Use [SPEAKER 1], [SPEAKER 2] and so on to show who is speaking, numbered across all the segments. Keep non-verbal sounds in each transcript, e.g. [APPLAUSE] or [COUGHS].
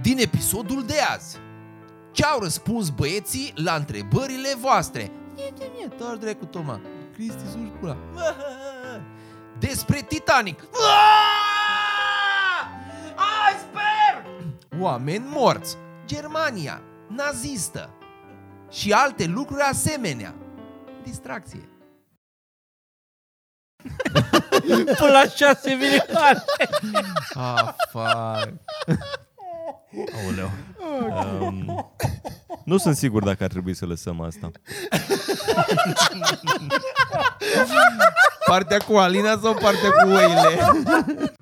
[SPEAKER 1] din episodul de azi. Ce au răspuns băieții la întrebările voastre? Mie, mie, mie, dar dracu, Toma. Cristi, suși pula. [LAUGHS] Despre Titanic. Aaa! Iceberg! Oameni morți. Germania. Nazistă. Și alte lucruri asemenea. Distracție.
[SPEAKER 2] [LAUGHS] Până la șase milioane.
[SPEAKER 1] Ah, fuck.
[SPEAKER 2] Aoleu.
[SPEAKER 3] Um, nu sunt sigur dacă ar trebui să lăsăm asta.
[SPEAKER 1] Partea cu Alina sau partea cu oile?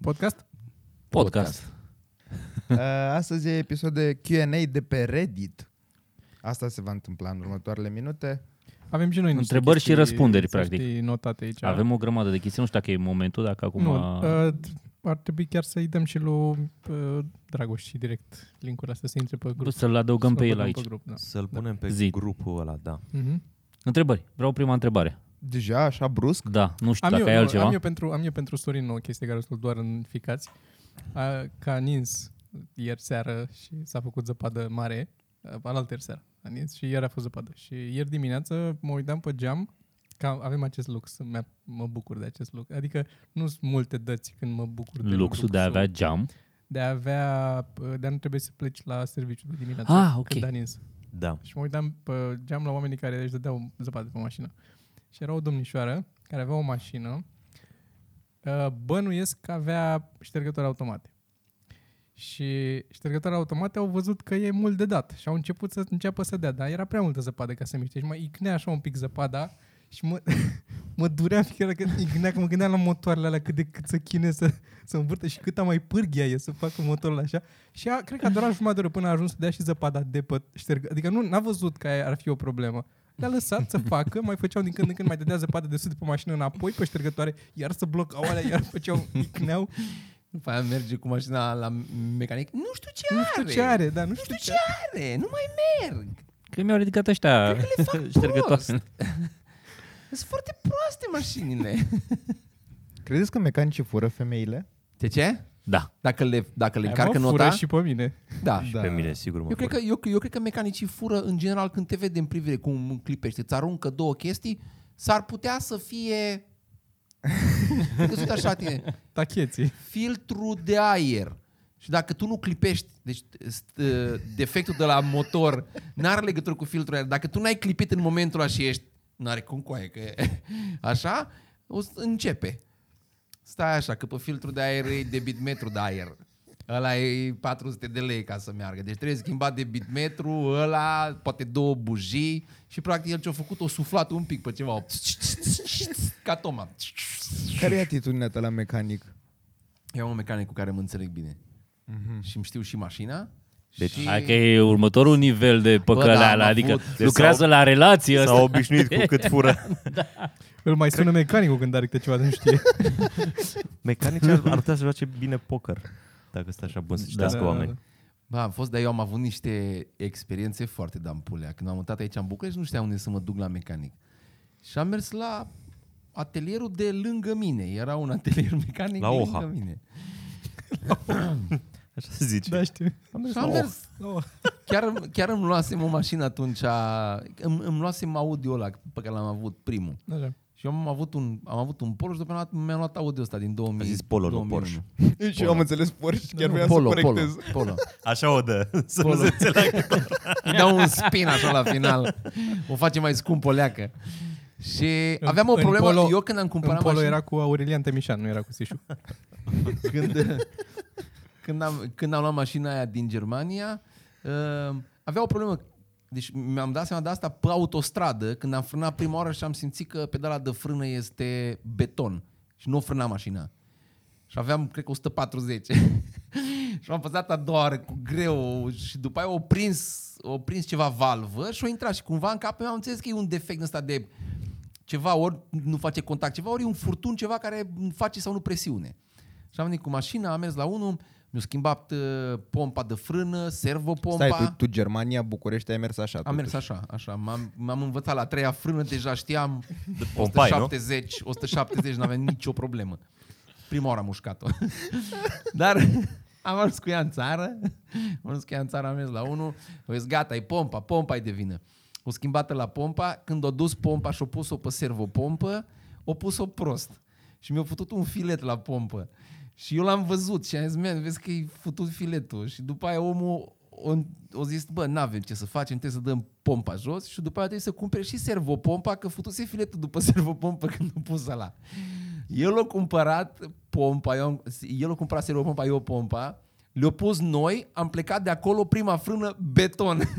[SPEAKER 4] Podcast?
[SPEAKER 2] Podcast.
[SPEAKER 4] [LAUGHS] Uh, astăzi e episod de Q&A de pe Reddit. Asta se va întâmpla în următoarele minute.
[SPEAKER 5] Avem și noi niște
[SPEAKER 2] Întrebări și
[SPEAKER 5] chestii,
[SPEAKER 2] răspunderi,
[SPEAKER 5] să
[SPEAKER 2] practic.
[SPEAKER 5] știi, notate aici. da.
[SPEAKER 2] Avem o grămadă de chestii, nu știu dacă e momentul, dacă acum...
[SPEAKER 5] nu,
[SPEAKER 2] a-
[SPEAKER 5] uh, ar trebui chiar să-i dăm și lui uh, Dragoș și direct linkul ăsta să intre pe grup.
[SPEAKER 2] Să-l adăugăm
[SPEAKER 5] Să-l
[SPEAKER 2] pe el
[SPEAKER 5] băgăm
[SPEAKER 2] aici.
[SPEAKER 5] grup, da.
[SPEAKER 3] Să-l punem pe
[SPEAKER 2] Zi.
[SPEAKER 3] grupul ăla, da.
[SPEAKER 5] Mhm.
[SPEAKER 2] Întrebări. Vreau prima întrebare.
[SPEAKER 4] Deja, așa, brusc.
[SPEAKER 2] Da, nu știu
[SPEAKER 5] Am,
[SPEAKER 2] dacă ai
[SPEAKER 5] eu,
[SPEAKER 2] altceva.
[SPEAKER 5] am, eu pentru, am eu pentru Sorin o chestie care sunt doar în ficați. A, că a nins ieri seară și s-a făcut zăpadă mare, alaltă ieri seară. A nins și ieri a fost zăpadă. Și ieri dimineață mă uitam pe geam, că avem acest lux, mă, mă bucur de acest lux. Adică nu sunt multe dăți când mă bucur de
[SPEAKER 2] Luxul de a avea geam.
[SPEAKER 5] de a avea, de a nu trebui să pleci la serviciu de dimineață
[SPEAKER 2] Ah, ok.
[SPEAKER 5] când a nins.
[SPEAKER 3] Da.
[SPEAKER 5] Și mă uitam pe geam la oamenii care își dădeau zăpadă pe mașină. Și era o domnișoară care avea o mașină, uh, bănuiesc că avea ștergători automate. Și ștergătoarele automate au văzut că e mult de dat și au început să înceapă să dea, dar era prea multă zăpadă ca să miște. Și mă ignea așa un pic zăpada și mă, [LAUGHS] mă durea chiar că ignea, că mă gândeam la motoarele alea cât de cât să chine să, să învârte și cât a mai pârghia e să facă motorul așa. Și a, cred că a durat jumătate de oră până a ajuns să dea și zăpada de pe ștergă. Adică nu, n-a văzut că aia ar fi o problemă. Le-a lăsat să facă, mai făceau din când în când, mai dădea zăpadă de sud pe mașină înapoi pe ștergătoare, iar să blocau alea, iar făceau, icneau.
[SPEAKER 1] După aia merge cu mașina la mecanic. Nu știu ce
[SPEAKER 5] Nu
[SPEAKER 1] are.
[SPEAKER 5] știu ce are, dar nu
[SPEAKER 1] Nu
[SPEAKER 5] știu
[SPEAKER 1] știu
[SPEAKER 5] ce
[SPEAKER 1] ce are. Nu mai merg.
[SPEAKER 2] Că mi-au ridicat ăștia [LAUGHS] ștergătoare.
[SPEAKER 1] Sunt foarte proaste mașinile.
[SPEAKER 4] Credeți că mecanicii fură femeile?
[SPEAKER 1] De ce?
[SPEAKER 2] Da.
[SPEAKER 1] Dacă le, dacă le
[SPEAKER 5] Aia
[SPEAKER 1] încarcă
[SPEAKER 5] mă fură
[SPEAKER 1] nota?
[SPEAKER 5] și pe mine.
[SPEAKER 1] Da.
[SPEAKER 3] Pe mine, sigur mă
[SPEAKER 1] Eu cred, că, eu, eu cred că mecanicii fură în general când te vede în privire cum clipește, îți aruncă două chestii, s-ar putea să fie... Că sunt așa tine,
[SPEAKER 5] Tacheții.
[SPEAKER 1] filtru de aer. Și dacă tu nu clipești, deci st- uh, defectul de la motor n-are legătură cu filtrul de aer. Dacă tu n-ai clipit în momentul ăla și ești, n-are cum coaie, că e- [LAUGHS] așa, o să începe. Stai așa, că pe filtrul de aer e debitmetru de aer. Ăla e 400 de lei ca să meargă. Deci trebuie schimbat debitmetru, ăla, poate două bujii și practic el ce-a făcut, o suflat un pic pe ceva. Ca Toma.
[SPEAKER 4] Care e atitudinea ta la mecanic?
[SPEAKER 1] Eu am un mecanic cu care mă înțeleg bine. Mm-hmm.
[SPEAKER 4] Mhm.
[SPEAKER 1] Și îmi știu și mașina.
[SPEAKER 3] Deci-
[SPEAKER 1] și...
[SPEAKER 2] Hai că e următorul nivel de
[SPEAKER 1] da, am
[SPEAKER 2] păcăleală, adică
[SPEAKER 1] avut-
[SPEAKER 2] lucrează la relație
[SPEAKER 3] S-a
[SPEAKER 2] asta.
[SPEAKER 3] obișnuit cu cât fură.
[SPEAKER 5] Îl mai sună mecanicul când are câte ceva [LAUGHS] de nu știe.
[SPEAKER 3] Mecanicii ar, ar putea să joace bine poker, dacă stă așa bun să citească
[SPEAKER 5] da, da.
[SPEAKER 3] oameni.
[SPEAKER 1] Ba, am fost, dar eu am avut niște experiențe foarte dampulea. Când am mutat aici în București, nu știam unde să mă duc la mecanic. Și am mers la atelierul de lângă mine. Era un atelier mecanic
[SPEAKER 3] La
[SPEAKER 1] de
[SPEAKER 3] Oha.
[SPEAKER 1] lângă mine.
[SPEAKER 3] Așa se zice.
[SPEAKER 5] Da, știu.
[SPEAKER 1] Și am mers. [LAUGHS] Chiar, chiar îmi luasem o mașină atunci, îmi, îmi luasem audio ăla pe care l-am avut primul.
[SPEAKER 5] Așa.
[SPEAKER 1] Și eu am avut un, am avut un Polo și după un mi-am luat audio ăsta din 2000.
[SPEAKER 3] A zis Polo, nu
[SPEAKER 1] 2001.
[SPEAKER 3] Porsche.
[SPEAKER 4] Și eu am înțeles Porsche
[SPEAKER 1] Da,
[SPEAKER 4] și chiar vreau să
[SPEAKER 1] Polo, Polo,
[SPEAKER 4] corectez.
[SPEAKER 1] Polo.
[SPEAKER 3] Așa o dă, să nu se înțeleagă.
[SPEAKER 1] Îi dau un spin așa la final. O face mai scump o leacă. Și
[SPEAKER 5] În-
[SPEAKER 1] aveam o
[SPEAKER 5] în
[SPEAKER 1] problemă.
[SPEAKER 5] polo-
[SPEAKER 1] eu când am
[SPEAKER 5] În
[SPEAKER 1] cumpărat
[SPEAKER 5] polo
[SPEAKER 1] mașină,
[SPEAKER 5] era cu Aurelian Temișan, nu era cu Sișu.
[SPEAKER 1] când, [LAUGHS] când, am, când am luat mașina aia din Germania, uh, avea o problemă. Deci mi-am dat seama de asta pe autostradă, când am frânat prima oară și am simțit că pedala de frână este beton și nu o frâna mașina. Și aveam, cred că 140. și am păzat a doua oară cu greu și după aia o prins, o prins ceva valvă și o intrat și cumva în cap meu am înțeles că e un defect din ăsta de ceva, ori nu face contact ceva, ori e un furtun ceva care face sau nu presiune. Și am venit cu mașina, am mers la unul, Mi-a schimbat uh, pompa de frână, servopompa.
[SPEAKER 4] Stai, tu, tu Germania, București, ai mers așa.
[SPEAKER 1] Am mers așa, așa. M-am, m-am învățat la a treia frână, deja știam
[SPEAKER 3] pompai, nu?
[SPEAKER 1] 170, 170, n-aveam nicio problemă. Prima oară am mușcat-o. Dar [LAUGHS] am ajuns cu ea în țară, am ajuns cu ea în țară, am mers la unul, au zis, gata, e pompa, pompa e de vină. O schimbată la pompa, când o dus pompa și o pus-o pe servopompă, o pus-o prost. Și mi-a făcut un filet la pompă. Și eu l-am văzut și am zis, man, vezi că i futut filetul. Și după aia omul o, o zis, bă, n-avem ce să facem, trebuie să dăm pompa jos și după aia trebuie să cumpere și servopompa, că futuse filetul după [LAUGHS] servopompă când o pus la. El a cumpărat pompa, eu am, el a cumpărat servopompa, eu pompa, le-a pus noi, am plecat de acolo, prima frână, beton. [LAUGHS]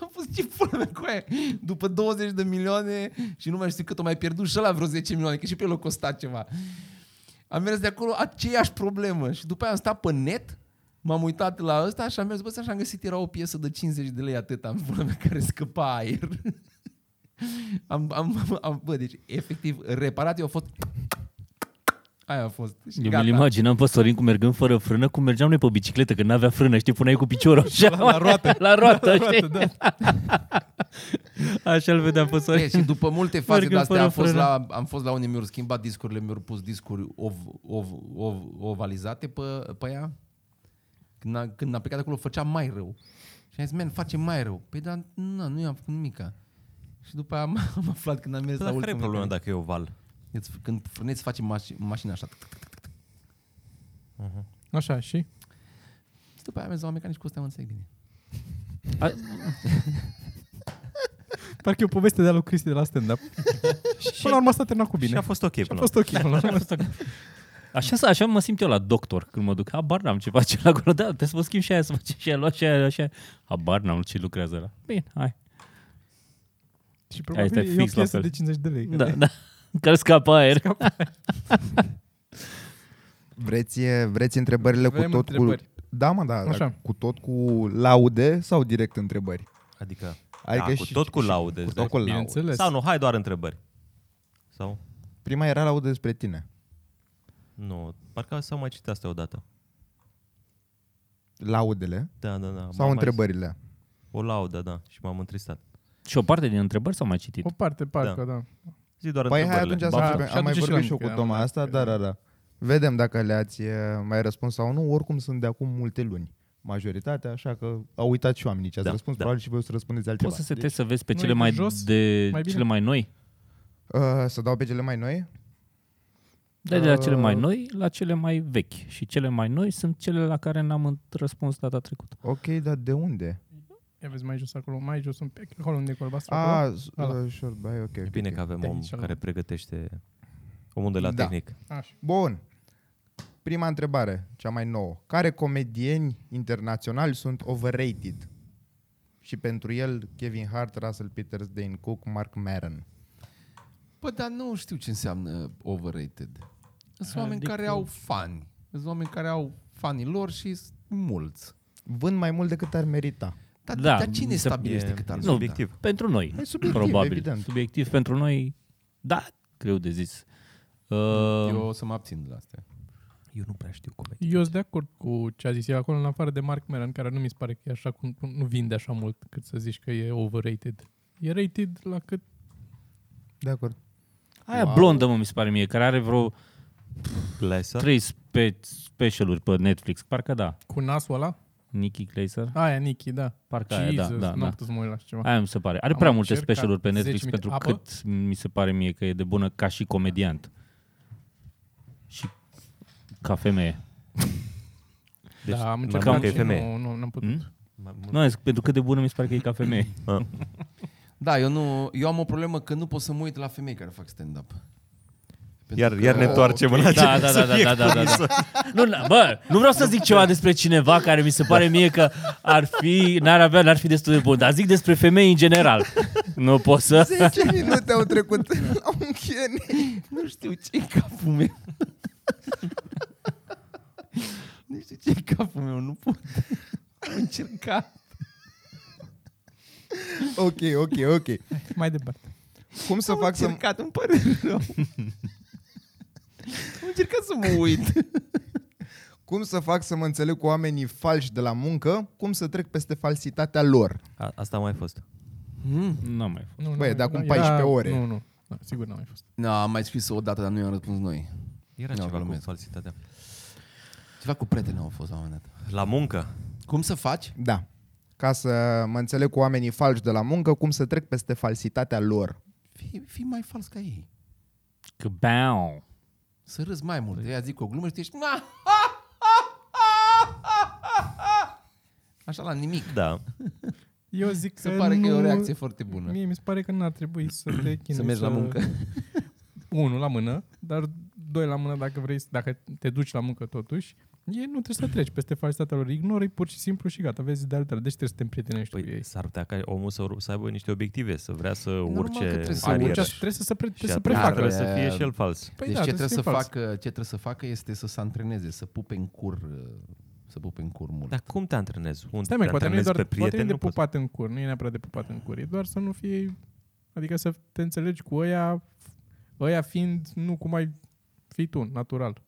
[SPEAKER 1] Am pus ce pula mea cu aia. După 20 de milioane și nu mai știu cât o mai pierdut și ăla vreo 10 milioane, că și pe el a costat ceva. Am mers de acolo, aceeași problemă. Și după aia am stat pe net, m-am uitat la ăsta și am mers, bă, să- și am găsit, era o piesă de 50 de lei atât, am pula mea, [LAUGHS] care scăpa aer. [LAUGHS] am, am, am, am, bă, deci, efectiv, reparat, eu a fost... Aia a fost. Și
[SPEAKER 2] Eu
[SPEAKER 1] gata.
[SPEAKER 2] mi-l imaginam pe Sorin cum mergând fără frână, cum mergeam noi pe bicicletă, când n-avea frână, știi, puneai cu piciorul așa. La roată. [LAUGHS] La roată, știi? [LAUGHS] Așa îl vedeam pe Sorin.
[SPEAKER 1] E, și după multe faze
[SPEAKER 2] Mergând
[SPEAKER 1] de astea
[SPEAKER 2] Păi, fără
[SPEAKER 1] am fost,
[SPEAKER 2] frână.
[SPEAKER 1] la, am fost la unde mi-au schimbat discurile, mi-au pus discuri ov, ov, ov, ovalizate pe, pe ea. Când, a, când am plecat acolo, făcea mai rău. Și am zis, man, face mai rău. Păi, dar na, nu i-am făcut nimica. Și după aia [LAUGHS] am, am aflat când am mers la
[SPEAKER 3] Dar care e
[SPEAKER 1] ultimul.
[SPEAKER 3] problema
[SPEAKER 1] care-
[SPEAKER 3] dacă e oval?
[SPEAKER 1] Îți- Când frâneți, face maș- mașina așa.
[SPEAKER 5] Așa, și?
[SPEAKER 1] Și după aia am mers la mecanici cu ăsta, mă înțeleg bine.
[SPEAKER 5] Parcă e o poveste de-a lui Cristi de la stand-up. și până la urmă s-a terminat cu bine.
[SPEAKER 3] Și a fost ok
[SPEAKER 5] Și a
[SPEAKER 3] până la
[SPEAKER 5] fost ok. Până la urmă.
[SPEAKER 2] Așa, s- așa mă simt eu la doctor când mă duc. Habar n-am ce face [LAUGHS] la acolo. Da, trebuie să vă schimb și aia, să face și aia, lua și aia, lua și aia. Habar n-am ce lucrează la. Bine, hai.
[SPEAKER 5] și
[SPEAKER 2] Asta e
[SPEAKER 5] probabil e o
[SPEAKER 2] fix la
[SPEAKER 5] piesă
[SPEAKER 2] fel.
[SPEAKER 5] de 50 de lei. Adică,
[SPEAKER 2] [LAUGHS] Da, da. Că scapă aer.
[SPEAKER 4] Vreți, vreți întrebările
[SPEAKER 5] Vrem
[SPEAKER 4] cu tot
[SPEAKER 5] întrebări.
[SPEAKER 4] cu... Da, mă, da,
[SPEAKER 5] Așa.
[SPEAKER 4] Așa. cu tot cu laude sau direct întrebări?
[SPEAKER 3] urmă. Adică,
[SPEAKER 4] Adică
[SPEAKER 3] da, cu
[SPEAKER 4] și-
[SPEAKER 3] tot cu
[SPEAKER 4] și-
[SPEAKER 3] laude. da.
[SPEAKER 4] Cu
[SPEAKER 3] îți
[SPEAKER 4] tot
[SPEAKER 3] dai.
[SPEAKER 4] cu laude.
[SPEAKER 5] Bineînțeles.
[SPEAKER 3] Sau nu, hai doar întrebări. Sau?
[SPEAKER 4] Prima era laude despre tine.
[SPEAKER 3] Nu, parcă s-au mai citit astea odată.
[SPEAKER 4] Laudele
[SPEAKER 3] Da, da, da.
[SPEAKER 4] sau
[SPEAKER 3] m-am
[SPEAKER 4] întrebările?
[SPEAKER 3] Mai... O laudă, da, și m-am întristat.
[SPEAKER 2] Și o parte din întrebări s-au mai citit.
[SPEAKER 5] O parte, parcă, da.
[SPEAKER 3] Zi doar
[SPEAKER 4] Păi hai
[SPEAKER 3] întrebările.
[SPEAKER 4] atunci
[SPEAKER 5] Ba,
[SPEAKER 4] să
[SPEAKER 5] da.
[SPEAKER 4] începem.
[SPEAKER 5] Și
[SPEAKER 4] Am mai
[SPEAKER 5] aduce și la
[SPEAKER 4] vorbit și
[SPEAKER 5] mine,
[SPEAKER 4] eu cu
[SPEAKER 5] că am
[SPEAKER 4] Toma
[SPEAKER 5] dat
[SPEAKER 4] asta,
[SPEAKER 5] pe-
[SPEAKER 4] da, da, da. Vedem dacă le-ați e, mai răspuns sau nu. Oricum sunt de acum multe luni majoritatea, așa că au uitat și oamenii ce ați
[SPEAKER 3] Da,
[SPEAKER 4] răspuns.
[SPEAKER 3] da.
[SPEAKER 4] Probabil și voi o să răspundeți altceva.
[SPEAKER 2] Poți să
[SPEAKER 4] Deci,
[SPEAKER 2] setezi să vezi pe
[SPEAKER 5] noi
[SPEAKER 2] cele
[SPEAKER 5] cu
[SPEAKER 2] mai,
[SPEAKER 5] jos,
[SPEAKER 2] de,
[SPEAKER 5] mai bine.
[SPEAKER 2] cele mai noi.
[SPEAKER 4] uh, Să dau pe cele mai noi?
[SPEAKER 2] Da, De la cele mai
[SPEAKER 4] Uh,
[SPEAKER 2] noi la cele mai vechi. Și cele mai noi sunt cele la care n-am înt- răspuns data trecută.
[SPEAKER 4] Ok, dar de unde?
[SPEAKER 5] Ia vezi mai jos acolo, mai jos un pic, acolo unde e colbastru. acolo.
[SPEAKER 4] Ah, z-
[SPEAKER 5] Ala.
[SPEAKER 4] uh, sure, bye, ok.
[SPEAKER 3] E
[SPEAKER 4] ok,
[SPEAKER 3] bine
[SPEAKER 4] ok.
[SPEAKER 3] că avem om
[SPEAKER 5] Tehnic,
[SPEAKER 3] care pregătește omul de la
[SPEAKER 4] Da.
[SPEAKER 3] tehnic.
[SPEAKER 5] Așa.
[SPEAKER 4] Bun. Prima întrebare, cea mai nouă. Care comedieni internaționali sunt overrated? Și pentru el, Kevin Hart, Russell Peters, Dane Cook, Mark Maron.
[SPEAKER 1] Bă, Păi, dar nu știu ce înseamnă overrated. Sunt oameni
[SPEAKER 2] Adică-
[SPEAKER 1] care au fani. Sunt oameni care au fanii lor și sunt mulți.
[SPEAKER 4] Vând mai mult decât ar
[SPEAKER 3] [LAUGHS]
[SPEAKER 4] merita.
[SPEAKER 1] Dar,
[SPEAKER 2] Da,
[SPEAKER 1] da, dar cine
[SPEAKER 2] mi se-
[SPEAKER 1] stabilește
[SPEAKER 3] E-
[SPEAKER 1] cât
[SPEAKER 3] e
[SPEAKER 1] ar merita?
[SPEAKER 2] Nu,
[SPEAKER 3] Subiectiv.
[SPEAKER 2] Pentru noi,
[SPEAKER 4] E subiectiv,
[SPEAKER 2] probabil.
[SPEAKER 4] evident.
[SPEAKER 2] Subiectiv pentru noi, da, greu de zis. Uh,
[SPEAKER 1] Eu o să mă abțin de la astea.
[SPEAKER 3] Eu nu prea știu cum e.
[SPEAKER 5] Eu sunt de acord cu ce a zis el acolo, în afară de Mark Maron, care nu mi se pare că e așa cum nu vinde așa mult cât să zici că e overrated. E rated la cât
[SPEAKER 4] De acord.
[SPEAKER 2] Aia blondă, mă, mi se pare mie, care are vreo
[SPEAKER 5] Da?
[SPEAKER 3] Glaser?
[SPEAKER 2] trei spe- specialuri pe Netflix. Parcă da.
[SPEAKER 5] cu nasul ăla?
[SPEAKER 2] Nikki Glaser.
[SPEAKER 5] Aia, Nicky, da.
[SPEAKER 2] Parcă aia, da,
[SPEAKER 5] Jesus,
[SPEAKER 2] da,
[SPEAKER 5] n-am
[SPEAKER 2] da.
[SPEAKER 5] putut să mă uit la așa ceva.
[SPEAKER 2] Aia mi se pare. Are
[SPEAKER 5] Am
[SPEAKER 2] prea multe
[SPEAKER 5] încercat
[SPEAKER 2] specialuri pe
[SPEAKER 5] 10
[SPEAKER 2] Netflix
[SPEAKER 5] minute.
[SPEAKER 2] pentru
[SPEAKER 5] Apă?
[SPEAKER 2] cât mi se pare mie că e de bună ca și comediant. Și ca femeie.
[SPEAKER 3] Deci,
[SPEAKER 5] da, am
[SPEAKER 3] mai
[SPEAKER 5] încercat
[SPEAKER 3] mult că e
[SPEAKER 5] și
[SPEAKER 3] femeie.
[SPEAKER 5] nu, nu, n-am putut.
[SPEAKER 2] Hmm? Nu, am zis, pentru cât de bună mi se pare că e ca
[SPEAKER 5] [LAUGHS]
[SPEAKER 2] femeie.
[SPEAKER 1] Da, eu, nu, eu am o problemă că nu pot să mă uit la femei care fac stand-up. [LAUGHS] Pentru
[SPEAKER 3] Iar,
[SPEAKER 1] că-
[SPEAKER 3] iar ne întoarcem în acest
[SPEAKER 2] Da, da, da, da, da, da, da, da. Nu, na- bă, nu vreau să zic ceva despre cineva care mi se pare mie că ar fi, n-ar avea, n-ar fi destul de bun, dar zic despre femei în general. Nu pot să...
[SPEAKER 4] 10 minute au trecut [LAUGHS] la un Q&A.
[SPEAKER 1] Nu știu ce e capul meu. [LAUGHS] nu știu ce e capul meu, nu pot. Am încercat.
[SPEAKER 4] Ok, ok, ok.
[SPEAKER 5] Mai departe.
[SPEAKER 4] Cum să
[SPEAKER 1] Am
[SPEAKER 4] fac să...
[SPEAKER 1] încercat, îmi [LAUGHS] [LAUGHS] pare rău. Am încercat să mă uit.
[SPEAKER 4] Cum să fac să mă înțeleg cu oamenii falși de la muncă? Cum să trec peste falsitatea lor?
[SPEAKER 3] A, asta a mai fost.
[SPEAKER 2] N-am mai fost.
[SPEAKER 5] Nu, nu,
[SPEAKER 4] Băi, de acum
[SPEAKER 5] era-
[SPEAKER 4] 14 ore.
[SPEAKER 5] Nu, nu. Da, sigur n-am mai fost.
[SPEAKER 1] No, am mai scris o dată, dar nu i-am răspuns noi.
[SPEAKER 3] Era
[SPEAKER 1] Nu,
[SPEAKER 3] ceva cu
[SPEAKER 1] glumesc.
[SPEAKER 3] falsitatea.
[SPEAKER 1] Ceva cu prieteni au fost la un moment dat.
[SPEAKER 3] La muncă.
[SPEAKER 1] Cum să faci?
[SPEAKER 4] Da. Ca să mă înțeleg cu oamenii falși de la muncă, cum să trec peste falsitatea lor.
[SPEAKER 1] Fii, fii mai fals ca ei.
[SPEAKER 2] Că bam.
[SPEAKER 1] Să râzi mai mult. Ea zic o glumă și tu ești... Așa la nimic.
[SPEAKER 3] Da.
[SPEAKER 5] Eu zic
[SPEAKER 1] Se
[SPEAKER 5] că
[SPEAKER 1] pare
[SPEAKER 5] nu...
[SPEAKER 1] că e o reacție foarte bună.
[SPEAKER 5] Mie mi se pare că n-ar trebui să te chinui
[SPEAKER 1] Să mergi la muncă.
[SPEAKER 5] Unul la mână, dar doi la mână dacă vrei, să- dacă te duci la muncă totuși. Ei nu trebuie să treci peste falsitatea lor, ignori pur și simplu și gata, vezi de altele. Deci trebuie să te împrietenești cu
[SPEAKER 3] Păi
[SPEAKER 5] ei.
[SPEAKER 3] s-ar putea ca omul să, să aibă niște obiective, să vrea să
[SPEAKER 1] Normal că
[SPEAKER 3] urce
[SPEAKER 1] trebuie
[SPEAKER 3] în
[SPEAKER 1] să
[SPEAKER 5] Sau
[SPEAKER 1] arieră.
[SPEAKER 3] carieră.
[SPEAKER 5] orice,
[SPEAKER 3] Și
[SPEAKER 5] trebuie să se, pre- trebuie să
[SPEAKER 3] atunci
[SPEAKER 5] prefacă.
[SPEAKER 3] Trebuie să
[SPEAKER 1] Aia-
[SPEAKER 3] fie și el fals.
[SPEAKER 5] Păi
[SPEAKER 1] deci
[SPEAKER 5] da,
[SPEAKER 1] ce,
[SPEAKER 5] trebuie
[SPEAKER 1] trebuie
[SPEAKER 5] să
[SPEAKER 1] să
[SPEAKER 5] fii fals.
[SPEAKER 1] facă, ce trebuie să facă este să se antreneze, să pupe în cur, uh, să pupe în cur mult.
[SPEAKER 3] Dar cum te antrenezi? Unde
[SPEAKER 5] Stai
[SPEAKER 3] te
[SPEAKER 5] mai, poate nu e
[SPEAKER 3] antrenezi
[SPEAKER 5] doar
[SPEAKER 3] pe
[SPEAKER 5] poate e
[SPEAKER 3] prieteni?
[SPEAKER 5] de
[SPEAKER 3] Nu poți.
[SPEAKER 5] pupat în cur, nu e neapărat de pupat în cur, e doar să nu fie, adică să te înțelegi cu ăia, ăia fiind nu cum ai fi tu, natural.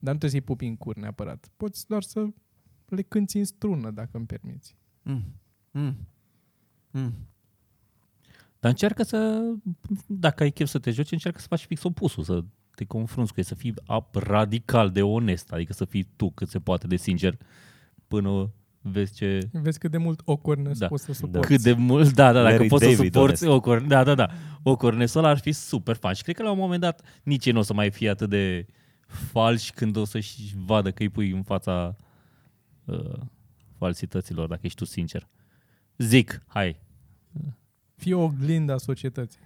[SPEAKER 5] Dar nu trebuie să-i pupi în cur neapărat. Poți doar să le cânti în strună, dacă îmi permiți.
[SPEAKER 1] Mm. Mm. Mm.
[SPEAKER 2] Dar încearcă să, dacă ai chef să te joci, încearcă să faci fix opusul, să te confrunți cu ei, să fii ap- radical de onest, adică să fii tu cât se poate de sincer până vezi ce...
[SPEAKER 5] Vezi cât de mult awkwardness
[SPEAKER 2] Da.
[SPEAKER 5] da. poți să
[SPEAKER 3] Da.
[SPEAKER 5] suporti.
[SPEAKER 2] Cât de mult, da, da, dacă
[SPEAKER 3] Larry
[SPEAKER 2] poți să
[SPEAKER 3] David
[SPEAKER 2] suporți
[SPEAKER 3] onest.
[SPEAKER 2] o corne, da, da, da, o cornesolă ar fi super fan și cred că la un moment dat nici ei nu o să mai fie atât de falși când o să-și vadă că îi pui în fața uh, falsităților, dacă ești tu sincer. Zic, hai,
[SPEAKER 5] Fie o oglindă a societății.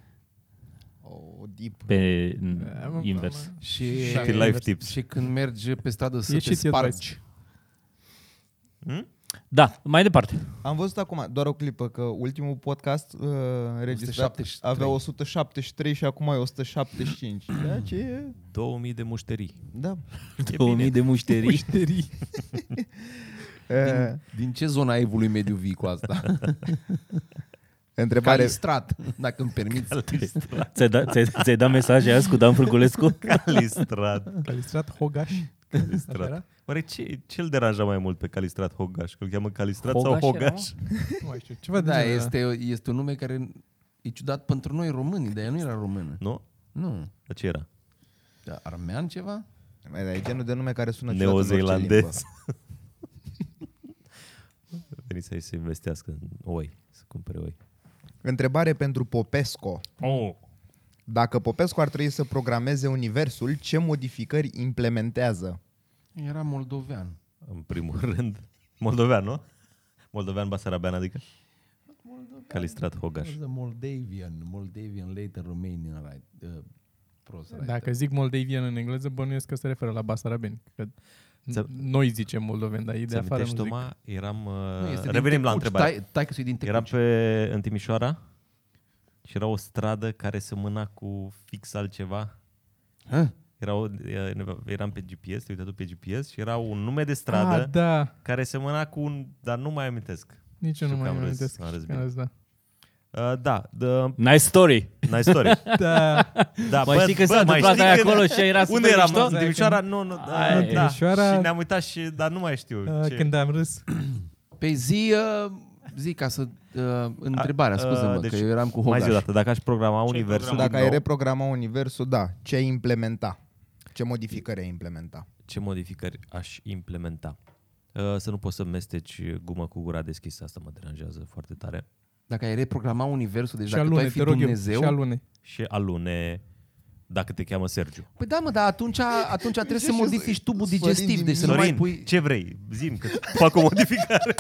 [SPEAKER 4] Oh, deep.
[SPEAKER 2] pe
[SPEAKER 5] Da, mă,
[SPEAKER 2] invers.
[SPEAKER 1] Și,
[SPEAKER 3] Și life tips.
[SPEAKER 1] și când mergi pe stradă să
[SPEAKER 5] Ieșiți,
[SPEAKER 1] te spargi.
[SPEAKER 5] advice.
[SPEAKER 2] Da, mai departe.
[SPEAKER 4] Am văzut acum doar o clipă că ultimul podcast uh, înregistrat
[SPEAKER 1] 173.
[SPEAKER 4] avea 173 și acum e 175. Ceea ce e...
[SPEAKER 3] 2000 de mușterii.
[SPEAKER 4] Da.
[SPEAKER 2] 2000
[SPEAKER 3] [LAUGHS]
[SPEAKER 2] de mușterii.
[SPEAKER 5] Pușterii. Eh.
[SPEAKER 4] Uh,
[SPEAKER 1] Din ce zona evului mediu vii cu
[SPEAKER 5] [LAUGHS]
[SPEAKER 1] asta?
[SPEAKER 4] întrebare,
[SPEAKER 1] Calistrat, dacă îmi permiți.
[SPEAKER 2] ți-ai, dat, ți-ai, ți-ai dat mesaje azi cu Dan Furculescu?
[SPEAKER 3] Calistrat.
[SPEAKER 5] Calistrat Hogaș. Așa era?
[SPEAKER 3] Calistrat. Oare ce, ce-l deranja mai mult pe Calistrat Hogaș? Că îl cheamă Calistrat
[SPEAKER 2] Hogaș
[SPEAKER 3] sau
[SPEAKER 2] era,
[SPEAKER 3] Hogaș?
[SPEAKER 5] Nu mai știu. Ceva de
[SPEAKER 1] Da,
[SPEAKER 5] genul ăla.
[SPEAKER 1] este, este un nume care e ciudat pentru noi românii, dar el nu era român.
[SPEAKER 3] Nu?
[SPEAKER 1] Nu.
[SPEAKER 3] Dar ce era?
[SPEAKER 1] Da, armean ceva?
[SPEAKER 4] Mai, dar e genul de nume care sună ciudat în orice limbă.
[SPEAKER 3] Neozeelandez. [LAUGHS] Veniți aici să investească în oi, să cumpere oi.
[SPEAKER 4] Întrebare pentru Popesco.
[SPEAKER 2] Oh.
[SPEAKER 4] Dacă Popescu ar trebui să programeze universul, ce modificări implementează?
[SPEAKER 1] Era moldovean.
[SPEAKER 3] În primul rând, moldovean, nu? Moldovean Basarabean, adică? Calistrat Hogaș.
[SPEAKER 1] Was a Moldavian, Moldavian later Romanian right, uh, prost writer.
[SPEAKER 5] Dacă zic moldavian în engleză, bănuiesc că se referă la basarabeni. Că
[SPEAKER 3] Ți-am-
[SPEAKER 5] noi zicem moldoven, dar ei de
[SPEAKER 3] Ți
[SPEAKER 5] afară nu
[SPEAKER 3] amintești,
[SPEAKER 5] zic.
[SPEAKER 3] Toma? Eram...
[SPEAKER 1] Nu,
[SPEAKER 3] uh,
[SPEAKER 1] este din
[SPEAKER 3] Revenim la
[SPEAKER 1] Tecuci.
[SPEAKER 3] întrebare.
[SPEAKER 1] Tai, tai că e din
[SPEAKER 3] Era
[SPEAKER 1] Tecuci.
[SPEAKER 3] pe, în Timișoara și era o stradă care semăna cu fix altceva.
[SPEAKER 1] Hă?
[SPEAKER 3] Era o, eram pe GPS, te uitai tu pe GPS și era un nume de stradă
[SPEAKER 5] Ah, da,
[SPEAKER 3] care semăna cu un... Dar nu mai amintesc.
[SPEAKER 5] nici eu nu
[SPEAKER 3] Știu
[SPEAKER 5] mai
[SPEAKER 3] că am râs,
[SPEAKER 5] amintesc.
[SPEAKER 3] am râs
[SPEAKER 5] că am
[SPEAKER 3] bine.
[SPEAKER 5] râs,
[SPEAKER 1] [LAUGHS]
[SPEAKER 5] da.
[SPEAKER 3] Uh, da, the
[SPEAKER 2] Nice story.
[SPEAKER 3] nice story.
[SPEAKER 2] [LAUGHS]
[SPEAKER 5] da.
[SPEAKER 3] Da,
[SPEAKER 2] Mai știi că s-a
[SPEAKER 3] mai
[SPEAKER 2] întâmplat
[SPEAKER 3] știi
[SPEAKER 2] aia
[SPEAKER 3] că-
[SPEAKER 2] acolo și era super
[SPEAKER 3] Unde eram?
[SPEAKER 2] mișto?
[SPEAKER 3] În Timișoara? Nu, nu, da,
[SPEAKER 2] Ai,
[SPEAKER 3] da.
[SPEAKER 5] Timișoara-
[SPEAKER 3] Și ne-am uitat și... Dar nu mai știu
[SPEAKER 5] Uh,
[SPEAKER 3] ce.
[SPEAKER 5] Când am râs,
[SPEAKER 1] Pe zi, uh, zi ca să... Uh, întrebarea,
[SPEAKER 3] A, uh,
[SPEAKER 1] scuză-mă,
[SPEAKER 3] deci-
[SPEAKER 1] că eu eram cu
[SPEAKER 3] Mai zi o
[SPEAKER 1] Hogaș.
[SPEAKER 3] dată, dacă aș programa universul
[SPEAKER 4] Dacă
[SPEAKER 3] din
[SPEAKER 4] ai
[SPEAKER 3] nou,
[SPEAKER 4] reprograma universul, da, ce ai implementa? Ce modificări ai implementa?
[SPEAKER 3] ce modificări aș implementa? Uh, Să nu poți să mesteci gumă cu gura deschisă, asta mă deranjează foarte tare.
[SPEAKER 1] Dacă ai reprograma universul, deci
[SPEAKER 5] și
[SPEAKER 1] dacă tu ai
[SPEAKER 5] alune,
[SPEAKER 1] fi
[SPEAKER 5] te rog eu,
[SPEAKER 1] Dumnezeu...
[SPEAKER 5] și alune.
[SPEAKER 3] Și alune dacă te cheamă Sergiu.
[SPEAKER 1] Păi da, mă, dar atunci, atunci trebuie să modifici tubul
[SPEAKER 4] Sorin
[SPEAKER 1] digestiv,
[SPEAKER 4] din
[SPEAKER 1] deci să nu mai
[SPEAKER 3] Sorin,
[SPEAKER 1] pui
[SPEAKER 3] ce vrei? Zim că fac o modificare.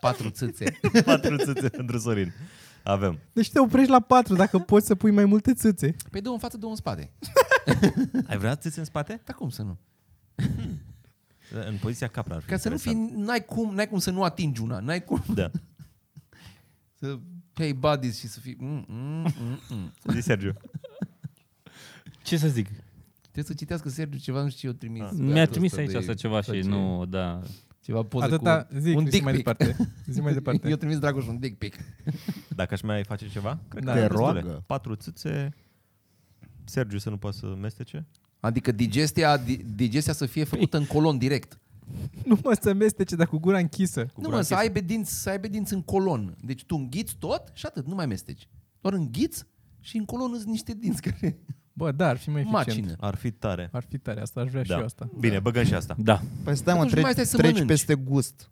[SPEAKER 1] patru țâțe.
[SPEAKER 3] Patru țâțe pentru Sorin. Avem.
[SPEAKER 5] Deci te oprești la patru
[SPEAKER 1] [LAUGHS]
[SPEAKER 5] dacă poți să pui mai multe țâțe.
[SPEAKER 1] Păi dă în față, dă în spate.
[SPEAKER 3] Ai vrea țâțe în spate?
[SPEAKER 1] Dar cum să nu?
[SPEAKER 3] În poziția capra ar fi
[SPEAKER 1] Ca să nu fii,
[SPEAKER 3] interesant.
[SPEAKER 1] n-ai cum, n-ai cum să nu atingi una, n-ai cum [LAUGHS]
[SPEAKER 3] Da.
[SPEAKER 1] să ai buddies și să fii... Mm, mm, mm, mm.
[SPEAKER 3] Zi, Sergiu.
[SPEAKER 2] Ce să zic?
[SPEAKER 1] Trebuie să citească Sergiu ceva, nu știu ce eu trimis.
[SPEAKER 5] Ah.
[SPEAKER 1] pe
[SPEAKER 2] Mi-a
[SPEAKER 1] altul
[SPEAKER 2] trimis
[SPEAKER 1] ăsta
[SPEAKER 2] aici
[SPEAKER 1] de-
[SPEAKER 2] asta ceva și
[SPEAKER 1] face
[SPEAKER 2] nu, da.
[SPEAKER 1] Ceva poză
[SPEAKER 5] Atâta,
[SPEAKER 1] cu
[SPEAKER 5] zi,
[SPEAKER 1] un
[SPEAKER 5] Cristi,
[SPEAKER 1] dick
[SPEAKER 5] mai
[SPEAKER 1] pic.
[SPEAKER 5] departe.
[SPEAKER 1] [LAUGHS]
[SPEAKER 5] Zi mai departe.
[SPEAKER 1] Eu trimis Dragoș un dick pic.
[SPEAKER 3] Dacă aș mai face ceva, cred
[SPEAKER 5] Da.
[SPEAKER 3] că
[SPEAKER 5] Te
[SPEAKER 3] am destule.
[SPEAKER 4] roagă.
[SPEAKER 3] Patru țâțe, Sergiu să nu poată să mestece.
[SPEAKER 1] Adică digestia, di- digestia să fie făcută în colon direct.
[SPEAKER 5] Nu mă să mestece, dar cu gura închisă.
[SPEAKER 1] Cu nu mă, să aibă, dinți, să aibă dinți în colon. Deci tu înghiți tot și atât, nu mai mesteci. Doar înghiți și în colon îți niște dinți care...
[SPEAKER 5] Bă, da, ar fi mai eficient.
[SPEAKER 1] Macină.
[SPEAKER 3] Ar fi tare.
[SPEAKER 5] Ar fi tare asta, aș vrea da. și eu asta.
[SPEAKER 3] Bine, băgăm și asta.
[SPEAKER 2] Da.
[SPEAKER 4] Păi stai mă,
[SPEAKER 1] Atunci mai
[SPEAKER 4] treci,
[SPEAKER 1] stai să
[SPEAKER 4] treci
[SPEAKER 1] mănânci.
[SPEAKER 4] peste gust.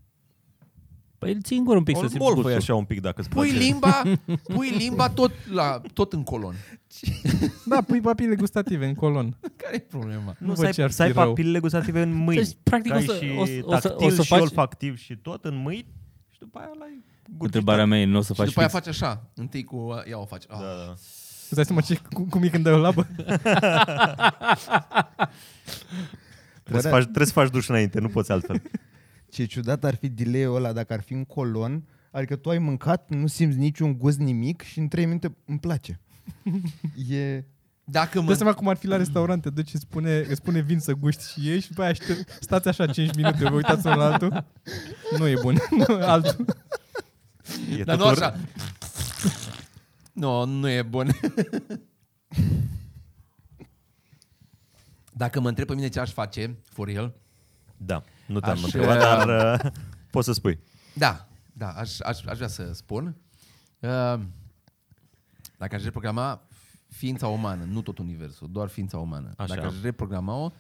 [SPEAKER 2] Păi îl țin gură un pic să simți
[SPEAKER 3] Molfă
[SPEAKER 2] gustul.
[SPEAKER 3] așa un pic dacă îți
[SPEAKER 1] Pui
[SPEAKER 3] place.
[SPEAKER 1] limba, pui limba tot, la, tot în colon.
[SPEAKER 5] Da, pui papile gustative în colon.
[SPEAKER 1] Care e problema?
[SPEAKER 5] Nu vă ce ar
[SPEAKER 3] să
[SPEAKER 5] fi
[SPEAKER 3] ai
[SPEAKER 5] rău.
[SPEAKER 3] papilele gustative în mâini.
[SPEAKER 2] Deci, practic,
[SPEAKER 3] Că
[SPEAKER 2] o
[SPEAKER 3] ai
[SPEAKER 2] să-
[SPEAKER 3] și
[SPEAKER 2] o să- o să-
[SPEAKER 3] tactil
[SPEAKER 2] o să
[SPEAKER 3] și
[SPEAKER 2] faci-
[SPEAKER 3] olfactiv și tot în mâini și după aia l-ai gurgitat.
[SPEAKER 2] Întrebarea mea e, nu o să
[SPEAKER 1] Și
[SPEAKER 2] faci
[SPEAKER 1] după aia
[SPEAKER 2] fix.
[SPEAKER 1] faci așa. Întâi cu... Ia o faci. Ah.
[SPEAKER 3] Da, da.
[SPEAKER 5] Îți dai seama ce, cum, cum e când dai o
[SPEAKER 1] [LAUGHS]
[SPEAKER 5] labă?
[SPEAKER 3] Trebuie, să
[SPEAKER 4] da.
[SPEAKER 3] faci, trebuie să faci duș înainte, nu poți altfel.
[SPEAKER 4] Ce ciudat ar fi delay-ul ăla dacă ar fi în colon, adică tu ai mâncat, nu simți niciun gust, nimic și în 3 minute îmi place. e...
[SPEAKER 1] Dacă
[SPEAKER 5] Dă
[SPEAKER 1] mă...
[SPEAKER 5] seama cum ar fi la restaurante, duci și spune, îți spune vin să guști și ieși și după aia aștept, stați așa 5 minute, vă uitați unul la altul. Nu e bun. [LAUGHS] altul.
[SPEAKER 3] [LAUGHS] E
[SPEAKER 1] Dar nu
[SPEAKER 3] totul-
[SPEAKER 1] așa. [LAUGHS] Nu, nu e bun. [LAUGHS] Dacă mă întreb pe mine ce aș face, Furiel,
[SPEAKER 3] Da, nu te-am
[SPEAKER 1] Aș-
[SPEAKER 3] întrebat, dar uh, poți să spui.
[SPEAKER 1] Da, da, aș, aș, aș vrea să spun. Uh, dacă aș reprograma ființa umană, nu tot universul, doar ființa umană.
[SPEAKER 3] Așa.
[SPEAKER 1] Dacă aș reprograma-o,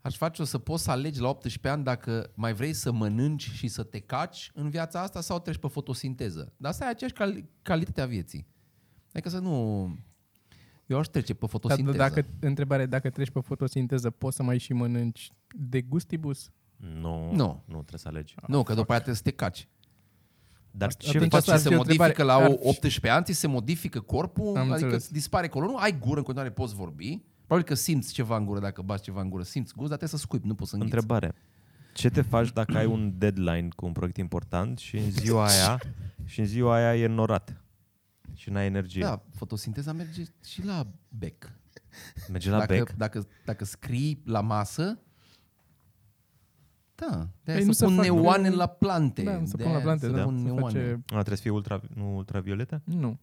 [SPEAKER 1] aș face-o să poți să alegi la 18 ani dacă mai vrei să mănânci și să te caci în viața asta sau treci pe fotosinteză. Dar să ai aceeași cal- calitate a vieții. Adică să nu... Eu aș trece pe
[SPEAKER 5] Dar
[SPEAKER 1] fotosinteză.
[SPEAKER 5] dacă, întrebare, dacă treci pe fotosinteză, poți să mai și mănânci de gustibus?
[SPEAKER 3] Nu,
[SPEAKER 1] Nu.
[SPEAKER 3] nu trebuie să alegi.
[SPEAKER 1] Nu, că după aia trebuie să te caci.
[SPEAKER 3] Dar
[SPEAKER 5] Asta-
[SPEAKER 3] ce
[SPEAKER 5] atunci-
[SPEAKER 1] Faci
[SPEAKER 3] faci?
[SPEAKER 5] Deci asta ar
[SPEAKER 1] și
[SPEAKER 5] fi
[SPEAKER 1] se
[SPEAKER 5] o
[SPEAKER 1] modifică
[SPEAKER 5] întrebare.
[SPEAKER 1] la
[SPEAKER 5] Ar fi-
[SPEAKER 1] 18 ani, ți se modifică corpul,
[SPEAKER 5] Am
[SPEAKER 1] adică
[SPEAKER 5] înțeles.
[SPEAKER 1] îți dispare colonul, ai gură în continuare, poți vorbi. Probabil că simți ceva în gură dacă bați ceva în gură, simți gust, dar trebuie să scuipi, nu poți să înghiți.
[SPEAKER 3] Întrebare. Ce te faci dacă ai un deadline cu un proiect important și în [LAUGHS] ziua aia și în ziua aia e norat? Și n-ai energie.
[SPEAKER 1] Da, fotosinteza merge și la bec.
[SPEAKER 3] Merge la
[SPEAKER 1] dacă,
[SPEAKER 3] bec.
[SPEAKER 1] Dacă, dacă scrii la masă, da, de
[SPEAKER 5] Păi
[SPEAKER 1] aia
[SPEAKER 5] nu
[SPEAKER 1] să
[SPEAKER 5] se
[SPEAKER 1] pun
[SPEAKER 5] fac,
[SPEAKER 1] neoane
[SPEAKER 5] nu-
[SPEAKER 1] la plante.
[SPEAKER 5] Da, să
[SPEAKER 1] de
[SPEAKER 5] pun la
[SPEAKER 1] aia
[SPEAKER 5] plante,
[SPEAKER 1] să
[SPEAKER 5] da.
[SPEAKER 1] pun
[SPEAKER 5] se
[SPEAKER 1] neoane.
[SPEAKER 5] face...
[SPEAKER 3] A, trebuie să fie ultra, nu ultravioletă?
[SPEAKER 5] Nu.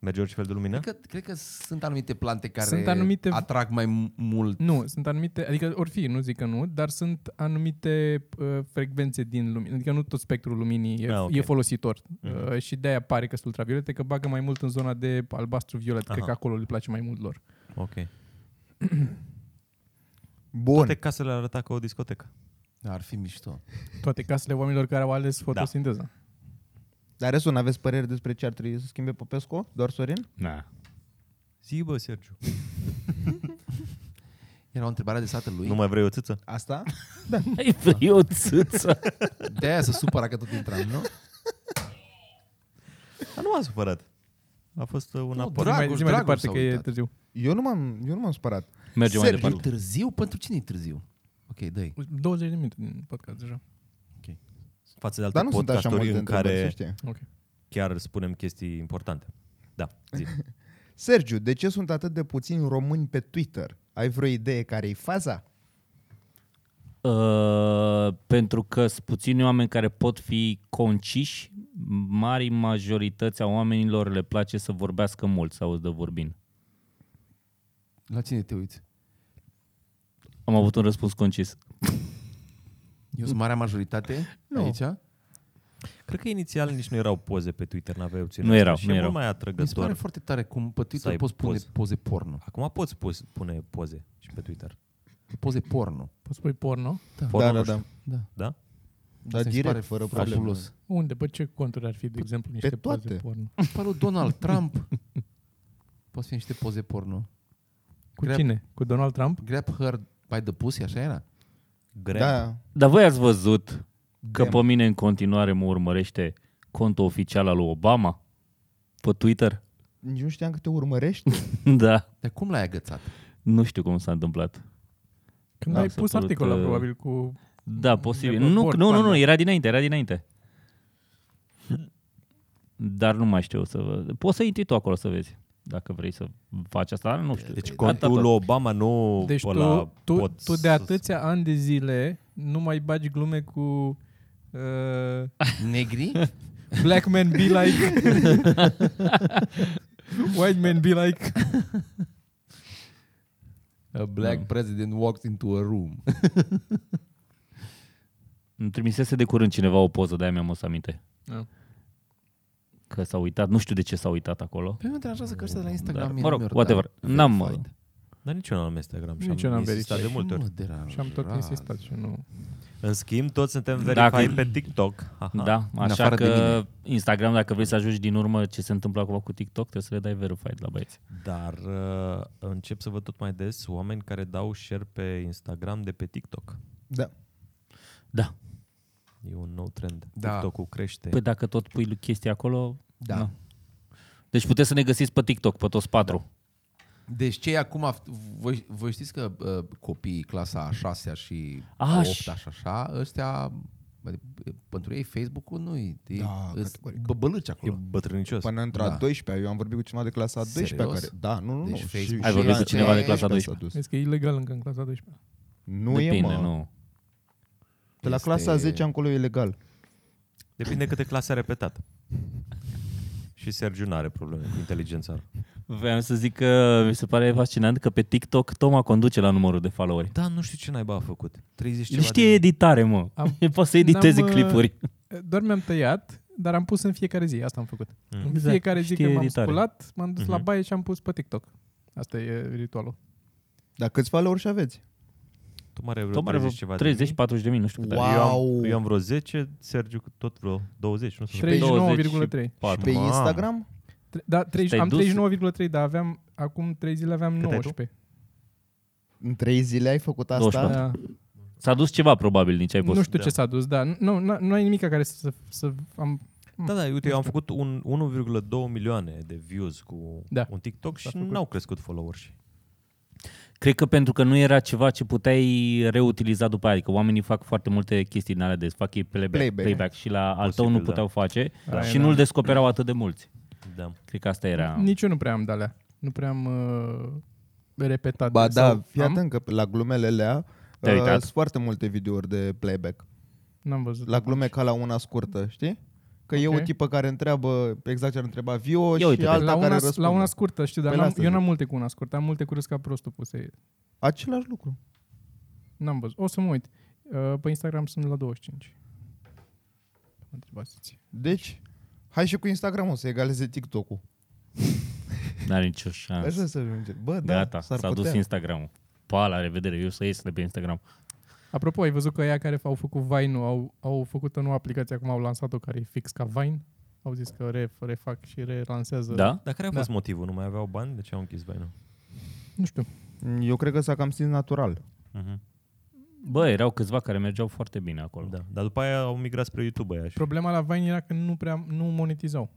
[SPEAKER 3] Merge orice fel de lumină?
[SPEAKER 1] Cred că, cred că sunt anumite plante care
[SPEAKER 5] Sunt anumite-
[SPEAKER 1] atrag mai m- mult.
[SPEAKER 5] Nu, sunt anumite, adică ori fi, nu zic că nu, dar sunt anumite uh, frecvențe din lumină. Adică nu tot spectrul luminii e,
[SPEAKER 3] Ah,
[SPEAKER 5] ah,
[SPEAKER 3] ok. Mhm.
[SPEAKER 5] okay. e folositor. Uh-huh. Uh, și de-aia pare că sunt ultraviolete, că bagă mai mult în zona de albastru-violet. Cred
[SPEAKER 3] Aha.
[SPEAKER 5] că acolo le place mai mult lor.
[SPEAKER 3] Ok.
[SPEAKER 4] Bun.
[SPEAKER 3] Toate casele arăta ca o discotecă.
[SPEAKER 1] Da, ar fi mișto.
[SPEAKER 5] Toate casele oamenilor care au ales fotosinteza. Da.
[SPEAKER 4] Dar restul, n-aveți păreri despre ce ar trebui să schimbe Popescu? Doar Sorin?
[SPEAKER 2] Na.
[SPEAKER 3] Zi, bă, Sergiu.
[SPEAKER 1] Era o întrebare adresată lui.
[SPEAKER 3] Nu mai vrei o țâță?
[SPEAKER 4] Asta?
[SPEAKER 2] Ai vrei o țâță? [LAUGHS]
[SPEAKER 1] De aia se supăra că tot intram, nu?
[SPEAKER 3] Dar nu m-a supărat. A fost uh, un
[SPEAKER 1] Nu,
[SPEAKER 3] aport.
[SPEAKER 1] drag- Dragoș,
[SPEAKER 5] mai, zi mai
[SPEAKER 1] Dragoș
[SPEAKER 5] departe
[SPEAKER 1] s-a
[SPEAKER 5] că e
[SPEAKER 1] uitat.
[SPEAKER 5] târziu.
[SPEAKER 4] Eu nu m-am, eu nu m-am spărat.
[SPEAKER 2] Mergem mai
[SPEAKER 1] Sergiu,
[SPEAKER 2] departe.
[SPEAKER 1] târziu? Pentru cine e târziu? Ok, dă
[SPEAKER 5] 20 de minute din podcast deja.
[SPEAKER 3] Față de alte
[SPEAKER 4] Dar nu sunt așa
[SPEAKER 3] podcasturi
[SPEAKER 4] multe
[SPEAKER 3] în
[SPEAKER 4] întrebări, să
[SPEAKER 3] care
[SPEAKER 4] știi.
[SPEAKER 5] Ok.
[SPEAKER 3] chiar spunem chestii importante. Da,
[SPEAKER 4] [LAUGHS]
[SPEAKER 3] zi.
[SPEAKER 4] Sergiu, de ce sunt atât de puțini români pe Twitter? Ai vreo idee care e faza?
[SPEAKER 2] Uh, pentru că sunt puțini oameni care pot fi conciși, marii majorități a oamenilor le place să vorbească mult, să audă vorbind.
[SPEAKER 1] La cine te uiți?
[SPEAKER 2] Am avut un răspuns concis.
[SPEAKER 1] Eu sunt marea majoritate
[SPEAKER 5] Nu.
[SPEAKER 1] aici.
[SPEAKER 3] Cred că inițial nici nu erau poze pe Twitter, n-aveau ținut.
[SPEAKER 2] Nu erau,
[SPEAKER 3] și
[SPEAKER 2] nu
[SPEAKER 3] e
[SPEAKER 2] erau.
[SPEAKER 3] mult mai
[SPEAKER 1] Mi se pare
[SPEAKER 3] atrăgător.
[SPEAKER 1] foarte tare cum pe
[SPEAKER 3] Să
[SPEAKER 1] Twitter
[SPEAKER 3] ai
[SPEAKER 1] poți pune
[SPEAKER 3] poze.
[SPEAKER 1] poze. poze porno.
[SPEAKER 3] Acum poți pus- pune poze și pe Twitter.
[SPEAKER 1] Poze porno.
[SPEAKER 5] Poți pui porno?
[SPEAKER 3] Porno,
[SPEAKER 4] da,
[SPEAKER 3] nu
[SPEAKER 4] da, da.
[SPEAKER 3] știu.
[SPEAKER 1] Da.
[SPEAKER 3] Da?
[SPEAKER 4] Dar
[SPEAKER 1] Asta mi se
[SPEAKER 4] direct,
[SPEAKER 1] pare
[SPEAKER 4] fără probleme.
[SPEAKER 1] fabulos.
[SPEAKER 5] Unde? Bă, ce conturi ar fi, de exemplu, niște poze
[SPEAKER 4] toate.
[SPEAKER 5] porno?
[SPEAKER 1] Pare Donald Trump. Poți fi niște poze porno.
[SPEAKER 5] Cu
[SPEAKER 1] Grab-
[SPEAKER 5] cine? Cu Donald Trump?
[SPEAKER 1] Grab her by the pussy, așa era?
[SPEAKER 3] Greu.
[SPEAKER 4] Da,
[SPEAKER 2] Dar voi ați văzut că
[SPEAKER 4] Damn.
[SPEAKER 2] pe mine în continuare mă urmărește contul oficial al lui Obama pe Twitter? [LAUGHS]
[SPEAKER 4] nici nu știam că te urmărești.
[SPEAKER 2] da,
[SPEAKER 1] Dar cum l-ai agățat?
[SPEAKER 2] nu știu cum s-a întâmplat.
[SPEAKER 5] Când
[SPEAKER 2] Da,
[SPEAKER 5] ai
[SPEAKER 2] s-a
[SPEAKER 5] pus
[SPEAKER 2] părut,
[SPEAKER 5] articolul
[SPEAKER 2] uh,
[SPEAKER 5] ăla, probabil, cu
[SPEAKER 2] Da, posibil.
[SPEAKER 5] De pe
[SPEAKER 2] Nu,
[SPEAKER 5] bord,
[SPEAKER 2] nu, nu, nu,
[SPEAKER 5] panda.
[SPEAKER 2] era dinainte, era dinainte. Dar nu mai știu să vă... Poți să intri tu acolo să vezi. Dacă vrei să faci asta, nu știu.
[SPEAKER 4] Da,
[SPEAKER 3] Deci
[SPEAKER 2] Atâta
[SPEAKER 3] contul
[SPEAKER 2] tot.
[SPEAKER 3] Obama nu
[SPEAKER 5] Deci
[SPEAKER 3] pe
[SPEAKER 5] tu,
[SPEAKER 3] la
[SPEAKER 5] tu,
[SPEAKER 3] pot
[SPEAKER 5] tu de
[SPEAKER 3] să-
[SPEAKER 5] atâția ani de zile nu mai bagi glume cu uh,
[SPEAKER 1] Negri?
[SPEAKER 5] Black man be like
[SPEAKER 3] [LAUGHS]
[SPEAKER 5] White man be like
[SPEAKER 1] [LAUGHS] A black president walked into a room.
[SPEAKER 2] Îmi trimisese de curând cineva o poză, de-aia mi-am o să aminte.
[SPEAKER 5] Da.
[SPEAKER 2] Că s-a uitat, nu știu de ce s-a uitat acolo.
[SPEAKER 1] Pe mine mă deranjează că ăștia de la Instagram
[SPEAKER 2] Dar,
[SPEAKER 1] e
[SPEAKER 2] mă rog,
[SPEAKER 1] numeri,
[SPEAKER 2] whatever.
[SPEAKER 1] da,
[SPEAKER 2] N-am,
[SPEAKER 1] verified.
[SPEAKER 3] Dar nici eu n-am Instagram și
[SPEAKER 5] Nici eu
[SPEAKER 3] am
[SPEAKER 5] n-am
[SPEAKER 3] insistat de
[SPEAKER 5] verificat.
[SPEAKER 3] multe
[SPEAKER 1] Și
[SPEAKER 3] ori.
[SPEAKER 1] mă deranjează.
[SPEAKER 5] Și am tot insistat și nu...
[SPEAKER 3] În schimb, toți suntem
[SPEAKER 2] Dacă-
[SPEAKER 3] verified pe TikTok. Aha.
[SPEAKER 2] Da, așa
[SPEAKER 1] afară de
[SPEAKER 2] că Instagram, dacă vrei să ajungi din urmă ce se întâmplă acum cu TikTok, trebuie să le dai verified la băieți.
[SPEAKER 3] Dar uh, încep să văd tot mai des oameni care dau share pe Instagram de pe TikTok.
[SPEAKER 4] Da.
[SPEAKER 2] Da,
[SPEAKER 3] E un nou trend.
[SPEAKER 1] Da.
[SPEAKER 3] TikTok-ul crește.
[SPEAKER 2] păi dacă tot pui chestii acolo...
[SPEAKER 1] Da.
[SPEAKER 2] na. Deci puteți să ne găsiți pe TikTok, pe toți patru.
[SPEAKER 1] Deci cei acum, voi, voi știți că uh, copiii clasa a 6 și
[SPEAKER 2] Ah,
[SPEAKER 1] a 8
[SPEAKER 2] și-
[SPEAKER 1] și așa, ăștia, adică, pentru ei Facebook-ul nu-i, e,
[SPEAKER 4] Da,
[SPEAKER 1] îs
[SPEAKER 4] categoric.
[SPEAKER 1] băbălâci
[SPEAKER 3] E
[SPEAKER 1] acolo.
[SPEAKER 3] bătrânicios.
[SPEAKER 4] Până într-a
[SPEAKER 1] Da.
[SPEAKER 4] 12 eu am vorbit cu cineva de clasa a 12
[SPEAKER 1] Serios?
[SPEAKER 4] care... Da, nu, nu,
[SPEAKER 1] Deci
[SPEAKER 4] nu.
[SPEAKER 1] Facebook-
[SPEAKER 4] Și-
[SPEAKER 2] Ai
[SPEAKER 4] și
[SPEAKER 2] vorbit
[SPEAKER 4] la-
[SPEAKER 2] cu cineva de
[SPEAKER 4] la
[SPEAKER 2] clasa
[SPEAKER 4] 12 s-a dus.
[SPEAKER 5] Vezi că e ilegal încă în clasa 12.
[SPEAKER 4] Nu e,
[SPEAKER 2] Depinde,
[SPEAKER 4] mă.
[SPEAKER 2] nu.
[SPEAKER 4] De la
[SPEAKER 1] Este-
[SPEAKER 4] clasa 10 încolo e legal.
[SPEAKER 3] Depinde câte clase a [LAUGHS] repetat. Și Sergiu nu are probleme cu inteligența.
[SPEAKER 2] Vreau să zic că mi se pare fascinant că pe TikTok Toma conduce la numărul de followeri.
[SPEAKER 3] Da, nu știu ce naiba a făcut. 30
[SPEAKER 2] El
[SPEAKER 3] ceva
[SPEAKER 2] știe
[SPEAKER 3] de...
[SPEAKER 2] editare, mă. [LAUGHS]
[SPEAKER 5] Am-
[SPEAKER 2] Poate să editeze
[SPEAKER 5] n-am, uh,
[SPEAKER 2] clipuri.
[SPEAKER 5] Doar mi-am tăiat, dar am pus în fiecare zi. Asta am făcut.
[SPEAKER 3] Mm.
[SPEAKER 5] În
[SPEAKER 2] Exact,
[SPEAKER 5] fiecare zi
[SPEAKER 2] știe
[SPEAKER 5] când m-am
[SPEAKER 2] editare.
[SPEAKER 5] sculat, m-am dus la
[SPEAKER 3] Mhm.
[SPEAKER 5] baie și am pus pe TikTok. Asta e ritualul.
[SPEAKER 4] Dar câți followeri și aveți?
[SPEAKER 3] Tu mare vreo
[SPEAKER 2] Toma are
[SPEAKER 3] 30
[SPEAKER 2] vreo
[SPEAKER 3] ceva
[SPEAKER 2] 30,
[SPEAKER 3] de
[SPEAKER 2] 40 de mii, nu știu cât
[SPEAKER 3] mii.
[SPEAKER 2] are.
[SPEAKER 4] Wow.
[SPEAKER 3] Eu am, eu am vreo 10, Sergiu tot vreo 20, nu
[SPEAKER 5] Și
[SPEAKER 3] știu.
[SPEAKER 5] 39,3.
[SPEAKER 4] Și pe
[SPEAKER 3] Mamă.
[SPEAKER 4] Instagram?
[SPEAKER 5] Tre- Da, 30,
[SPEAKER 2] Te-ai
[SPEAKER 5] am
[SPEAKER 2] dus?
[SPEAKER 5] 39,3, dar aveam, acum 3 zile aveam
[SPEAKER 3] Cât ai tu?
[SPEAKER 5] 19.
[SPEAKER 4] În 3 zile ai făcut asta?
[SPEAKER 2] 24.
[SPEAKER 5] Da.
[SPEAKER 2] S-a dus ceva probabil din ce ai pus.
[SPEAKER 5] Nu știu
[SPEAKER 3] Ah, da.
[SPEAKER 5] ce s-a dus, da. Nu, nu, nu ai nimic care să, să, să am...
[SPEAKER 3] Da, da, uite, eu am făcut un 1,2 milioane de views cu
[SPEAKER 5] Da.
[SPEAKER 3] un TikTok și
[SPEAKER 5] făcut.
[SPEAKER 3] n-au crescut followers.
[SPEAKER 2] Cred că pentru că nu era ceva ce puteai reutiliza după aia. Adică oamenii fac foarte multe chestii din alea de fac ei playback, playback.
[SPEAKER 4] Playback.
[SPEAKER 2] playback și la al tău
[SPEAKER 3] Posibil,
[SPEAKER 2] nu
[SPEAKER 3] da.
[SPEAKER 2] puteau face
[SPEAKER 5] Da,
[SPEAKER 2] și
[SPEAKER 5] e, da.
[SPEAKER 2] nu-l descoperau atât de mulți.
[SPEAKER 3] Da.
[SPEAKER 2] Cred că asta
[SPEAKER 5] [LAUGHS]
[SPEAKER 2] era.
[SPEAKER 5] Nici eu nu prea am de alea. Nu prea am uh, repetat.
[SPEAKER 4] Ba da,
[SPEAKER 5] Sau
[SPEAKER 4] fii
[SPEAKER 5] am?
[SPEAKER 4] atent că la glumele alea
[SPEAKER 2] Te-ai
[SPEAKER 4] uh,
[SPEAKER 2] uitat?
[SPEAKER 4] sunt foarte multe videouri de playback.
[SPEAKER 5] N-am văzut.
[SPEAKER 4] La glume ca la una scurtă, știi? Că e
[SPEAKER 5] Ok.
[SPEAKER 4] o tipă care întreabă exact ce ar întreba Vio și
[SPEAKER 2] uite-te.
[SPEAKER 4] alta
[SPEAKER 5] la
[SPEAKER 4] care
[SPEAKER 5] una,
[SPEAKER 4] răspunde.
[SPEAKER 5] la una scurtă, știu, dar
[SPEAKER 4] Păi
[SPEAKER 5] n-am,
[SPEAKER 4] lasă-l.
[SPEAKER 5] eu n-am multe cu una scurtă. Am multe cu râs ca prostul puse.
[SPEAKER 4] Același lucru.
[SPEAKER 5] N-am văzut. O să mă uit. Uh, pe Instagram sunt la 25. Mă întrebați.
[SPEAKER 4] Deci, hai și cu Instagram-ul să egaleze TikTok-ul.
[SPEAKER 2] N-are nicio șansă.
[SPEAKER 4] Așa să ajungem. Bă, da,
[SPEAKER 2] Da. Gata,
[SPEAKER 4] s-ar
[SPEAKER 2] s-a
[SPEAKER 4] putea.
[SPEAKER 2] dus Instagram-ul. Pa, la revedere, eu să ies de pe Instagram.
[SPEAKER 5] Apropo, ai văzut că ea care au făcut Vine-ul, au, au făcut o nouă aplicație, acum au lansat-o care e fix ca Vine. Au zis că ref, refac și relansează.
[SPEAKER 2] Da?
[SPEAKER 3] Dar care a fost motivul? Nu mai aveau bani? De ce au închis bani?
[SPEAKER 5] Nu știu.
[SPEAKER 4] Eu cred că s-a cam stins natural.
[SPEAKER 3] Uh-huh.
[SPEAKER 2] Bă, erau câțiva care mergeau foarte bine acolo.
[SPEAKER 3] Da. Dar după aia au migrat spre YouTube aia. Și...
[SPEAKER 5] Problema la Vine era că nu prea nu monetizau.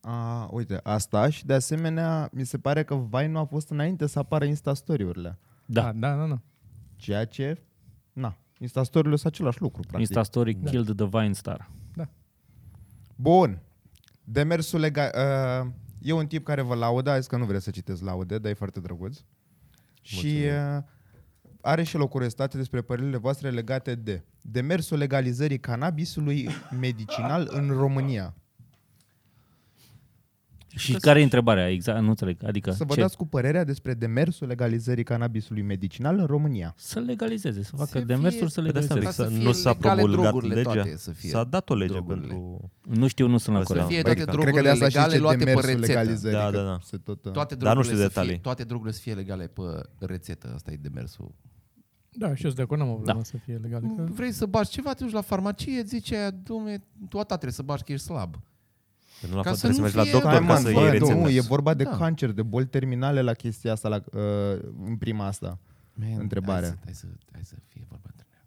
[SPEAKER 4] A, uite, asta și de asemenea mi se pare că Vine nu a fost înainte să apară Instastory-urile.
[SPEAKER 2] Da.
[SPEAKER 5] Ah, da, da, da.
[SPEAKER 4] Ceea ce, na, Instastory-urile sunt același lucru, practic.
[SPEAKER 2] Insta Story killed the Vine Star.
[SPEAKER 4] Bun. Demersul legal. Uh, e un tip care vă laudă, a zis că nu vreți să citesc laude, dar e foarte drăguț. Și uh, are și el o curiozitate despre părerile voastre legate de demersul legalizării cannabisului medicinal în România.
[SPEAKER 2] Și care e întrebarea? Exact, nu înțeleg. Adică
[SPEAKER 3] Da.
[SPEAKER 4] Să vă
[SPEAKER 2] ce?
[SPEAKER 4] dați cu părerea despre demersul legalizării cannabisului medicinal în România.
[SPEAKER 2] Să legalizeze, să facă
[SPEAKER 1] fie-
[SPEAKER 2] demersuri să
[SPEAKER 1] Pe
[SPEAKER 3] Păi de asta
[SPEAKER 1] Ca să
[SPEAKER 2] legalizeze.
[SPEAKER 3] zic, să
[SPEAKER 1] fie
[SPEAKER 3] nu s-a
[SPEAKER 1] legale
[SPEAKER 3] promulgat
[SPEAKER 1] drogurile
[SPEAKER 3] legea.
[SPEAKER 1] toate, să fie
[SPEAKER 3] S-a dat o lege
[SPEAKER 1] drogurile.
[SPEAKER 3] pentru...
[SPEAKER 2] Nu știu, nu sunt la
[SPEAKER 3] Asta
[SPEAKER 2] curent.
[SPEAKER 1] Fie
[SPEAKER 4] Băi,
[SPEAKER 1] toate
[SPEAKER 4] Da. cred că
[SPEAKER 1] drogurile
[SPEAKER 4] de asta și
[SPEAKER 1] legale
[SPEAKER 4] zice
[SPEAKER 1] luate pe
[SPEAKER 4] demersul
[SPEAKER 1] rețetă.
[SPEAKER 4] Legalizării,
[SPEAKER 3] Da,
[SPEAKER 4] că
[SPEAKER 3] da, da.
[SPEAKER 4] Se tot, uh,
[SPEAKER 1] Toate
[SPEAKER 3] Dar nu
[SPEAKER 1] drogurile,
[SPEAKER 3] știu
[SPEAKER 1] să
[SPEAKER 3] detalii.
[SPEAKER 1] Fie, toate drogurile să fie legale pe rețetă. Asta e demersul.
[SPEAKER 5] Da, și eu sunt de acord, n-am o problemă
[SPEAKER 2] Da.
[SPEAKER 5] da. să fie
[SPEAKER 3] Păi
[SPEAKER 5] legal. Că
[SPEAKER 1] Vrei să bagi ceva, te duci la farmacie, zice aia, dumne, tu a ta trebuie să bagi că ești slab.
[SPEAKER 3] Că nu la
[SPEAKER 1] Ca
[SPEAKER 3] fel
[SPEAKER 1] să
[SPEAKER 3] trebuie să
[SPEAKER 1] nu
[SPEAKER 3] mergi la
[SPEAKER 1] fie-
[SPEAKER 4] Hai,
[SPEAKER 3] doctor ca
[SPEAKER 4] man,
[SPEAKER 3] să
[SPEAKER 4] bă,
[SPEAKER 3] iei rețetă.
[SPEAKER 4] Nu, e vorba de
[SPEAKER 1] Da.
[SPEAKER 4] cancer, de boli terminale la chestia asta, la, uh, în prima asta.
[SPEAKER 1] Man,
[SPEAKER 4] Întrebarea.
[SPEAKER 1] Hai să, hai, să, hai să fie vorba între noi.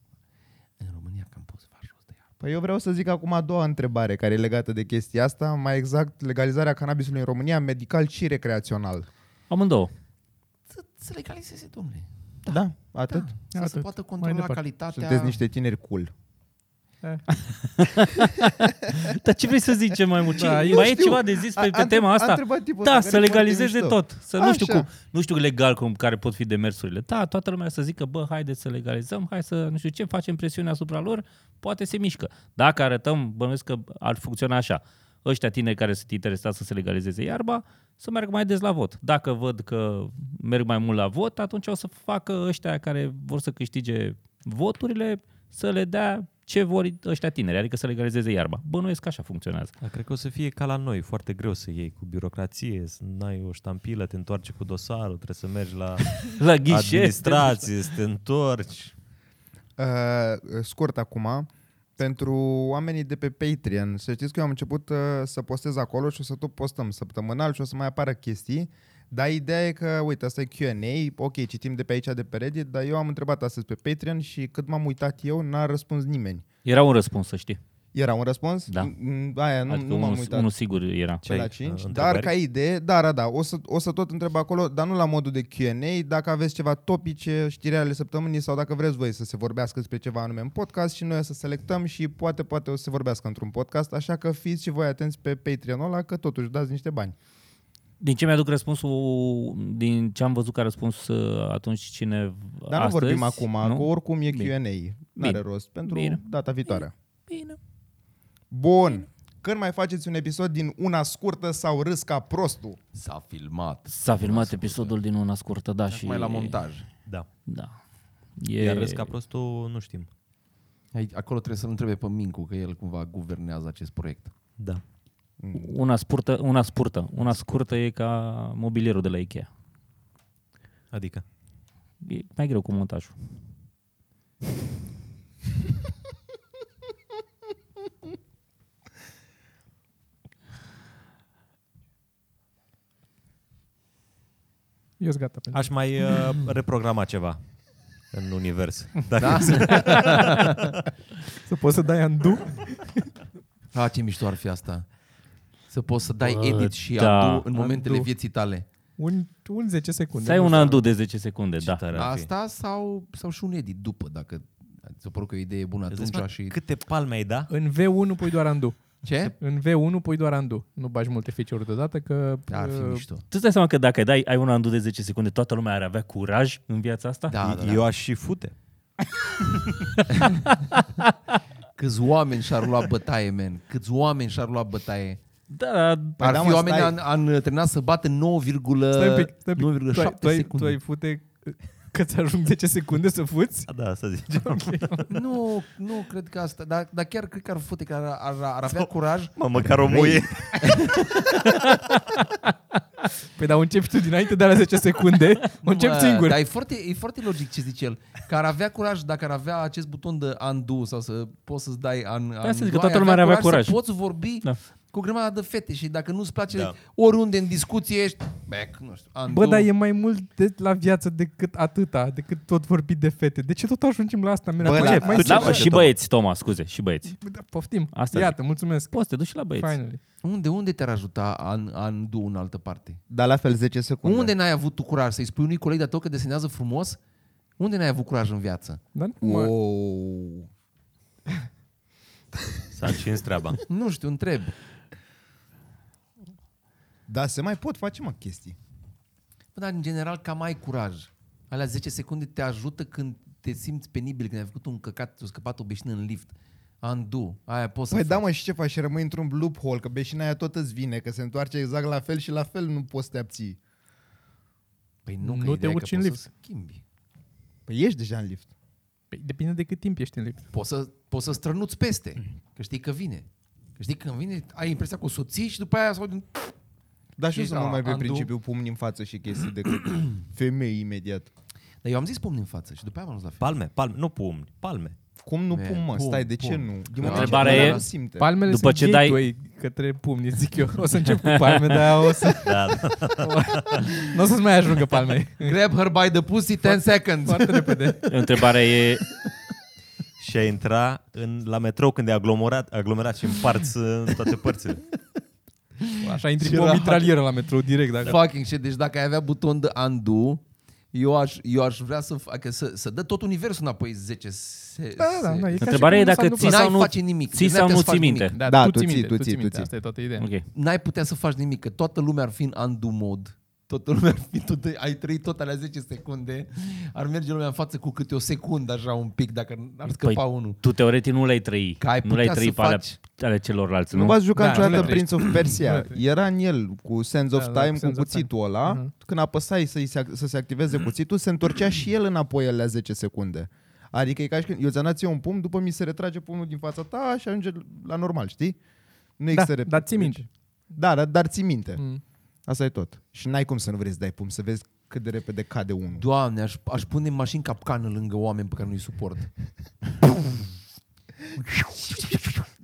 [SPEAKER 1] În România cam poți să faci jos de ea.
[SPEAKER 4] Păi eu vreau să zic acum a doua întrebare care e legată de chestia asta, mai exact legalizarea cannabisului în România, medical și recreațional.
[SPEAKER 2] Amândouă.
[SPEAKER 1] Să, să legalizeze, domnule.
[SPEAKER 4] Da, da atât.
[SPEAKER 1] Da.
[SPEAKER 4] Da.
[SPEAKER 1] Să se
[SPEAKER 5] Atât.
[SPEAKER 1] poată
[SPEAKER 5] Mai
[SPEAKER 1] controla
[SPEAKER 5] departe.
[SPEAKER 1] calitatea.
[SPEAKER 4] Sunteți niște tineri cool.
[SPEAKER 5] Eh,
[SPEAKER 2] Dar ce vrei să zicem mai mult? Ce-
[SPEAKER 5] Da,
[SPEAKER 2] mai
[SPEAKER 5] eu
[SPEAKER 2] e
[SPEAKER 4] știu.
[SPEAKER 2] ceva de zis
[SPEAKER 4] A-
[SPEAKER 2] pe,
[SPEAKER 4] a
[SPEAKER 2] pe
[SPEAKER 4] întreb-
[SPEAKER 2] tema
[SPEAKER 4] a
[SPEAKER 2] asta?
[SPEAKER 4] întrebat tipul
[SPEAKER 2] Da,
[SPEAKER 4] ăsta,
[SPEAKER 2] să
[SPEAKER 4] care e foarte
[SPEAKER 2] legalizeze
[SPEAKER 4] mișto.
[SPEAKER 2] tot. Să nu știu,
[SPEAKER 4] Așa.
[SPEAKER 2] cum, nu știu legal cum care pot fi demersurile. Da, toată lumea să zică, bă, haideți să legalizăm, hai să nu știu ce, facem presiune asupra lor, poate se mișcă. Dacă arătăm, bănuiesc că ar funcționa așa. ăștia tineri care sunt interesați să se legalizeze iarba să meargă mai des la vot. Dacă văd că merg mai mult la vot, atunci o să facă ăștia care vor să câștige voturile să le dea ce vor ăștia tineri, adică să legalizeze iarba. Bănuiesc că așa funcționează.
[SPEAKER 3] Dar cred că o să fie ca la noi, foarte greu să iei cu birocrație, să n-ai o ștampilă, te întoarce cu dosarul, trebuie să mergi [LAUGHS] la
[SPEAKER 2] La ghișe.
[SPEAKER 3] administrație, să te întorci.
[SPEAKER 4] Uh, scurt acum, pentru oamenii de pe Patreon, să știți că eu am început uh, să postez acolo și o să tot postăm săptămânal și o să mai apară chestii, dar ideea e că, uite, asta e Q&A, ok, citim de pe aici, de pe Reddit, dar eu am întrebat astăzi pe Patreon și cât m-am uitat eu, n-a răspuns nimeni.
[SPEAKER 2] Era un răspuns, să știi.
[SPEAKER 4] Era un răspuns?
[SPEAKER 2] Da.
[SPEAKER 4] Mm, Aia, nu,
[SPEAKER 2] adică
[SPEAKER 4] nu m-am
[SPEAKER 2] unul,
[SPEAKER 4] uitat.
[SPEAKER 2] unul sigur era.
[SPEAKER 4] Ce la
[SPEAKER 3] Păi,
[SPEAKER 4] 5, dar
[SPEAKER 3] întrebări?
[SPEAKER 4] ca idee, da, da, da, o să, o să tot întreb acolo, dar nu la modul de Q&A, dacă aveți ceva topice, știrea ale săptămânii sau dacă vreți voi să se vorbească despre ceva anume în podcast și noi o să selectăm și poate, poate o să se vorbească într-un podcast, așa că fiți și voi atenți pe Patreon-ul ăla că totuși dați niște bani.
[SPEAKER 2] Din ce mi-aduc răspunsul, din ce am văzut ca răspuns uh, atunci cine
[SPEAKER 4] Dar nu
[SPEAKER 2] astăzi,
[SPEAKER 4] vorbim acum, că oricum e
[SPEAKER 2] Bine.
[SPEAKER 4] Q&A, n-are rost, pentru
[SPEAKER 2] Bine.
[SPEAKER 4] data viitoare.
[SPEAKER 2] Bine.
[SPEAKER 4] Bun, când mai faceți un episod din una scurtă sau râs ca prostul?
[SPEAKER 1] S-a filmat.
[SPEAKER 2] S-a filmat episodul din una scurtă, da, și...
[SPEAKER 1] Și... Mai la montaj.
[SPEAKER 3] Da.
[SPEAKER 2] Da. E...
[SPEAKER 3] Iar râs ca prostul, nu știm.
[SPEAKER 1] Aici- Acolo trebuie să-l întrebe pe Mincu, că el cumva guvernează acest proiect.
[SPEAKER 3] Da.
[SPEAKER 2] una, spurtă, una scurtă. Una scurtă e ca mobilierul de la Ikea.
[SPEAKER 3] Adică.
[SPEAKER 2] E mai greu cu montajul.
[SPEAKER 5] Eu sunt gata. Pentru.
[SPEAKER 3] Aș mai uh,
[SPEAKER 1] [LAUGHS]
[SPEAKER 3] reprograma ceva în univers. Dacă
[SPEAKER 1] Da?
[SPEAKER 5] Să poți să dai undo?
[SPEAKER 1] A, Ah, ce mișto ar fi asta. Să poți să dai
[SPEAKER 2] Bă,
[SPEAKER 1] edit și
[SPEAKER 2] da.
[SPEAKER 1] da, adu în momentele
[SPEAKER 5] Undo.
[SPEAKER 1] vieții tale.
[SPEAKER 5] Un, un 10 secunde.
[SPEAKER 2] Să ai
[SPEAKER 5] nu
[SPEAKER 2] un
[SPEAKER 5] știu.
[SPEAKER 2] andu de 10 secunde, da.
[SPEAKER 3] tare ar fi.
[SPEAKER 1] Asta sau, sau și un edit după, dacă ți-a părut că e o idee bună
[SPEAKER 3] Îți dai
[SPEAKER 1] atunci
[SPEAKER 3] seama
[SPEAKER 1] și...
[SPEAKER 3] Câte palme ai da?
[SPEAKER 5] În V1 pui doar undo.
[SPEAKER 1] Ce?
[SPEAKER 5] În V1 pui doar undo. Nu bagi multe feature-uri deodată că...
[SPEAKER 1] Da,
[SPEAKER 2] Da.
[SPEAKER 1] Ar fi
[SPEAKER 5] uh,
[SPEAKER 1] mișto.
[SPEAKER 2] Tu îți dai seama că dacă dai, ai un andu de 10 secunde, toată lumea ar avea curaj în viața asta?
[SPEAKER 1] Da, da, da.
[SPEAKER 3] Eu aș și fute.
[SPEAKER 1] Câți oameni și-ar lua bătaie, man. Câți oameni și-ar lua bătaie.
[SPEAKER 2] Da,
[SPEAKER 4] Păi
[SPEAKER 1] Ar
[SPEAKER 4] da,
[SPEAKER 1] fi
[SPEAKER 4] mă,
[SPEAKER 1] oameni
[SPEAKER 4] stai.
[SPEAKER 1] an, an, antrenat să bată 9,7
[SPEAKER 5] Stai un pic, stai un pic. Tu ai, tu, ai, tu ai
[SPEAKER 1] secunde.
[SPEAKER 5] fute că ți ajung 10 secunde să fuți?
[SPEAKER 3] Da, asta zice.
[SPEAKER 1] Nu, nu cred că asta, dar, dar chiar cred că ar fute, că ar, ar, ar avea curaj.
[SPEAKER 3] Mă, măcar o muie.
[SPEAKER 5] Păi dar începi tu dinainte de la 10 secunde, încep
[SPEAKER 1] Mă,
[SPEAKER 5] singur.
[SPEAKER 1] Dar e foarte, e foarte logic ce zice el. Că ar avea curaj dacă ar avea acest buton de undo sau să poți să-ți dai un,
[SPEAKER 2] să zic că toată lumea ar avea
[SPEAKER 1] Să
[SPEAKER 2] curaj.
[SPEAKER 1] poți vorbi
[SPEAKER 2] Da.
[SPEAKER 1] da. cu o grămadă de fete și dacă nu-ți place
[SPEAKER 3] Da.
[SPEAKER 1] da. oriunde în discuție ești, back, nu știu, undo.
[SPEAKER 5] Bă, dar e mai mult de la viață decât atâta, decât tot vorbit de fete. De ce tot ajungem la asta? Bă,
[SPEAKER 4] la-
[SPEAKER 5] mai
[SPEAKER 4] la-
[SPEAKER 2] da
[SPEAKER 5] da,
[SPEAKER 2] și băieți, Toma, scuze, și băieți.
[SPEAKER 5] da, poftim.
[SPEAKER 2] Asta Păi,
[SPEAKER 5] Asta Iată, mulțumesc. Păi,
[SPEAKER 2] Poți să te duci și la băieți.
[SPEAKER 5] Finally.
[SPEAKER 1] Unde, unde te-ar ajuta un- undo în altă parte?
[SPEAKER 4] Dar Da, la fel 10 secunde.
[SPEAKER 1] Unde, n-ai avut tu curaj să-i spui unui coleg de-a tău că desenează frumos? Unde n-ai avut curaj în viață?
[SPEAKER 5] Dar nu mă-
[SPEAKER 4] Wow.
[SPEAKER 3] S-a încins treaba.
[SPEAKER 1] Nu știu, întreb.
[SPEAKER 4] Da, se mai pot face, mă, chestii.
[SPEAKER 1] Bă, dar în general cam ai curaj. Alea 10 secunde te ajută când te simți penibil, când ai făcut un căcat, ți-a scăpat o beșină în lift. Undo. Aia poți să
[SPEAKER 4] Păi da,
[SPEAKER 1] faci.
[SPEAKER 4] mă, și ce faci? Și rămâi într-un loophole, că beșina aia tot îți vine, că se întoarce exact la fel și la fel nu poți să te abții.
[SPEAKER 1] Păi nu, că
[SPEAKER 5] Nu
[SPEAKER 1] ideea
[SPEAKER 5] te
[SPEAKER 1] e că
[SPEAKER 5] urci în
[SPEAKER 1] poți
[SPEAKER 5] lift.
[SPEAKER 1] Să schimbi.
[SPEAKER 4] Păi ești deja în lift.
[SPEAKER 5] Păi, depinde de cât timp ești în lift.
[SPEAKER 1] Poți să, poți să strănuți peste, că știi că vine. Că știi că vine, ai impresia că o soții și după aia s-o...
[SPEAKER 4] Dar și eu
[SPEAKER 1] Ești
[SPEAKER 4] să mă
[SPEAKER 1] la
[SPEAKER 4] mai pe
[SPEAKER 1] Andu?
[SPEAKER 4] principiu pumni în față și chestii decât [COUGHS] femei imediat.
[SPEAKER 1] Dar eu am zis pumn în față și după aia m-am dus la fel.
[SPEAKER 3] Palme, palme, nu pumni, palme.
[SPEAKER 4] Cum nu
[SPEAKER 1] Man,
[SPEAKER 4] pum, mă?
[SPEAKER 1] pum,
[SPEAKER 4] Stai, de ce
[SPEAKER 1] pum.
[SPEAKER 4] nu? Din
[SPEAKER 1] Da.
[SPEAKER 4] moment ce
[SPEAKER 2] Întrebarea
[SPEAKER 4] ăla
[SPEAKER 2] e-
[SPEAKER 4] nu simte.
[SPEAKER 5] Palmele
[SPEAKER 2] După
[SPEAKER 5] sunt
[SPEAKER 2] ce dai-
[SPEAKER 5] gateway către pumni, zic eu. O să încep cu palme, dar o să...
[SPEAKER 3] Da, da.
[SPEAKER 5] Nu [LAUGHS] o să-ți mai ajungă palme.
[SPEAKER 1] Grab her by the pussy 10 seconds.
[SPEAKER 5] Foarte repede.
[SPEAKER 2] Întrebarea e,
[SPEAKER 3] Și a intra în, la metrou când e aglomerat, aglomerat și împarți în toate părțile.
[SPEAKER 5] Așa intri
[SPEAKER 1] Ce
[SPEAKER 5] cu o
[SPEAKER 1] rahat.
[SPEAKER 5] mitralieră la metrou direct. Dacă...
[SPEAKER 1] Fucking shit. Deci dacă ai avea buton de undo, eu aș, eu aș vrea să, fac- că să, să dă tot universul înapoi 10 se,
[SPEAKER 5] Da, da,
[SPEAKER 1] se-
[SPEAKER 5] da. E ca și
[SPEAKER 2] Întrebarea
[SPEAKER 5] cum
[SPEAKER 2] e
[SPEAKER 5] nu
[SPEAKER 2] dacă
[SPEAKER 5] s-a întâmplat.
[SPEAKER 1] N-ai
[SPEAKER 2] sau nu-
[SPEAKER 1] face nimic.
[SPEAKER 2] ții
[SPEAKER 1] Deci n-ai
[SPEAKER 2] sau
[SPEAKER 1] putea
[SPEAKER 2] nu
[SPEAKER 1] să
[SPEAKER 2] ții
[SPEAKER 1] faci
[SPEAKER 2] minte.
[SPEAKER 1] nimic. Da.
[SPEAKER 5] Da,
[SPEAKER 4] Da,
[SPEAKER 5] tu
[SPEAKER 4] tu
[SPEAKER 5] ții
[SPEAKER 4] ții,
[SPEAKER 5] minte,
[SPEAKER 4] tu
[SPEAKER 5] tu
[SPEAKER 4] ții,
[SPEAKER 5] ții
[SPEAKER 4] tu
[SPEAKER 5] minte.
[SPEAKER 4] ții.
[SPEAKER 5] Asta e toată ideea.
[SPEAKER 2] ok,
[SPEAKER 1] N-ai putea să faci nimic, că toată lumea ar fi în undo mode. Toată lumea ar fi, tot, ai trăit tot alea 10 secunde, ar merge lumea în față cu câte o secundă așa un pic, dacă ar scăpa păi, unul.
[SPEAKER 2] Tu teoretic nu le-ai trăi.
[SPEAKER 1] Că ai
[SPEAKER 2] nu le-ai
[SPEAKER 1] putea
[SPEAKER 2] trăi
[SPEAKER 1] să
[SPEAKER 2] pe alea,
[SPEAKER 1] faci-
[SPEAKER 2] ale celorlalți,
[SPEAKER 4] Nu,
[SPEAKER 2] nu?
[SPEAKER 4] v-ați jucat
[SPEAKER 5] Da, nu
[SPEAKER 4] niciodată
[SPEAKER 5] le
[SPEAKER 4] Prince of
[SPEAKER 5] Nu le
[SPEAKER 4] Persia.
[SPEAKER 5] treci.
[SPEAKER 4] [CLEARS THROAT] Era în el cu Sands of
[SPEAKER 5] Da, da,
[SPEAKER 4] Time, cu
[SPEAKER 5] Sands of Time.
[SPEAKER 4] cuțitul ăla.
[SPEAKER 5] Mhm.
[SPEAKER 4] Când apăsai să-i se, să se activeze cuțitul, se întorcea și el înapoi la 10 secunde. Adică e ca și când eu ți-am dat ție un pumn, după mi se retrage pumnul din fața ta și ajunge la normal, știi? Nu
[SPEAKER 5] Da,
[SPEAKER 4] există rep-
[SPEAKER 5] dar ții minte.
[SPEAKER 4] Da, dar, dar ții minte.
[SPEAKER 5] Mm.
[SPEAKER 4] Asta e tot. Și n-ai cum să nu vrei să dai pumn, să vezi cât de repede cade unul.
[SPEAKER 1] Doamne, aș, aș pune mașini capcană lângă oameni pe care nu-i suport. [LAUGHS]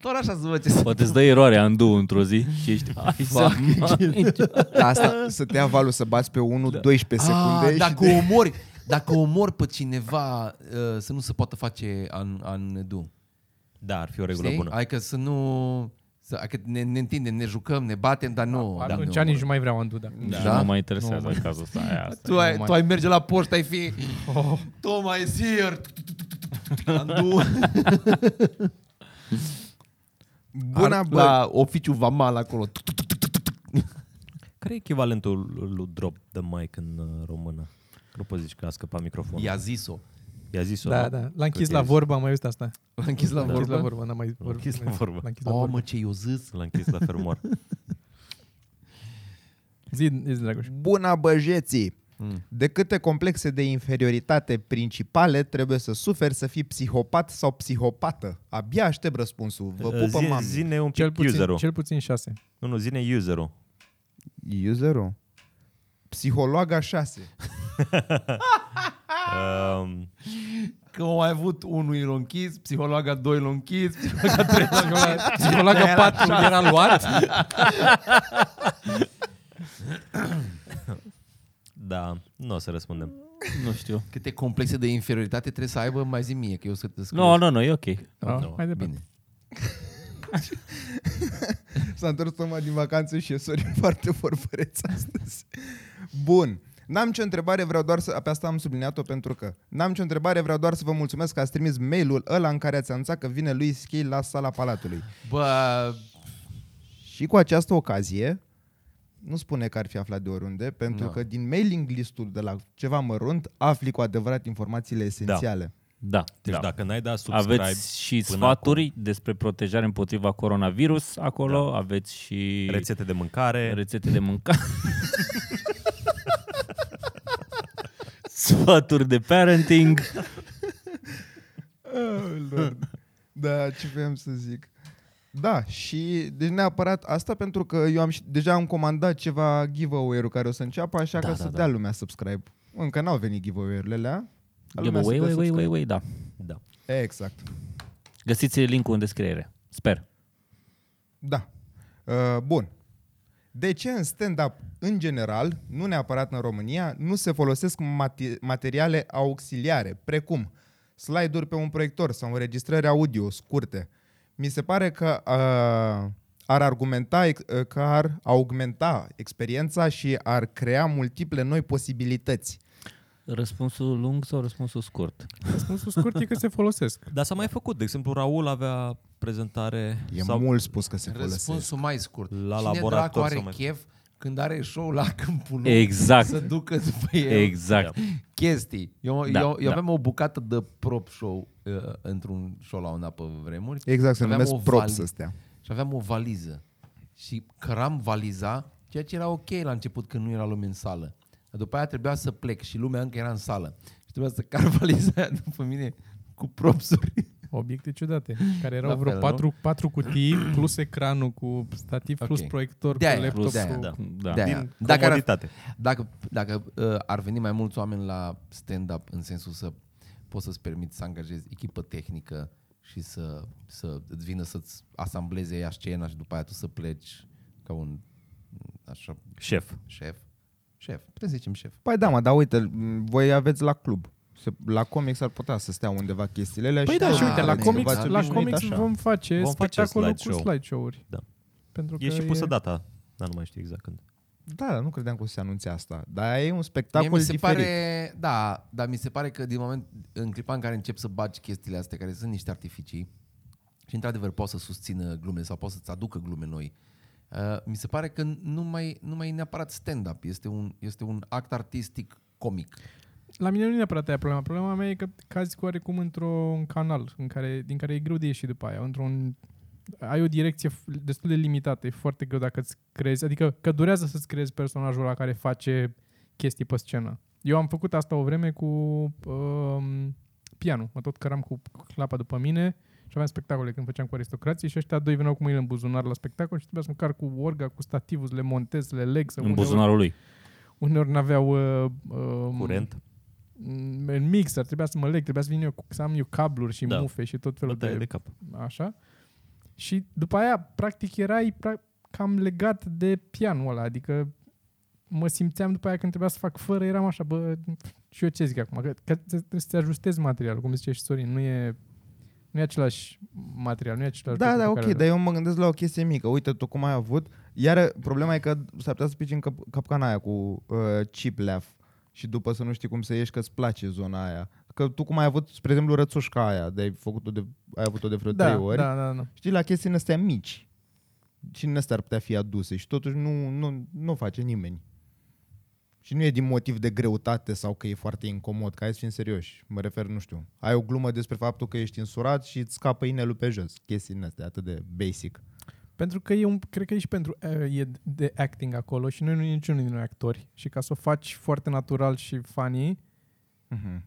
[SPEAKER 1] Doar așa să văd ce se
[SPEAKER 2] Poate îți dă eroarea în du într-o zi și ești... Ai, să
[SPEAKER 4] Dar asta, să te ia valul să bați pe unul da. 12 secunde și
[SPEAKER 1] Ah, dacă
[SPEAKER 4] de...
[SPEAKER 1] omori, dacă omori pe cineva uh, să nu se poată face an, an du.
[SPEAKER 3] Da, ar fi o regulă
[SPEAKER 1] Știi?
[SPEAKER 3] bună.
[SPEAKER 1] Adică să nu... Să, adică ne, ne întindem, ne jucăm, ne batem, dar nu. da,
[SPEAKER 5] Atunci
[SPEAKER 1] nu.
[SPEAKER 5] nici nu mai vreau Andu, da.
[SPEAKER 2] da.
[SPEAKER 1] Da?
[SPEAKER 2] Nu mă mai interesează în cazul ăsta. Aia, asta.
[SPEAKER 1] Tu ai,
[SPEAKER 5] mai-
[SPEAKER 1] tu ai merge la poștă, ai fi...
[SPEAKER 5] Oh,
[SPEAKER 1] Toma is here! Andu.
[SPEAKER 4] Bună,
[SPEAKER 1] Ar-
[SPEAKER 4] bă.
[SPEAKER 1] La oficiu vamal acolo.
[SPEAKER 3] Care e echivalentul lui Drop the Mic în uh, română? Nu poți zici că a scăpat microfonul.
[SPEAKER 1] I-a zis-o.
[SPEAKER 3] I-a zis-o.
[SPEAKER 5] da,
[SPEAKER 3] nu?
[SPEAKER 5] da. L-a închis
[SPEAKER 3] Că
[SPEAKER 5] la
[SPEAKER 3] e-
[SPEAKER 5] vorba, am mai auzit asta.
[SPEAKER 1] L-a închis la
[SPEAKER 5] L-a închis la
[SPEAKER 1] Da. vorbă.
[SPEAKER 5] vorbă, n-am mai vorbit.
[SPEAKER 3] închis la vorbă.
[SPEAKER 5] L-a închis la
[SPEAKER 1] O,
[SPEAKER 5] vorbă.
[SPEAKER 1] mă, ce i-o zis.
[SPEAKER 3] L-a închis la fermoar.
[SPEAKER 5] Zi, zi, Dragoș.
[SPEAKER 4] Bună băjeții!
[SPEAKER 3] Hmm.
[SPEAKER 4] De câte complexe de inferioritate principale trebuie să suferi să fii psihopat sau psihopată? Abia aștept răspunsul. Vă pupă
[SPEAKER 3] Uh, Zi-
[SPEAKER 4] mami.
[SPEAKER 3] Zine un pic
[SPEAKER 5] Cel puțin,
[SPEAKER 3] userul.
[SPEAKER 5] cel puțin șase.
[SPEAKER 3] Nu, nu, zine userul.
[SPEAKER 4] Userul? Psihologa 6.
[SPEAKER 3] Um,
[SPEAKER 1] Că au mai avut unul i l-a închis, psihologa 2 l-a închis, psihologa
[SPEAKER 5] Psihologa 4 era luat.
[SPEAKER 3] da, nu o să răspundem.
[SPEAKER 2] Nu știu.
[SPEAKER 1] Câte complexe de inferioritate trebuie să aibă, mai zi mie, că eu să te scriu.
[SPEAKER 2] Nu, nu, nu, e ok.
[SPEAKER 5] Da,
[SPEAKER 1] nu,
[SPEAKER 5] Mai departe.
[SPEAKER 1] bine.
[SPEAKER 4] [LAUGHS] S-a întors tocmai din vacanță și e Sorin [LAUGHS] foarte vorbăreț astăzi. Bun. N-am nicio întrebare, vreau doar să... Pe asta am subliniat-o pentru că... N-am nicio întrebare, vreau doar să vă mulțumesc că ați trimis mailul ăla în care ați anunțat că vine lui Schei la sala Palatului.
[SPEAKER 1] Bă,
[SPEAKER 4] Și cu această ocazie, nu spune că ar fi aflat de oriunde, pentru
[SPEAKER 1] Da.
[SPEAKER 4] că din mailing listul de la ceva mărunt afli cu adevărat informațiile esențiale.
[SPEAKER 2] Da,
[SPEAKER 3] Deci
[SPEAKER 2] da.
[SPEAKER 3] dacă n-ai dat subscribe...
[SPEAKER 2] Aveți și
[SPEAKER 3] până
[SPEAKER 2] sfaturi despre protejare împotriva coronavirus acolo, aveți și
[SPEAKER 3] Acum, rețete de mâncare.
[SPEAKER 2] rețete de [LAUGHS] mâncare. sfaturi de parenting.
[SPEAKER 4] [LAUGHS] Da, ce voiam să zic. Da, și deci neapărat asta pentru că eu am și- deja am comandat ceva giveaway-uri care o să înceapă, așa
[SPEAKER 3] Da,
[SPEAKER 4] că
[SPEAKER 3] da,
[SPEAKER 4] să
[SPEAKER 3] da.
[SPEAKER 4] dea lumea subscribe. Încă n-au venit giveaway-urile alea. dar lumea să
[SPEAKER 2] Wei,
[SPEAKER 4] dea
[SPEAKER 2] wei, wei, wei,
[SPEAKER 4] subscribe.
[SPEAKER 2] wei, da.
[SPEAKER 3] Da.
[SPEAKER 4] Exact.
[SPEAKER 2] Găsiți linkul în descriere. Sper.
[SPEAKER 4] Da. Uh, bun. De ce în stand-up, în general, nu neapărat în România, nu se folosesc mate- materiale auxiliare, precum slide-uri pe un proiector sau înregistrări audio scurte? Mi se pare că uh, ar argumenta, ex- uh, că ar augmenta experiența și ar crea multiple noi posibilități.
[SPEAKER 2] Răspunsul lung sau răspunsul scurt?
[SPEAKER 5] Răspunsul scurt e că se folosesc.
[SPEAKER 3] Dar s-a mai făcut. De exemplu, Raul avea prezentare
[SPEAKER 4] E
[SPEAKER 3] sau
[SPEAKER 4] mult spus că se folosesc.
[SPEAKER 1] răspunsul mai scurt.
[SPEAKER 3] La
[SPEAKER 1] Cine
[SPEAKER 3] laborator
[SPEAKER 1] dracu are
[SPEAKER 3] sau mai-
[SPEAKER 1] chef când are show la câmpul nou
[SPEAKER 2] Exact.
[SPEAKER 1] să ducă după el
[SPEAKER 2] Exact.
[SPEAKER 1] chestii. Eu,
[SPEAKER 2] Da,
[SPEAKER 1] da, eu, eu
[SPEAKER 2] da.
[SPEAKER 1] da. aveam o bucată de prop show uh, într-un show la una pe vremuri.
[SPEAKER 4] Exact, se
[SPEAKER 1] Aveam
[SPEAKER 4] numesc
[SPEAKER 1] o
[SPEAKER 4] props
[SPEAKER 1] vali-
[SPEAKER 4] astea.
[SPEAKER 1] Și aveam o valiză. Și căram valiza, ceea ce era ok la început când nu era lume în sală. Dar după aia trebuia să plec și lumea încă era în sală. Și trebuia să car [LAUGHS] valiza aia după mine cu propsuri.
[SPEAKER 5] Obiecte ciudate, care erau
[SPEAKER 1] La
[SPEAKER 5] vreo
[SPEAKER 1] fel,
[SPEAKER 5] patru, patru cutii, plus ecranul cu stativ, plus
[SPEAKER 1] Ok.
[SPEAKER 5] proiector,
[SPEAKER 1] De-aia,
[SPEAKER 5] cu laptop.
[SPEAKER 1] de-aia,
[SPEAKER 5] cu...
[SPEAKER 1] da.
[SPEAKER 2] Da.
[SPEAKER 1] De-aia.
[SPEAKER 3] din
[SPEAKER 1] Dacă ar-
[SPEAKER 3] comoditate.
[SPEAKER 1] Dacă, dacă uh, ar veni mai mulți oameni la stand-up, în sensul să poți să-ți permiți să angajezi echipă tehnică și să, să îți vină să-ți asambleze ea scena și după aia tu să pleci ca un mm, așa,
[SPEAKER 3] Șef.
[SPEAKER 1] șef. Șef, putem să zicem șef.
[SPEAKER 4] Păi da, mă, dar uite, m, voi aveți la club. Se, la comics ar putea să stea undeva chestiile alea.
[SPEAKER 5] Păi da, și
[SPEAKER 1] Ah,
[SPEAKER 5] uite, la
[SPEAKER 1] bine,
[SPEAKER 5] comics,
[SPEAKER 1] v-ați
[SPEAKER 5] la
[SPEAKER 1] obișnuit
[SPEAKER 5] comics vom face
[SPEAKER 3] Vom
[SPEAKER 5] vom
[SPEAKER 3] face
[SPEAKER 5] spectacolul
[SPEAKER 3] slideshow.
[SPEAKER 5] cu slideshow-uri.
[SPEAKER 3] Da.
[SPEAKER 5] Pentru
[SPEAKER 3] E
[SPEAKER 5] că
[SPEAKER 3] și pusă data, dar nu mai știu exact când.
[SPEAKER 4] Da, dar nu credeam că o să se anunțe asta. Dar e un
[SPEAKER 1] Mie
[SPEAKER 4] spectacol
[SPEAKER 1] mi se
[SPEAKER 4] diferit.
[SPEAKER 1] pare, da, dar mi se pare că din moment, în clipa în care încep să bagi chestiile astea, care sunt niște artificii, și într-adevăr poate să susțină glumele sau poate să-ți aducă glume noi Uh, mi se pare că nu mai, nu mai e neapărat stand-up, este un, este un act artistic comic.
[SPEAKER 5] La mine nu e neapărat aia problema. Problema mea e că cazi cu oarecum într-un canal în care, din care e greu de ieșit după aia. Într-un, ai o direcție f- destul de limitată. E foarte greu dacă îți crezi. Adică că durează să-ți creezi personajul la care face chestii pe scenă. Eu am făcut asta o vreme cu um, pianul. Mă tot căram cu clapa după mine și aveam spectacole când făceam cu aristocrații și ăștia doi veneau cu mâinile în buzunar la spectacol și trebuia să mă car cu orga, cu stativul, să le montez, să le leg. Să
[SPEAKER 2] în
[SPEAKER 5] uneori-
[SPEAKER 2] buzunarul lui.
[SPEAKER 5] Uneori n-aveau uh, um,
[SPEAKER 3] Curent.
[SPEAKER 5] m- în mixer, trebuia să mă leg, trebuia să vin eu cu, să am eu cabluri și
[SPEAKER 2] Da.
[SPEAKER 5] da. mufe și tot felul
[SPEAKER 3] Bătaie
[SPEAKER 5] de,
[SPEAKER 3] de cap.
[SPEAKER 5] așa. Și după aia, practic, erai pra- cam legat de pianul ăla, adică mă simțeam după aia când trebuia să fac fără, eram așa, bă, și eu ce zic acum, că, că trebuie să te ajustezi materialul, cum zice și Sorin, nu e, nu e același material, nu e același
[SPEAKER 4] Da,
[SPEAKER 5] lucru
[SPEAKER 4] da,
[SPEAKER 5] pe
[SPEAKER 4] ok,
[SPEAKER 5] care-
[SPEAKER 4] dar eu mă gândesc la o chestie mică. Uite, tu cum ai avut. Iar problema e că s-ar putea să pici în cap- capcana aia cu uh, chip leaf și după să nu știi cum să ieși că îți place zona aia. Că tu cum ai avut, spre exemplu, rățușca aia, de ai, făcut-o de, ai avut-o de vreo
[SPEAKER 5] da,
[SPEAKER 4] trei ori.
[SPEAKER 5] Da, da, da.
[SPEAKER 4] Știi, la chestii în astea mici. Și în astea ar putea fi aduse și totuși nu, nu, nu face nimeni. Și nu e din motiv de greutate sau că e foarte incomod, că hai să fim serioși. Mă refer, nu știu, ai o glumă despre faptul că ești însurat și îți scapă inelul pe jos. Chestii din astea atât de basic.
[SPEAKER 5] Pentru că e un, cred că e și pentru uh, e de acting acolo și noi nu e niciunul din noi actori. Și ca să o faci foarte natural și funny,
[SPEAKER 4] Uh-huh.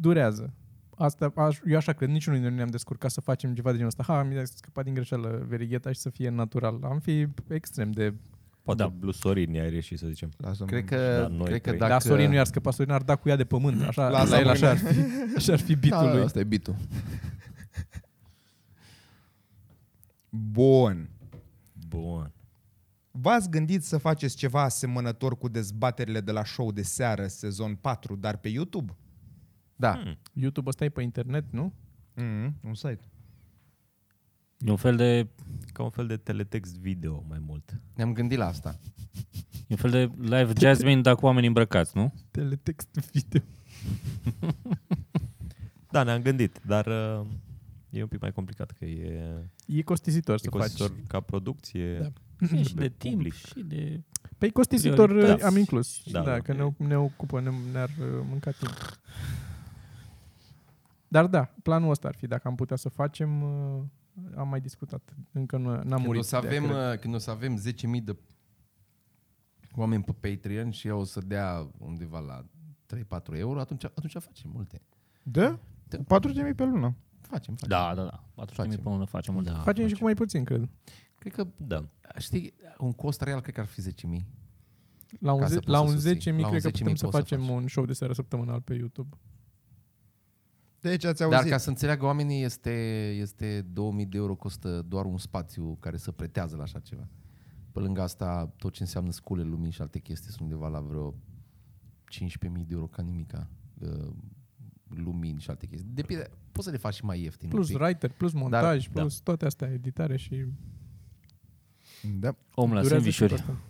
[SPEAKER 5] durează. Asta, aș, eu așa cred, niciunul dintre noi ne-am descurcat să facem ceva de genul ăsta. Ha, mi-a scăpat din greșeală verigheta și să fie natural. Am fi extrem de...
[SPEAKER 3] Poate
[SPEAKER 2] Da.
[SPEAKER 3] da. blusorii ai reușit să zicem.
[SPEAKER 4] Lasă-mă.
[SPEAKER 1] Cred
[SPEAKER 3] Da,
[SPEAKER 1] că,
[SPEAKER 3] noi
[SPEAKER 1] cred că
[SPEAKER 3] trei.
[SPEAKER 5] Dacă...
[SPEAKER 1] dacă...
[SPEAKER 5] Da, Sorin nu i-ar scăpa, Sorin ar da cu ea de pământ. Așa,
[SPEAKER 4] Lasă
[SPEAKER 5] la el așa ar
[SPEAKER 4] mâine.
[SPEAKER 5] fi, așa ar fi bitul
[SPEAKER 1] da,
[SPEAKER 5] lui.
[SPEAKER 1] asta e bitul.
[SPEAKER 4] Bun.
[SPEAKER 3] Bun.
[SPEAKER 4] V-ați gândit să faceți ceva asemănător cu dezbaterile de la show de seară, sezon 4, dar pe YouTube?
[SPEAKER 1] Da.
[SPEAKER 5] YouTube ăsta e pe internet, nu?
[SPEAKER 4] Mm-hmm. Un site.
[SPEAKER 2] E un fel de,
[SPEAKER 3] Ca un fel de teletext video mai mult.
[SPEAKER 1] Ne-am gândit la asta.
[SPEAKER 2] e un fel de live jasmine, dar cu oameni îmbrăcați, nu?
[SPEAKER 5] Teletext video.
[SPEAKER 3] Da, ne-am gândit, dar uh, e un pic mai complicat că e
[SPEAKER 5] E costisitor să faci.
[SPEAKER 3] costisitor ca producție.
[SPEAKER 5] Da.
[SPEAKER 2] și de timp
[SPEAKER 3] public.
[SPEAKER 2] și de...
[SPEAKER 5] Păi costisitor
[SPEAKER 2] Priorități.
[SPEAKER 5] da. am inclus.
[SPEAKER 3] Da,
[SPEAKER 5] Da,
[SPEAKER 3] da.
[SPEAKER 5] da, că ne, ne ocupă, ne, ne-ar uh, mânca timp. Dar da, planul ăsta ar fi. Dacă am putea să facem, uh, am mai discutat. Încă nu am
[SPEAKER 1] Când
[SPEAKER 5] murit.
[SPEAKER 1] o, să
[SPEAKER 5] de
[SPEAKER 1] avem,
[SPEAKER 5] acre.
[SPEAKER 1] uh, când o să avem 10.000 de oameni pe Patreon și eu o să dea undeva la 3-4 euro, atunci, atunci facem multe.
[SPEAKER 4] Da?
[SPEAKER 1] Da.
[SPEAKER 4] 4.000 pe lună.
[SPEAKER 1] Facem, facem.
[SPEAKER 2] Da, da, da. 400
[SPEAKER 1] Facem.
[SPEAKER 2] pe lună facem
[SPEAKER 1] uh,
[SPEAKER 2] mult. Da.
[SPEAKER 5] Facem și cu mai puțin, cred.
[SPEAKER 1] Cred că,
[SPEAKER 3] Da.
[SPEAKER 1] știi, un cost real cred că ar fi 10.000.
[SPEAKER 5] La un,
[SPEAKER 1] Ca să
[SPEAKER 5] ze-
[SPEAKER 1] poți
[SPEAKER 5] la
[SPEAKER 1] să
[SPEAKER 5] un 10.000
[SPEAKER 1] susții. La
[SPEAKER 5] cred
[SPEAKER 1] un
[SPEAKER 5] că
[SPEAKER 1] 10.000
[SPEAKER 5] putem să
[SPEAKER 1] poți să
[SPEAKER 5] facem
[SPEAKER 1] faci.
[SPEAKER 5] un show de seară săptămânal pe YouTube.
[SPEAKER 4] Deci ați auzit.
[SPEAKER 1] Dar ca să înțeleagă oamenii, este, este 2000 de euro costă doar un spațiu care să pretează la așa ceva. Pe lângă asta, tot ce înseamnă scule lumii și alte chestii sunt undeva la vreo 15.000 de euro ca nimica. Uh, lumini și alte chestii. Depinde, poți să le faci și mai ieftin. un
[SPEAKER 5] Plus
[SPEAKER 1] pic. Da,
[SPEAKER 5] writer, plus montaj, plus toate astea, editare și...
[SPEAKER 4] Da.
[SPEAKER 2] Om la
[SPEAKER 5] durează și
[SPEAKER 2] sandvișuri.
[SPEAKER 5] tot asta.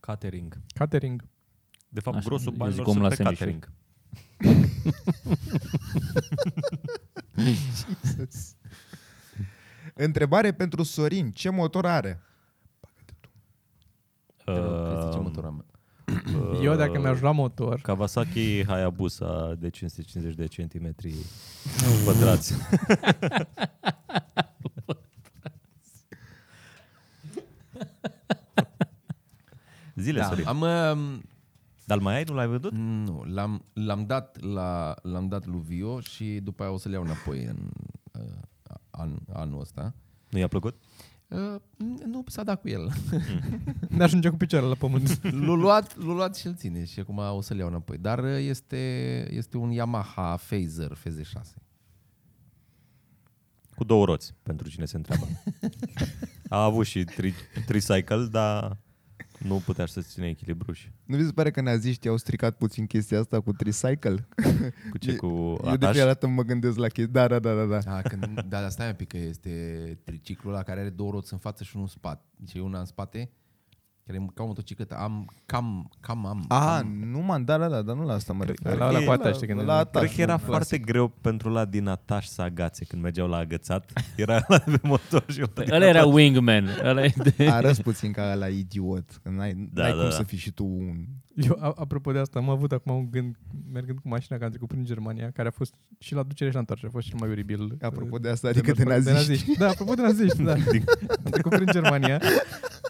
[SPEAKER 3] Catering.
[SPEAKER 5] Catering.
[SPEAKER 3] De
[SPEAKER 2] Așa,
[SPEAKER 3] fapt, Așa, grosul
[SPEAKER 2] eu
[SPEAKER 3] banilor
[SPEAKER 2] zic om
[SPEAKER 3] sunt
[SPEAKER 2] la
[SPEAKER 3] pe
[SPEAKER 2] sandwich-uri.
[SPEAKER 3] catering.
[SPEAKER 4] Întrebare pentru Sorin. Ce motor are?
[SPEAKER 1] Te rog, Cristi, ce
[SPEAKER 3] Um,
[SPEAKER 1] motor am? Uh,
[SPEAKER 5] Eu dacă mi-aș lua motor, [LAUGHS]
[SPEAKER 3] Kawasaki Hayabusa de 550 de centimetri pătrați. Zile, da.
[SPEAKER 1] Da,
[SPEAKER 3] Sorin.
[SPEAKER 1] am, um,
[SPEAKER 3] Dar mai ai? Nu l-ai vândut?
[SPEAKER 1] nu, l-am, l-am, dat la, l-am dat lui Vio și după aia o să le iau înapoi în uh, an, anul ăsta.
[SPEAKER 3] Nu i-a plăcut?
[SPEAKER 1] Uh, nu, s-a dat cu el.
[SPEAKER 5] mi-ajunge cu picioarele la pământ.
[SPEAKER 1] [LAUGHS] L-a luat, l-a luat și îl ține și acum o să-l iau înapoi. Dar uh, este, este un Yamaha Phaser FZ6.
[SPEAKER 3] Cu două roți, pentru cine se întreabă. A avut și tri- tricycle, dar nu putea să ține echilibru și
[SPEAKER 4] Nu vi se pare că naziștii au stricat puțin chestia asta cu tricycle?
[SPEAKER 3] cu ce
[SPEAKER 4] E-
[SPEAKER 3] cu
[SPEAKER 4] Eu de
[SPEAKER 3] ataș?
[SPEAKER 4] fiecare dată mă gândesc la chestia. Da, da, da, da. da.
[SPEAKER 1] Da, când, da, dar stai un pic că este triciclul la care are două roți în față și unul în spate. Și una în spate Care e ca o motocicletă. Am, cam, cam am.
[SPEAKER 4] Aha, nu m-am, da, da, da, dar nu la asta mă refer.
[SPEAKER 5] La- la poate, știi, când-
[SPEAKER 4] la ataș,
[SPEAKER 3] Cred că era
[SPEAKER 4] nu,
[SPEAKER 3] foarte greu pentru la din ataș să agațe când mergeau la agățat. Era la pe motor și ăla din
[SPEAKER 2] Ăla era wingman. Ăla e de... [LAUGHS]
[SPEAKER 4] Arăți puțin ca la idiot, că n-ai, da, n-ai da,
[SPEAKER 3] da,
[SPEAKER 4] cum da.
[SPEAKER 3] da.
[SPEAKER 4] să fii și tu un...
[SPEAKER 5] Eu, a- apropo de asta, am avut acum un gând, mergând cu mașina, că am trecut prin Germania, care a fost și la ducere și la întoarcere, a fost cel mai oribil.
[SPEAKER 4] Apropo
[SPEAKER 5] uh,
[SPEAKER 4] de asta, adică de
[SPEAKER 5] mers
[SPEAKER 4] naziști.
[SPEAKER 5] Da, apropo de
[SPEAKER 4] [LAUGHS]
[SPEAKER 5] naziști, da. Am trecut prin Germania.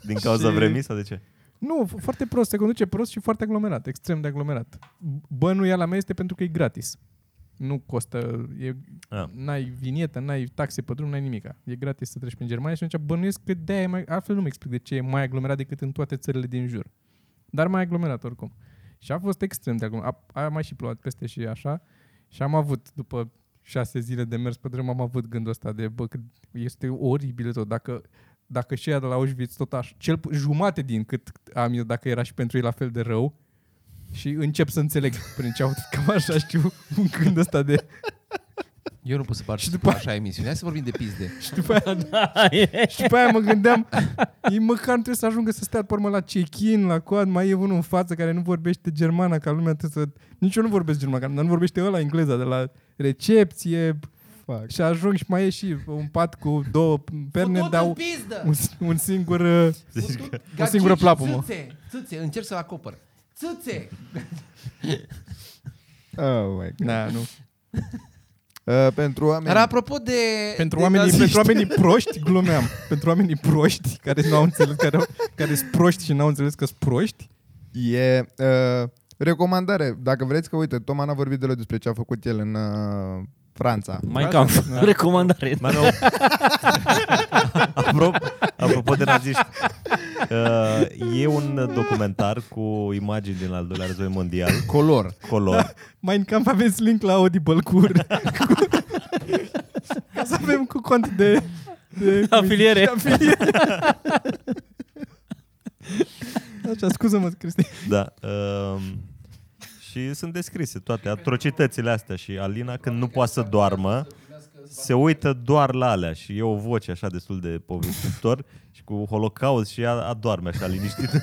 [SPEAKER 3] Din cauza
[SPEAKER 5] Și-
[SPEAKER 3] vremii sau de ce?
[SPEAKER 5] Nu, f- foarte prost, se conduce prost și foarte aglomerat, extrem de aglomerat. Bănuiala mea este pentru că e gratis. Nu costă, e,
[SPEAKER 3] Ah.
[SPEAKER 5] n-ai vinietă, n-ai taxe pe drum, n-ai nimica. E gratis să treci prin Germania și atunci bănuiesc că de mai, altfel nu-mi explic de ce e mai aglomerat decât în toate țările din jur. Dar mai aglomerat oricum. Și a fost extrem de aglomerat. A, a mai și plouat peste și așa. Și am avut, după șase zile de mers pe drum, am avut gândul ăsta de, bă, cât este oribil tot. Dacă dacă și ea de la Auschwitz tot așa, cel pu- jumate din cât am eu, dacă era și pentru ei la fel de rău, și încep să înțeleg prin ce au [LAUGHS] cam așa știu un gând ăsta de...
[SPEAKER 1] Eu nu pot să
[SPEAKER 5] Și
[SPEAKER 1] particip
[SPEAKER 5] după-
[SPEAKER 1] după... așa emisiune. Hai să vorbim de pizde.
[SPEAKER 5] Și după aia,
[SPEAKER 2] Da, e.
[SPEAKER 5] și după aia mă gândeam, ei măcar nu trebuie să ajungă să stea pe urmă la check-in, la coad, mai e unul în față care nu vorbește germana, ca lumea trebuie să... Nici eu nu vorbesc germana, dar nu vorbește ăla engleza, de la recepție,
[SPEAKER 4] Fuck.
[SPEAKER 5] și ajung și mai e și un pat cu două perne,
[SPEAKER 1] Făcut în
[SPEAKER 5] dau
[SPEAKER 1] pizdă!
[SPEAKER 5] un, un singur... uh,
[SPEAKER 3] Zici
[SPEAKER 1] Făcut
[SPEAKER 3] că
[SPEAKER 1] ca
[SPEAKER 5] o singură
[SPEAKER 1] cinci
[SPEAKER 5] plapumă.
[SPEAKER 1] Țâțe, țâțe, încerc să-l acopăr. Țâțe!
[SPEAKER 4] Oh, my God.
[SPEAKER 5] Da, nu.
[SPEAKER 4] [LAUGHS] Uh, pentru oameni...
[SPEAKER 1] Dar apropo de...
[SPEAKER 5] Pentru
[SPEAKER 1] de
[SPEAKER 5] oamenii,
[SPEAKER 1] naziști.
[SPEAKER 5] pentru oamenii proști, glumeam. pentru oamenii proști care nu au înțeles, care, care sunt proști și n-au înțeles că sunt proști.
[SPEAKER 4] E uh, recomandare. Dacă vreți că, uite, Toma n-a vorbit deloc despre ce a făcut el în uh, Franța.
[SPEAKER 2] Mai cam. Recomandare.
[SPEAKER 3] [LAUGHS] Manu, apropo, apropo de naziști, uh, e un documentar cu imagini din al doilea război mondial,
[SPEAKER 1] Color.
[SPEAKER 3] color.
[SPEAKER 5] Mai în camp aveți link la Audible cu, cu ca să avem cu cont de, de
[SPEAKER 2] [LAUGHS] Afiliere.
[SPEAKER 5] de afiliere. Așa, scuză-mă, Cristi.
[SPEAKER 3] Da. Um, și sunt descrise toate atrocitățile astea și Alina când nu poate să doarmă se uită doar la alea și e o voce așa destul de povestitor și cu holocaust și ea adorme așa liniștit. [LAUGHS]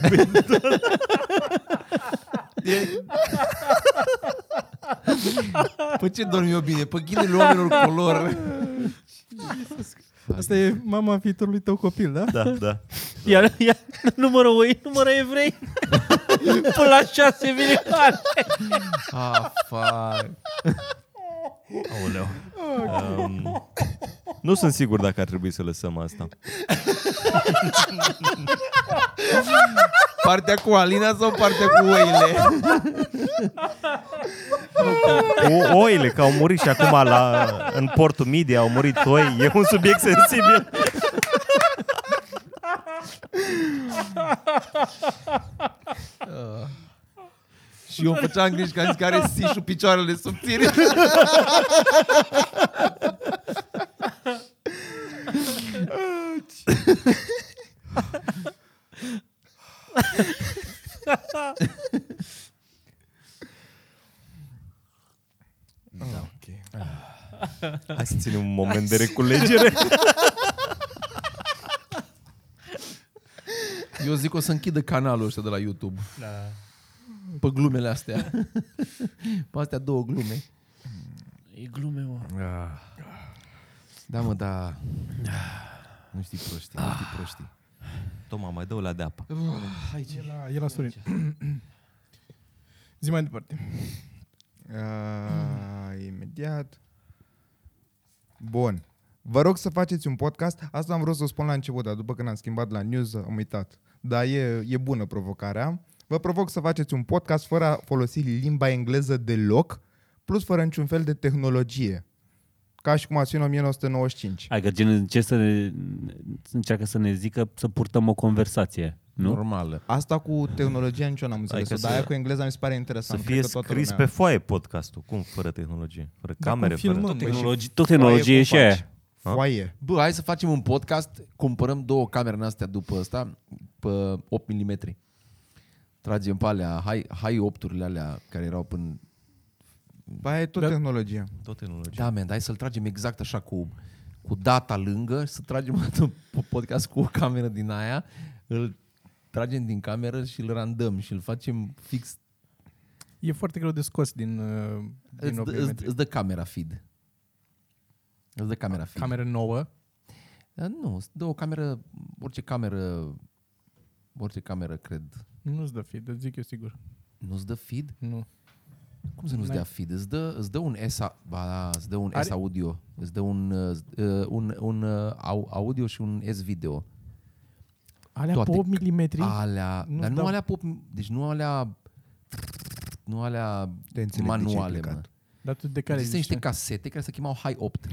[SPEAKER 1] Pe Păi ce dorm eu bine? Pe ghinele oamenilor color.
[SPEAKER 5] Asta e mama viitorului tău copil, da?
[SPEAKER 3] Da, da.
[SPEAKER 2] Iar, iar numără oi, numără evrei. Până la șase milioane.
[SPEAKER 1] Ah, fuck.
[SPEAKER 3] Aoleu. Um, nu sunt sigur dacă ar trebui să lăsăm asta.
[SPEAKER 1] Partea cu Alina sau partea cu oile?
[SPEAKER 3] O, oile, că au murit și acum la, în portul Media au murit oi. E un subiect sensibil.
[SPEAKER 1] Și eu îmi făceam griji că am zis că are sișul picioarele subțiri.
[SPEAKER 3] Hai să ținem un moment de reculegere.
[SPEAKER 1] Eu zic o să închidă canalul ăsta de la YouTube. Da. Pe glumele astea. Pe astea două glume.
[SPEAKER 2] E glume, mă.
[SPEAKER 1] Da, mă, da. Nu știi proștii, nu știi proștii.
[SPEAKER 3] Toma, mai dă la de apă.
[SPEAKER 5] E la, Da, e la Sorin. Zi mai departe.
[SPEAKER 4] Uh, imediat. Bun. Vă rog să faceți un podcast. Asta am vrut să o spun la început, dar după când am schimbat la news am uitat. Dar e, e bună provocarea. Vă provoc să faceți un podcast fără a folosi limba engleză deloc, plus fără niciun fel de tehnologie. Ca și cum ați fi în 1995.
[SPEAKER 2] Hai că gen încerc să ne, să încearcă să ne zică să purtăm o conversație, nu?
[SPEAKER 1] Normală.
[SPEAKER 4] Asta cu tehnologia nici eu n-am înțeles,
[SPEAKER 3] Adică
[SPEAKER 4] dar
[SPEAKER 3] să-
[SPEAKER 4] aia cu engleza mi se pare
[SPEAKER 3] Să
[SPEAKER 4] interesant.
[SPEAKER 3] fie
[SPEAKER 4] Cred că toată
[SPEAKER 3] scris pe
[SPEAKER 4] lumea-
[SPEAKER 3] foaie podcastul. Cum? Fără tehnologie. Fără
[SPEAKER 5] Dar cum
[SPEAKER 3] camere.
[SPEAKER 5] filmăm?
[SPEAKER 3] Fără...
[SPEAKER 5] Păi
[SPEAKER 2] Tehnologi, tot tehnologie
[SPEAKER 4] Foaie
[SPEAKER 2] și
[SPEAKER 4] cum faci?
[SPEAKER 2] aia.
[SPEAKER 4] Foaie.
[SPEAKER 1] Bă, hai să facem un podcast, cumpărăm două camere în astea după ăsta, pe 8 mm. Tragem pe alea, hai, hai 8-urile alea care erau până...
[SPEAKER 4] Bă, aia e tot
[SPEAKER 5] Dar-
[SPEAKER 4] tehnologie.
[SPEAKER 3] Tot tehnologie.
[SPEAKER 1] Da, man, hai să-l tragem exact așa cu, [LAUGHS] cu data lângă, să tragem un podcast cu o cameră din aia, îl tragem din cameră și îl randăm și îl facem fix.
[SPEAKER 5] E foarte greu de scos din, uh, din
[SPEAKER 1] Îți, dă- îți,
[SPEAKER 5] obliometrie.
[SPEAKER 1] îți dă camera feed. Îți dă camera feed.
[SPEAKER 5] Cameră nouă.
[SPEAKER 1] Dar nu, îți dă o cameră, orice cameră, orice cameră, cred.
[SPEAKER 5] Nu-ți dă feed, îți zic eu sigur.
[SPEAKER 1] Nu-ți dă feed?
[SPEAKER 5] Nu.
[SPEAKER 1] Cum să nu-ți
[SPEAKER 5] N-ai-
[SPEAKER 1] dea feed? Îți dă, îți dă un S, a- ba, da, îți dă un
[SPEAKER 5] Are-
[SPEAKER 1] S audio, îți dă un, uh, uh, un, un uh, au- audio și un S video.
[SPEAKER 5] Alea
[SPEAKER 1] Toate
[SPEAKER 5] pe 8 mm.
[SPEAKER 1] Alea,
[SPEAKER 5] Nu-ți
[SPEAKER 1] dar nu
[SPEAKER 5] dau-
[SPEAKER 1] alea pop, deci nu alea nu alea
[SPEAKER 4] Te înțeleg de ce ai
[SPEAKER 1] manuale, mă.
[SPEAKER 4] plecat.
[SPEAKER 5] Dar tu de care
[SPEAKER 1] Care Există niște
[SPEAKER 5] zici?
[SPEAKER 1] casete care se chemau High 8.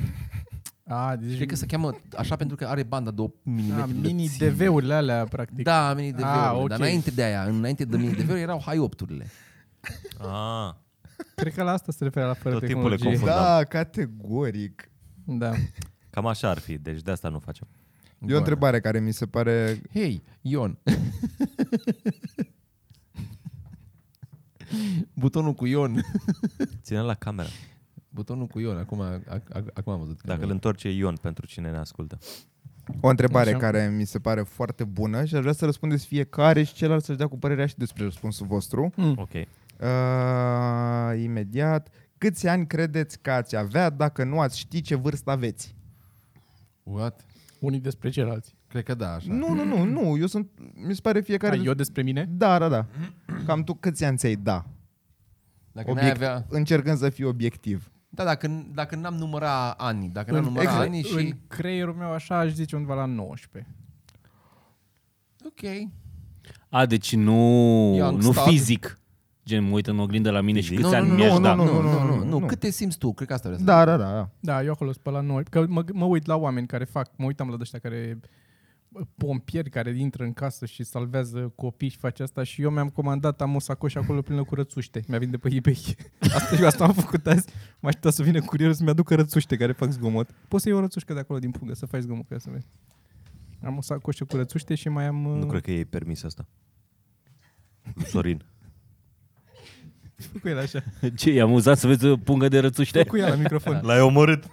[SPEAKER 5] A, deci
[SPEAKER 1] Cred că se cheamă așa pentru că are banda de 8 mm.
[SPEAKER 5] a, mini DV-urile alea, practic.
[SPEAKER 1] Da, mini DV.
[SPEAKER 5] Ah,
[SPEAKER 1] Ah, okay.
[SPEAKER 5] ok.
[SPEAKER 1] Dar înainte de aia, înainte de mini DV erau High 8-urile.
[SPEAKER 3] Ah,
[SPEAKER 5] Cred că la asta se referă la fără
[SPEAKER 3] Tot timpul le
[SPEAKER 5] tehnologie.
[SPEAKER 3] confund.
[SPEAKER 4] Da, categoric.
[SPEAKER 5] Da.
[SPEAKER 3] cam așa ar fi, deci de asta nu facem.
[SPEAKER 4] E o întrebare care mi se pare...
[SPEAKER 1] Hei, Ion. [LAUGHS] Butonul cu Ion.
[SPEAKER 3] Ține la camera.
[SPEAKER 1] Butonul cu Ion. Acum, ac, ac, acum am văzut. că
[SPEAKER 3] Dacă
[SPEAKER 1] nu-
[SPEAKER 3] îl întorci e Ion pentru cine ne ascultă.
[SPEAKER 4] O întrebare
[SPEAKER 5] Așa.
[SPEAKER 4] care mi se pare foarte bună și aș vrea să răspundeți fiecare și celălalt să-și dea cu părerea și despre răspunsul vostru.
[SPEAKER 3] Ok.
[SPEAKER 4] Uh, imediat. Câți ani credeți că ați avea dacă nu ați ști ce vârstă aveți?
[SPEAKER 1] What?
[SPEAKER 5] Unii despre ceilalți.
[SPEAKER 1] Cred că da, așa.
[SPEAKER 4] Nu, nu, nu, nu. Eu sunt... Mi se
[SPEAKER 5] Care
[SPEAKER 4] pare fiecare...
[SPEAKER 5] eu despre mine?
[SPEAKER 4] Da, da, da. Cam tu câți ani ți-ai da?
[SPEAKER 1] Dacă n-ai avea...
[SPEAKER 4] Încercând să fii obiectiv.
[SPEAKER 1] Da, dacă, dacă n-am număra ani, dacă n-am număra
[SPEAKER 4] exact.
[SPEAKER 1] ani
[SPEAKER 5] În
[SPEAKER 1] și...
[SPEAKER 5] creierul meu așa aș zice undeva la 19.
[SPEAKER 1] Ok.
[SPEAKER 2] A, deci nu,
[SPEAKER 1] Eu am
[SPEAKER 2] nu
[SPEAKER 1] stat.
[SPEAKER 2] fizic. Gen, mă uit în oglindă la mine și
[SPEAKER 3] Fizic?
[SPEAKER 2] câți
[SPEAKER 1] Nu,
[SPEAKER 2] ani
[SPEAKER 1] nu,
[SPEAKER 2] mi-aș da.
[SPEAKER 4] nu, nu, nu, nu, nu.
[SPEAKER 1] Cât te simți tu? Cred că asta vrea să
[SPEAKER 4] Da, da, da. da.
[SPEAKER 5] Da, eu acolo sunt pe la 9. Că mă, mă uit la oameni care fac, mă uitam la ăștia care pompieri care intră în casă și salvează copii și face asta și eu mi-am comandat, am o sacoșă acolo plină cu rățuște. Mi-a venit de pe eBay. [LAUGHS] Asta, eu asta am făcut azi. M-a așteptat să vină curierul să-mi aducă rățuște care fac zgomot. Poți să iei o rățușcă de acolo din pungă, să faci zgomot ca să vezi. Am o sacoșă cu rățuște și mai am... uh,
[SPEAKER 3] Nu cred că e permis asta. Lui Sorin.
[SPEAKER 5] Fă cu el [LAUGHS] așa.
[SPEAKER 2] Ce, e amuzat să vezi o pungă de
[SPEAKER 5] Fă
[SPEAKER 2] rățuște?
[SPEAKER 5] cu el la microfon.
[SPEAKER 3] L-ai omorât.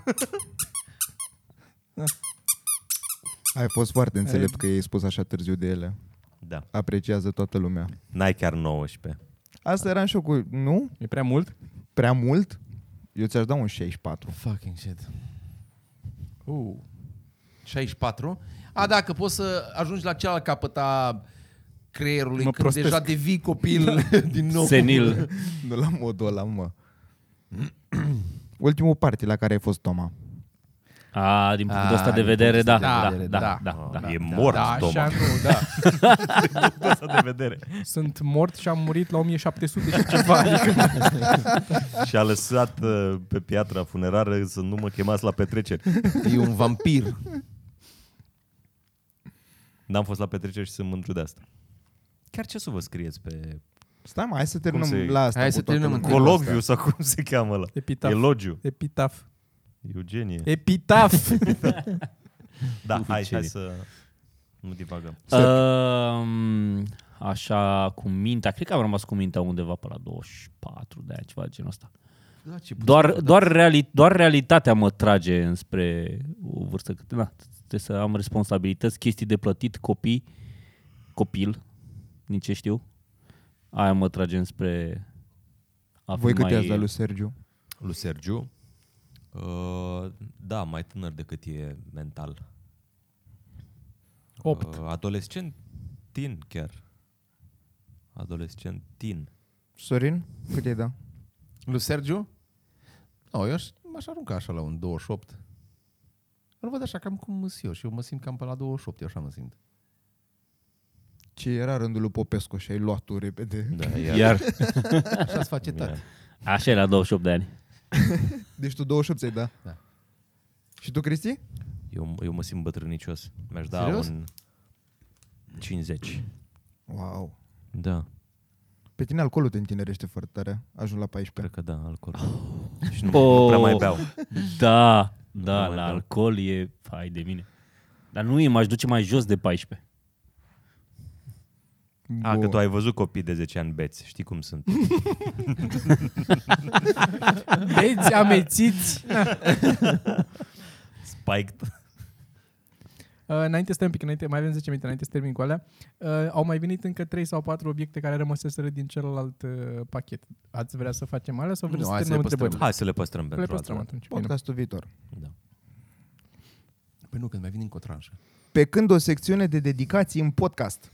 [SPEAKER 4] Ai fost foarte înțelept că ai spus așa târziu de ele.
[SPEAKER 3] Da.
[SPEAKER 4] Apreciază toată lumea.
[SPEAKER 3] N-ai chiar 19.
[SPEAKER 4] Asta eram și eu cu... Nu?
[SPEAKER 5] E prea mult?
[SPEAKER 4] Prea mult? Eu ți-aș da un 64.
[SPEAKER 1] Fucking shit.
[SPEAKER 5] Uh.
[SPEAKER 1] 64. A, da, că poți să ajungi la cealaltă capăt a creierului
[SPEAKER 5] Mă
[SPEAKER 1] când
[SPEAKER 5] prostesc.
[SPEAKER 1] deja devii copil [LAUGHS] din nou.
[SPEAKER 2] Senil.
[SPEAKER 4] [LAUGHS] Nu la modul ăla, mă. [CLEARS THROAT] Ultimul party la care ai fost, Toma.
[SPEAKER 2] A, din punctul
[SPEAKER 1] A,
[SPEAKER 2] ăsta de
[SPEAKER 1] din
[SPEAKER 2] vedere,
[SPEAKER 1] punctul
[SPEAKER 2] da,
[SPEAKER 1] ăsta de
[SPEAKER 2] da,
[SPEAKER 1] vedere,
[SPEAKER 2] da,
[SPEAKER 5] da.
[SPEAKER 2] da, da.
[SPEAKER 3] e mort,
[SPEAKER 5] da,
[SPEAKER 3] da, Toma.
[SPEAKER 5] așa nu, [LAUGHS] da.
[SPEAKER 3] Asta de vedere.
[SPEAKER 5] Sunt mort și am murit la 1700 și ceva. Adică [LAUGHS]
[SPEAKER 3] Și a lăsat uh, pe piatra funerară să nu mă chemați la petreceri.
[SPEAKER 1] E un vampir.
[SPEAKER 3] N-am fost la petreceri și sunt mândru de asta. Chiar ce să vă scrieți pe
[SPEAKER 4] Stai, mă, hai să terminăm
[SPEAKER 3] se-
[SPEAKER 4] la asta
[SPEAKER 1] Hai
[SPEAKER 4] cu
[SPEAKER 1] să
[SPEAKER 4] toată
[SPEAKER 1] terminăm
[SPEAKER 4] lumea.
[SPEAKER 1] întâi.
[SPEAKER 3] colocviu sau cum se cheamă la
[SPEAKER 5] Epitaf.
[SPEAKER 3] Elogiu.
[SPEAKER 5] Epitaf.
[SPEAKER 3] Eugenie.
[SPEAKER 5] Epitaf!
[SPEAKER 3] Da, hai, hai
[SPEAKER 2] Eugenie.
[SPEAKER 3] să nu divagăm.
[SPEAKER 2] Um, așa, cu mintea, cred că am rămas cu mintea undeva pe la 24 de ani, ceva de genul ăsta.
[SPEAKER 1] Da, ce
[SPEAKER 2] Doar, doar, reali- doar realitatea mă trage înspre o vârstă cât... Na, trebuie să am responsabilități, chestii de plătit, copii, copil, din ce știu. Aia mă trage înspre a fi
[SPEAKER 4] Voi cât
[SPEAKER 2] mai...
[SPEAKER 4] i-ați dat lui Sergiu?
[SPEAKER 3] Lu Sergiu. Uh, da, mai tânăr decât e mental.
[SPEAKER 5] 8.
[SPEAKER 3] Uh, adolescent tin chiar. Adolescent tin.
[SPEAKER 4] Sorin, cât i-ai dat?
[SPEAKER 1] Lui Sergiu? Nu, eu aș, m-aș arunca așa la un 28. Îl văd așa cam cum sunt eu și eu mă simt cam pe la 28, eu așa mă simt.
[SPEAKER 4] Ce era rândul lui Popescu și ai luat tu repede.
[SPEAKER 3] Da,
[SPEAKER 1] [LAUGHS]
[SPEAKER 2] Iar,
[SPEAKER 1] Așa se face tati.
[SPEAKER 2] așa e la 28 de ani.
[SPEAKER 4] [LAUGHS] Deci tu 28 ți-ai dat.
[SPEAKER 1] Da.
[SPEAKER 4] Și tu, Cristi?
[SPEAKER 3] Eu, eu mă simt bătrânicios. Mi-aș da
[SPEAKER 1] Serios?
[SPEAKER 3] un 50.
[SPEAKER 4] Wow.
[SPEAKER 3] Da,
[SPEAKER 4] Pe tine alcoolul te întinerește foarte tare. Ajung la 14.
[SPEAKER 3] cred că da, alcool. Și nu,
[SPEAKER 2] Oh.
[SPEAKER 3] nu prea mai beau.
[SPEAKER 2] Da, da, la
[SPEAKER 3] mai beau.
[SPEAKER 2] alcool e... Hai de mine. Dar nu e, m-aș duce mai jos de 14.
[SPEAKER 3] A, că
[SPEAKER 4] Bun.
[SPEAKER 3] tu ai văzut copii de 10 ani beți, știi cum sunt.
[SPEAKER 5] Beți [LAUGHS] Uh, amețiți!
[SPEAKER 3] Spiked.
[SPEAKER 5] Uh, înainte să un pic, înainte, mai avem 10 minute înainte să termin cu alea. Uh, au mai venit încă 3 sau 4 obiecte care rămăseseră din celălalt uh, pachet. Ați vrea să facem alea sau vreți
[SPEAKER 1] Nu,
[SPEAKER 5] să
[SPEAKER 1] hai să
[SPEAKER 5] terminăm
[SPEAKER 1] le păstrăm.
[SPEAKER 5] întrebările?
[SPEAKER 3] Hai să le păstrăm
[SPEAKER 5] Le
[SPEAKER 3] pentru
[SPEAKER 5] păstrăm
[SPEAKER 3] altă
[SPEAKER 5] atunci. Bine.
[SPEAKER 4] Podcastul viitor.
[SPEAKER 3] dată. Da.
[SPEAKER 1] Păi nu, când mai vin încă o tranșă.
[SPEAKER 4] Pe când o secțiune de dedicații în podcast.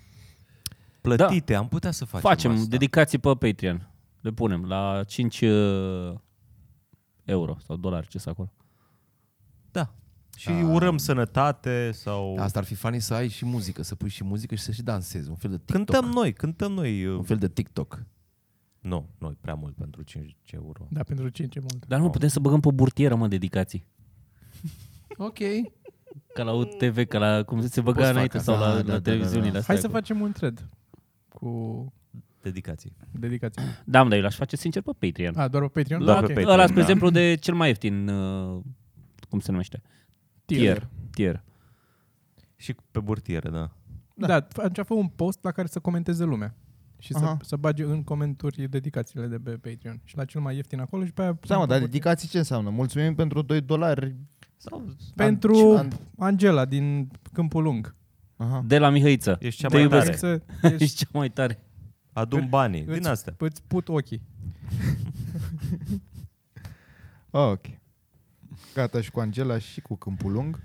[SPEAKER 3] Plătite, da. am putea să facem,
[SPEAKER 2] Facem
[SPEAKER 3] asta.
[SPEAKER 2] dedicații pe Patreon. Le punem la 5 uh, euro sau dolari, ce acolo.
[SPEAKER 3] Da. Și urăm sănătate sau...
[SPEAKER 1] Asta ar fi funny să ai și muzică, să pui și muzică și să și dansezi. Un fel de TikTok.
[SPEAKER 3] Cântăm noi, cântăm noi.
[SPEAKER 1] Un
[SPEAKER 3] uh,
[SPEAKER 1] fel de TikTok.
[SPEAKER 3] Nu, noi prea mult pentru 5 euro.
[SPEAKER 5] Da, pentru 5 e mult.
[SPEAKER 2] Dar nu, putem să băgăm pe burtieră, mă, dedicații.
[SPEAKER 1] Ok.
[SPEAKER 2] Ca la UTV, ca la, cum se băga
[SPEAKER 1] fac
[SPEAKER 2] înainte,
[SPEAKER 1] asta,
[SPEAKER 2] sau la,
[SPEAKER 1] da, da,
[SPEAKER 2] la
[SPEAKER 1] da,
[SPEAKER 2] televiziunile
[SPEAKER 1] da.
[SPEAKER 2] astea.
[SPEAKER 5] Hai să
[SPEAKER 2] acolo.
[SPEAKER 5] facem un thread cu
[SPEAKER 3] Dedicații.
[SPEAKER 5] dedicație.
[SPEAKER 2] Da, mă, dar eu l-aș face sincer pe
[SPEAKER 1] Ah,
[SPEAKER 2] Patreon.
[SPEAKER 5] A, doar pe Patreon?
[SPEAKER 3] Doar
[SPEAKER 5] Ok.
[SPEAKER 3] pe Patreon.
[SPEAKER 2] Ăla, spre
[SPEAKER 3] da.
[SPEAKER 2] exemplu, de cel mai ieftin, uh, cum se numește?
[SPEAKER 5] Tier.
[SPEAKER 2] Tier.
[SPEAKER 3] Și pe burtieră, da.
[SPEAKER 5] Da, atunci a fost un post la care să comenteze lumea. Și să,
[SPEAKER 4] Aha.
[SPEAKER 5] să bage în comentarii dedicațiile de pe Patreon. Și la cel mai ieftin acolo și pe aia...
[SPEAKER 4] Da, mă, dar dedicații ce înseamnă? Mulțumim pentru 2 dolari.
[SPEAKER 3] Sau
[SPEAKER 5] Pentru
[SPEAKER 4] An-
[SPEAKER 5] Angela din Câmpul Lung.
[SPEAKER 4] Aha.
[SPEAKER 2] De la Mihăiță.
[SPEAKER 3] ești cea
[SPEAKER 2] Te
[SPEAKER 3] mai
[SPEAKER 2] iubesc.
[SPEAKER 3] tare.
[SPEAKER 5] Să
[SPEAKER 1] [LAUGHS]
[SPEAKER 2] Ești cea mai tare.
[SPEAKER 3] Adun banii din
[SPEAKER 5] îți-
[SPEAKER 3] astea.
[SPEAKER 5] îți put ochii.
[SPEAKER 4] Ah, ok. Gata și cu Angela și cu Câmpul Lung.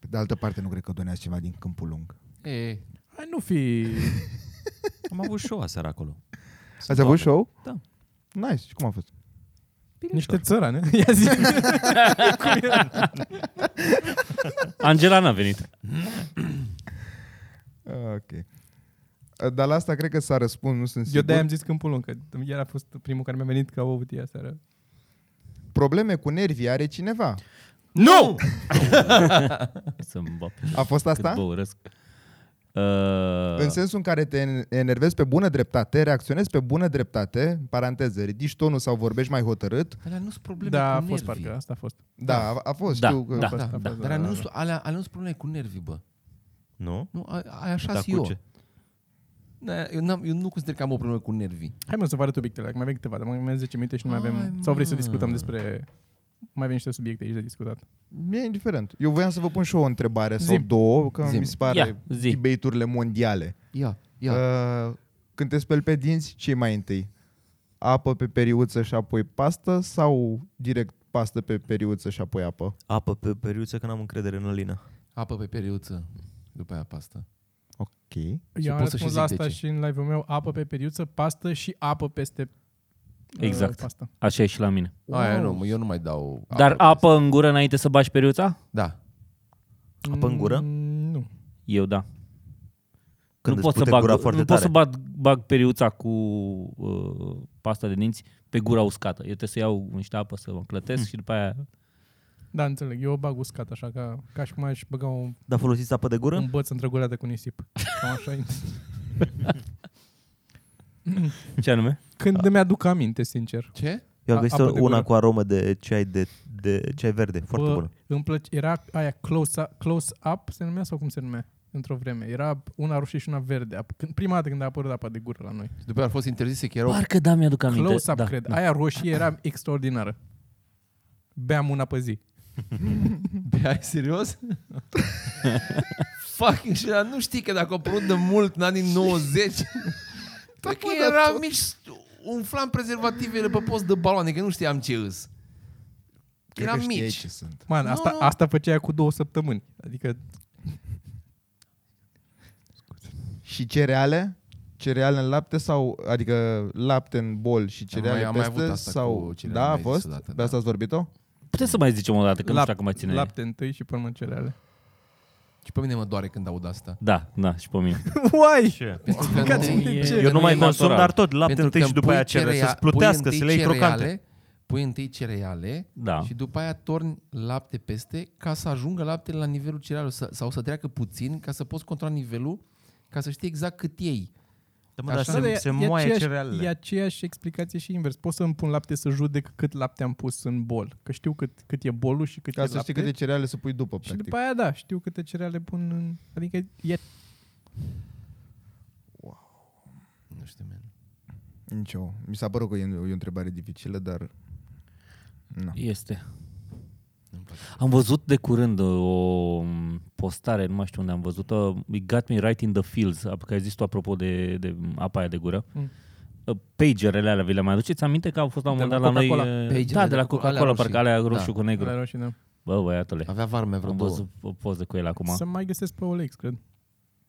[SPEAKER 4] Pe de altă parte, nu cred că donează ceva din Câmpul Lung.
[SPEAKER 1] E,
[SPEAKER 5] Hai nu fi...
[SPEAKER 3] Am avut show aseară acolo. Sunt
[SPEAKER 4] Ați avut
[SPEAKER 3] oameni.
[SPEAKER 4] show?
[SPEAKER 3] Da.
[SPEAKER 4] Nice. Și cum a fost?
[SPEAKER 5] Niște țăra, ne? Ia zi.
[SPEAKER 2] Angela n-a venit. [LAUGHS]
[SPEAKER 4] Ah, ok. Ah, Dar la asta cred că s-a răspuns, nu sunt
[SPEAKER 5] Eu
[SPEAKER 4] sigur.
[SPEAKER 5] de am zis Câmpul Lung, că el a fost primul care mi-a venit ca o ea seara.
[SPEAKER 4] Probleme cu nervii are cineva.
[SPEAKER 2] Nu! Să-mi bap.
[SPEAKER 4] A fost
[SPEAKER 2] Cât
[SPEAKER 4] asta?
[SPEAKER 2] bă urăsc. Uh,
[SPEAKER 4] În sensul în care te en- enervezi pe bună dreptate, reacționezi pe bună dreptate, în paranteză, ridici tonul sau vorbești mai hotărât.
[SPEAKER 1] alea nu sunt probleme
[SPEAKER 5] Da, a
[SPEAKER 1] cu
[SPEAKER 5] fost
[SPEAKER 1] nervii.
[SPEAKER 5] parcă, asta a fost.
[SPEAKER 4] Da, a, a fost.
[SPEAKER 2] Da,
[SPEAKER 4] știu că-
[SPEAKER 2] da.
[SPEAKER 5] A fost, a fost, da.
[SPEAKER 1] Dar alea nu, sunt- alea, alea nu sunt probleme cu nervii, bă.
[SPEAKER 3] Nu?
[SPEAKER 1] Nu, a, a, așa
[SPEAKER 3] Dar
[SPEAKER 1] sunt
[SPEAKER 3] cu
[SPEAKER 1] eu.
[SPEAKER 3] ce?
[SPEAKER 1] Da, eu, n-am, eu nu consider că am o problemă cu nervii.
[SPEAKER 5] Hai mă să vă arăt obiectele, că mai avem câteva, dar mai avem 10 minute și nu mai avem...
[SPEAKER 1] Hai,
[SPEAKER 5] sau vrei să
[SPEAKER 1] mă.
[SPEAKER 5] discutăm despre... Mai avem niște subiecte aici de discutat.
[SPEAKER 4] Mie e indiferent. Eu voiam să vă pun și eu o întrebare sau
[SPEAKER 5] Zi.
[SPEAKER 4] două, că
[SPEAKER 1] Zi.
[SPEAKER 4] mi se pare
[SPEAKER 2] Ia, zi.
[SPEAKER 4] debate-urile mondiale.
[SPEAKER 1] Ia, ia. Uh,
[SPEAKER 4] Uh, când te speli pe dinți, ce mai întâi? Apă pe periuță și apoi pastă sau direct pastă pe periuță și apoi apă?
[SPEAKER 3] Apă pe periuță că n-am încredere în Alina.
[SPEAKER 1] apă pe periuță, după aia pasta.
[SPEAKER 4] Ok.
[SPEAKER 1] Și
[SPEAKER 5] Eu am
[SPEAKER 1] pot să și
[SPEAKER 5] răspuns
[SPEAKER 1] zic
[SPEAKER 5] la
[SPEAKER 1] de
[SPEAKER 5] asta
[SPEAKER 1] ce.
[SPEAKER 5] și în live-ul meu, apă pe periuță, pastă și apă peste uh,
[SPEAKER 1] Da.
[SPEAKER 2] Exact.
[SPEAKER 5] pastă.
[SPEAKER 2] Așa e și la mine.
[SPEAKER 1] Aia nu, mă, eu nu mai dau
[SPEAKER 5] Da.
[SPEAKER 1] apă.
[SPEAKER 2] Dar apă în gură înainte să bași periuța?
[SPEAKER 1] Da.
[SPEAKER 3] Apă în gură?
[SPEAKER 5] Mm, Nu.
[SPEAKER 2] Eu da.
[SPEAKER 3] Când
[SPEAKER 2] nu
[SPEAKER 3] îți
[SPEAKER 2] pot să
[SPEAKER 3] pute
[SPEAKER 2] bag,
[SPEAKER 3] gura foarte
[SPEAKER 2] nu pot
[SPEAKER 3] tare.
[SPEAKER 2] să bag, bag periuța cu uh, pasta de dinți pe
[SPEAKER 3] Da.
[SPEAKER 2] gura uscată. Eu trebuie să iau niște apă să mă clătesc
[SPEAKER 3] Mm.
[SPEAKER 2] și după aia...
[SPEAKER 5] Da, înțeleg. Eu o bag uscat, așa, ca, ca și cum aș băga un,
[SPEAKER 3] Dar folosiți apă de
[SPEAKER 2] Da?
[SPEAKER 3] gură?
[SPEAKER 5] un băț într-o goleadă cu nisip. Cam
[SPEAKER 2] [LAUGHS]
[SPEAKER 5] așa e.
[SPEAKER 2] Ce anume?
[SPEAKER 5] Când îmi aduc aminte, sincer.
[SPEAKER 1] Ce?
[SPEAKER 3] Eu am
[SPEAKER 5] A-
[SPEAKER 3] găsit
[SPEAKER 5] apă de
[SPEAKER 3] una
[SPEAKER 5] gură.
[SPEAKER 3] cu aromă de ceai, de, de ceai verde. Foarte
[SPEAKER 5] Bă,
[SPEAKER 3] bună.
[SPEAKER 5] Îmi plăce, era aia close up, close up, se numea sau cum se numea? Într-o vreme. Era una roșie și una verde. Ap- Când, prima dată când a apărut apa de gură la noi.
[SPEAKER 1] Și după aia au fost interzise că erau...
[SPEAKER 2] Parcă da, mi-aduc aminte.
[SPEAKER 5] Close up,
[SPEAKER 2] da,
[SPEAKER 5] cred.
[SPEAKER 2] Da.
[SPEAKER 5] Aia roșie era extraordinară. Beam una pe zi.
[SPEAKER 1] Beai serios? Fucking și nu știi că dacă a apărut de mult în anii 90, cred că era mici, umflam prezervativele pe post de baloane, că nu știam ce îs.
[SPEAKER 4] Cred că
[SPEAKER 1] Eram
[SPEAKER 4] știai
[SPEAKER 1] mici.
[SPEAKER 4] ce sunt.
[SPEAKER 5] Man,
[SPEAKER 1] Nu,
[SPEAKER 5] asta,
[SPEAKER 1] nu.
[SPEAKER 5] asta făcea ea cu două săptămâni. Adică
[SPEAKER 4] Și cereale? Cereale în lapte sau, adică lapte în bol și cereale
[SPEAKER 1] mai- am mai
[SPEAKER 4] peste
[SPEAKER 1] avut asta
[SPEAKER 4] sau...
[SPEAKER 1] cu cereale,
[SPEAKER 4] da, a
[SPEAKER 1] mi-ai zis
[SPEAKER 4] fost?
[SPEAKER 1] odată,
[SPEAKER 4] Pe
[SPEAKER 1] da.
[SPEAKER 4] asta ați vorbit-o?
[SPEAKER 2] Puteți să mai zicem o dată, că nu știu
[SPEAKER 5] lap-
[SPEAKER 2] acum mai ține.
[SPEAKER 5] lapte întâi și până în cereale.
[SPEAKER 1] Și pe mine mă doare când aud asta.
[SPEAKER 2] Da, da, și pe mine.
[SPEAKER 5] Uai!
[SPEAKER 3] Ce?
[SPEAKER 1] Pentru că
[SPEAKER 5] Ca
[SPEAKER 1] nu-
[SPEAKER 5] ține de
[SPEAKER 1] pentru
[SPEAKER 5] ce?
[SPEAKER 1] că
[SPEAKER 3] Eu nu mai
[SPEAKER 1] e
[SPEAKER 3] consum,
[SPEAKER 1] natural.
[SPEAKER 3] dar tot lapte
[SPEAKER 1] Pentru
[SPEAKER 3] întâi
[SPEAKER 1] că
[SPEAKER 3] și după
[SPEAKER 1] pui
[SPEAKER 3] aia cere să-ți
[SPEAKER 1] cereale-
[SPEAKER 3] plutească,
[SPEAKER 1] pui
[SPEAKER 3] să le iei
[SPEAKER 1] întâi
[SPEAKER 3] crocante.
[SPEAKER 1] cereale, Pui întâi cereale
[SPEAKER 3] [LAUGHS]
[SPEAKER 2] Da.
[SPEAKER 1] și după aia torni lapte peste ca să ajungă laptele la nivelul cerealelor să- sau să treacă puțin ca să poți controla nivelul ca să știi exact cât iei.
[SPEAKER 3] Da, mă, dar
[SPEAKER 1] Așa.
[SPEAKER 5] Da, dar
[SPEAKER 3] se,
[SPEAKER 5] e-
[SPEAKER 3] se
[SPEAKER 5] e
[SPEAKER 3] moaie
[SPEAKER 5] aceeași- E
[SPEAKER 3] cerealele.
[SPEAKER 5] aceeași explicație și invers. Pot să îmi pun lapte să judec cât lapte am pus în bol. Că știu cât, cât e bolul și cât
[SPEAKER 4] Ca
[SPEAKER 5] e
[SPEAKER 4] să
[SPEAKER 5] lapte.
[SPEAKER 4] știi câte cereale să pui după,
[SPEAKER 5] și
[SPEAKER 4] practic.
[SPEAKER 5] după aia, da, știu câte cereale pun în... Adică e...
[SPEAKER 1] Nu știu, man.
[SPEAKER 4] Nicio. Mi s-a părut că e, e o întrebare dificilă, dar... Na.
[SPEAKER 2] Este. Am văzut de curând uh, o um, postare, nu mai știu unde am văzut-o, It Got Me Right in the Fields, ap- că ai zis tu apropo de, de apa aia de gură. Mm. Pagerele alea, vi le mai aduceți aminte că au fost la un
[SPEAKER 5] De
[SPEAKER 2] moment
[SPEAKER 5] la
[SPEAKER 2] dat la noi...
[SPEAKER 5] Coca-Cola.
[SPEAKER 2] uh,
[SPEAKER 1] Pagerele
[SPEAKER 2] da, de
[SPEAKER 1] de
[SPEAKER 2] la
[SPEAKER 1] cu- alea
[SPEAKER 2] Coca-Cola,
[SPEAKER 1] roșii.
[SPEAKER 2] parcă alea roșu
[SPEAKER 1] Da.
[SPEAKER 2] cu negru.
[SPEAKER 5] Alea roșii, da.
[SPEAKER 2] Bă, băiatule,
[SPEAKER 1] Avea varme vreo
[SPEAKER 2] am
[SPEAKER 1] două.
[SPEAKER 2] văzut o poză cu el acum.
[SPEAKER 5] Să mai găsesc pe OLX, cred.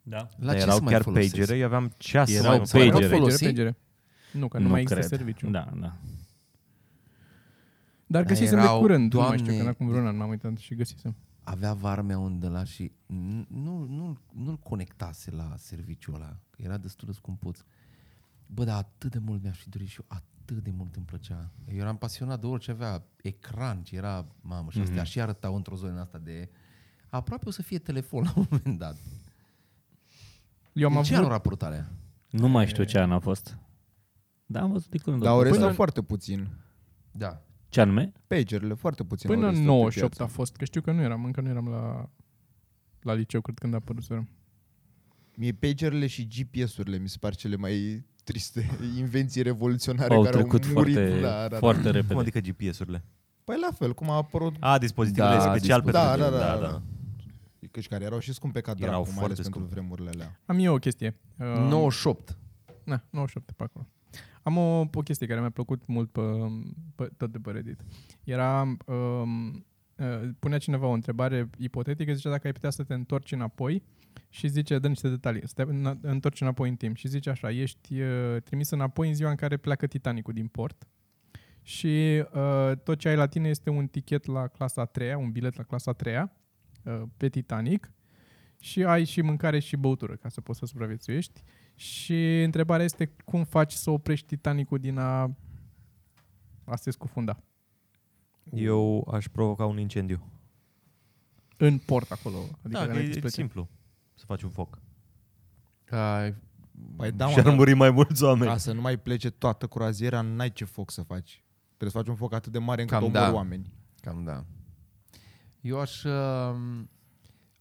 [SPEAKER 2] Da.
[SPEAKER 1] La ce
[SPEAKER 3] erau
[SPEAKER 1] să mai
[SPEAKER 3] chiar
[SPEAKER 1] folosesc?
[SPEAKER 3] pagere, eu aveam ceas.
[SPEAKER 2] Erau
[SPEAKER 3] sau-
[SPEAKER 2] pagere.
[SPEAKER 5] Pot
[SPEAKER 1] Pegere.
[SPEAKER 5] folosi?
[SPEAKER 1] Folosi?
[SPEAKER 5] Pegere. Nu, că nu,
[SPEAKER 2] nu
[SPEAKER 5] mai
[SPEAKER 2] cred.
[SPEAKER 5] există serviciu.
[SPEAKER 2] Da, da.
[SPEAKER 5] Dar
[SPEAKER 1] Da,
[SPEAKER 5] găsisem
[SPEAKER 1] erau,
[SPEAKER 5] de curând, doamne... nu mai știu,
[SPEAKER 1] Doamne.
[SPEAKER 5] că acum vreun an m-am uitat și găsisem.
[SPEAKER 1] Avea varmea unde la și nu, nu, nu, nu-l conectase la serviciul ăla, că era destul de scumpuț. Bă, dar atât de mult mi-aș fi dorit și eu, atât de mult îmi plăcea. Eu eram pasionat de orice avea ecran, ce era, mamă, și astea mm-hmm. și arătau într-o zonă în asta de... Aproape o să fie telefon la un moment dat.
[SPEAKER 5] Eu am
[SPEAKER 1] Am ce avut...
[SPEAKER 5] avut...
[SPEAKER 1] anul a apărut alea?
[SPEAKER 2] Nu mai știu ce an a fost. Da, am văzut de curând.
[SPEAKER 4] Dar au
[SPEAKER 2] Până-
[SPEAKER 4] restat foarte puțin.
[SPEAKER 1] Da.
[SPEAKER 2] Ce anume?
[SPEAKER 4] Pagerele foarte puțin au
[SPEAKER 5] Până în
[SPEAKER 4] restat pe
[SPEAKER 5] 98
[SPEAKER 4] piață.
[SPEAKER 5] a fost, că știu că nu eram, încă nu eram la, la liceu, cred, când a apărut seara.
[SPEAKER 4] Mie pagerele și GPS-urile mi se par cele mai triste [LAUGHS] invenții revoluționare
[SPEAKER 2] Au
[SPEAKER 4] care
[SPEAKER 2] trecut
[SPEAKER 4] au murit.
[SPEAKER 2] foarte,
[SPEAKER 4] da, da, da.
[SPEAKER 2] foarte
[SPEAKER 3] Cum
[SPEAKER 2] repede.
[SPEAKER 3] adică GPS-urile?
[SPEAKER 4] Păi la fel, cum a apărut
[SPEAKER 3] A, dispozitivele
[SPEAKER 4] Da,
[SPEAKER 3] special
[SPEAKER 4] dispo-
[SPEAKER 3] pentru...
[SPEAKER 4] da, da, da, da. Căci care erau și scumpe ca
[SPEAKER 3] Erau
[SPEAKER 4] dracu, mai
[SPEAKER 3] foarte
[SPEAKER 4] ales pentru
[SPEAKER 3] scumpe.
[SPEAKER 4] vremurile alea.
[SPEAKER 5] Am eu o chestie. Uh,
[SPEAKER 1] 98.
[SPEAKER 5] Na, 97 pe acolo. Am o, o chestie care mi-a plăcut mult pe, pe tot de pe Reddit. Era, um, uh, punea cineva o întrebare ipotetică, zicea dacă ai putea să te întorci înapoi și zice, dă niște detalii, să te în- întorci înapoi în timp. Și zice așa, ești uh, trimis înapoi în ziua în care pleacă Titanicul din port și uh, tot ce ai la tine este un tichet la clasa a treia, un bilet la clasa a treia uh, pe Titanic și ai și mâncare și băutură ca să poți să supraviețuiești. Și întrebarea este cum faci să oprești Titanicul din a, a se scufunda.
[SPEAKER 3] da. Eu aș provoca un incendiu.
[SPEAKER 5] În port acolo. Adică
[SPEAKER 3] Adică da,
[SPEAKER 5] dacă
[SPEAKER 3] e,
[SPEAKER 5] îți
[SPEAKER 3] e
[SPEAKER 5] place.
[SPEAKER 3] simplu să faci un foc.
[SPEAKER 1] Ai,
[SPEAKER 4] Păi da,
[SPEAKER 3] și ar muri mai mulți oameni.
[SPEAKER 4] Ca să nu mai plece toată croaziera, n-ai ce foc să faci. Trebuie să faci un foc atât de mare încât
[SPEAKER 1] Cam
[SPEAKER 4] omori
[SPEAKER 1] da.
[SPEAKER 4] oameni.
[SPEAKER 1] Cam da. Eu aș, um,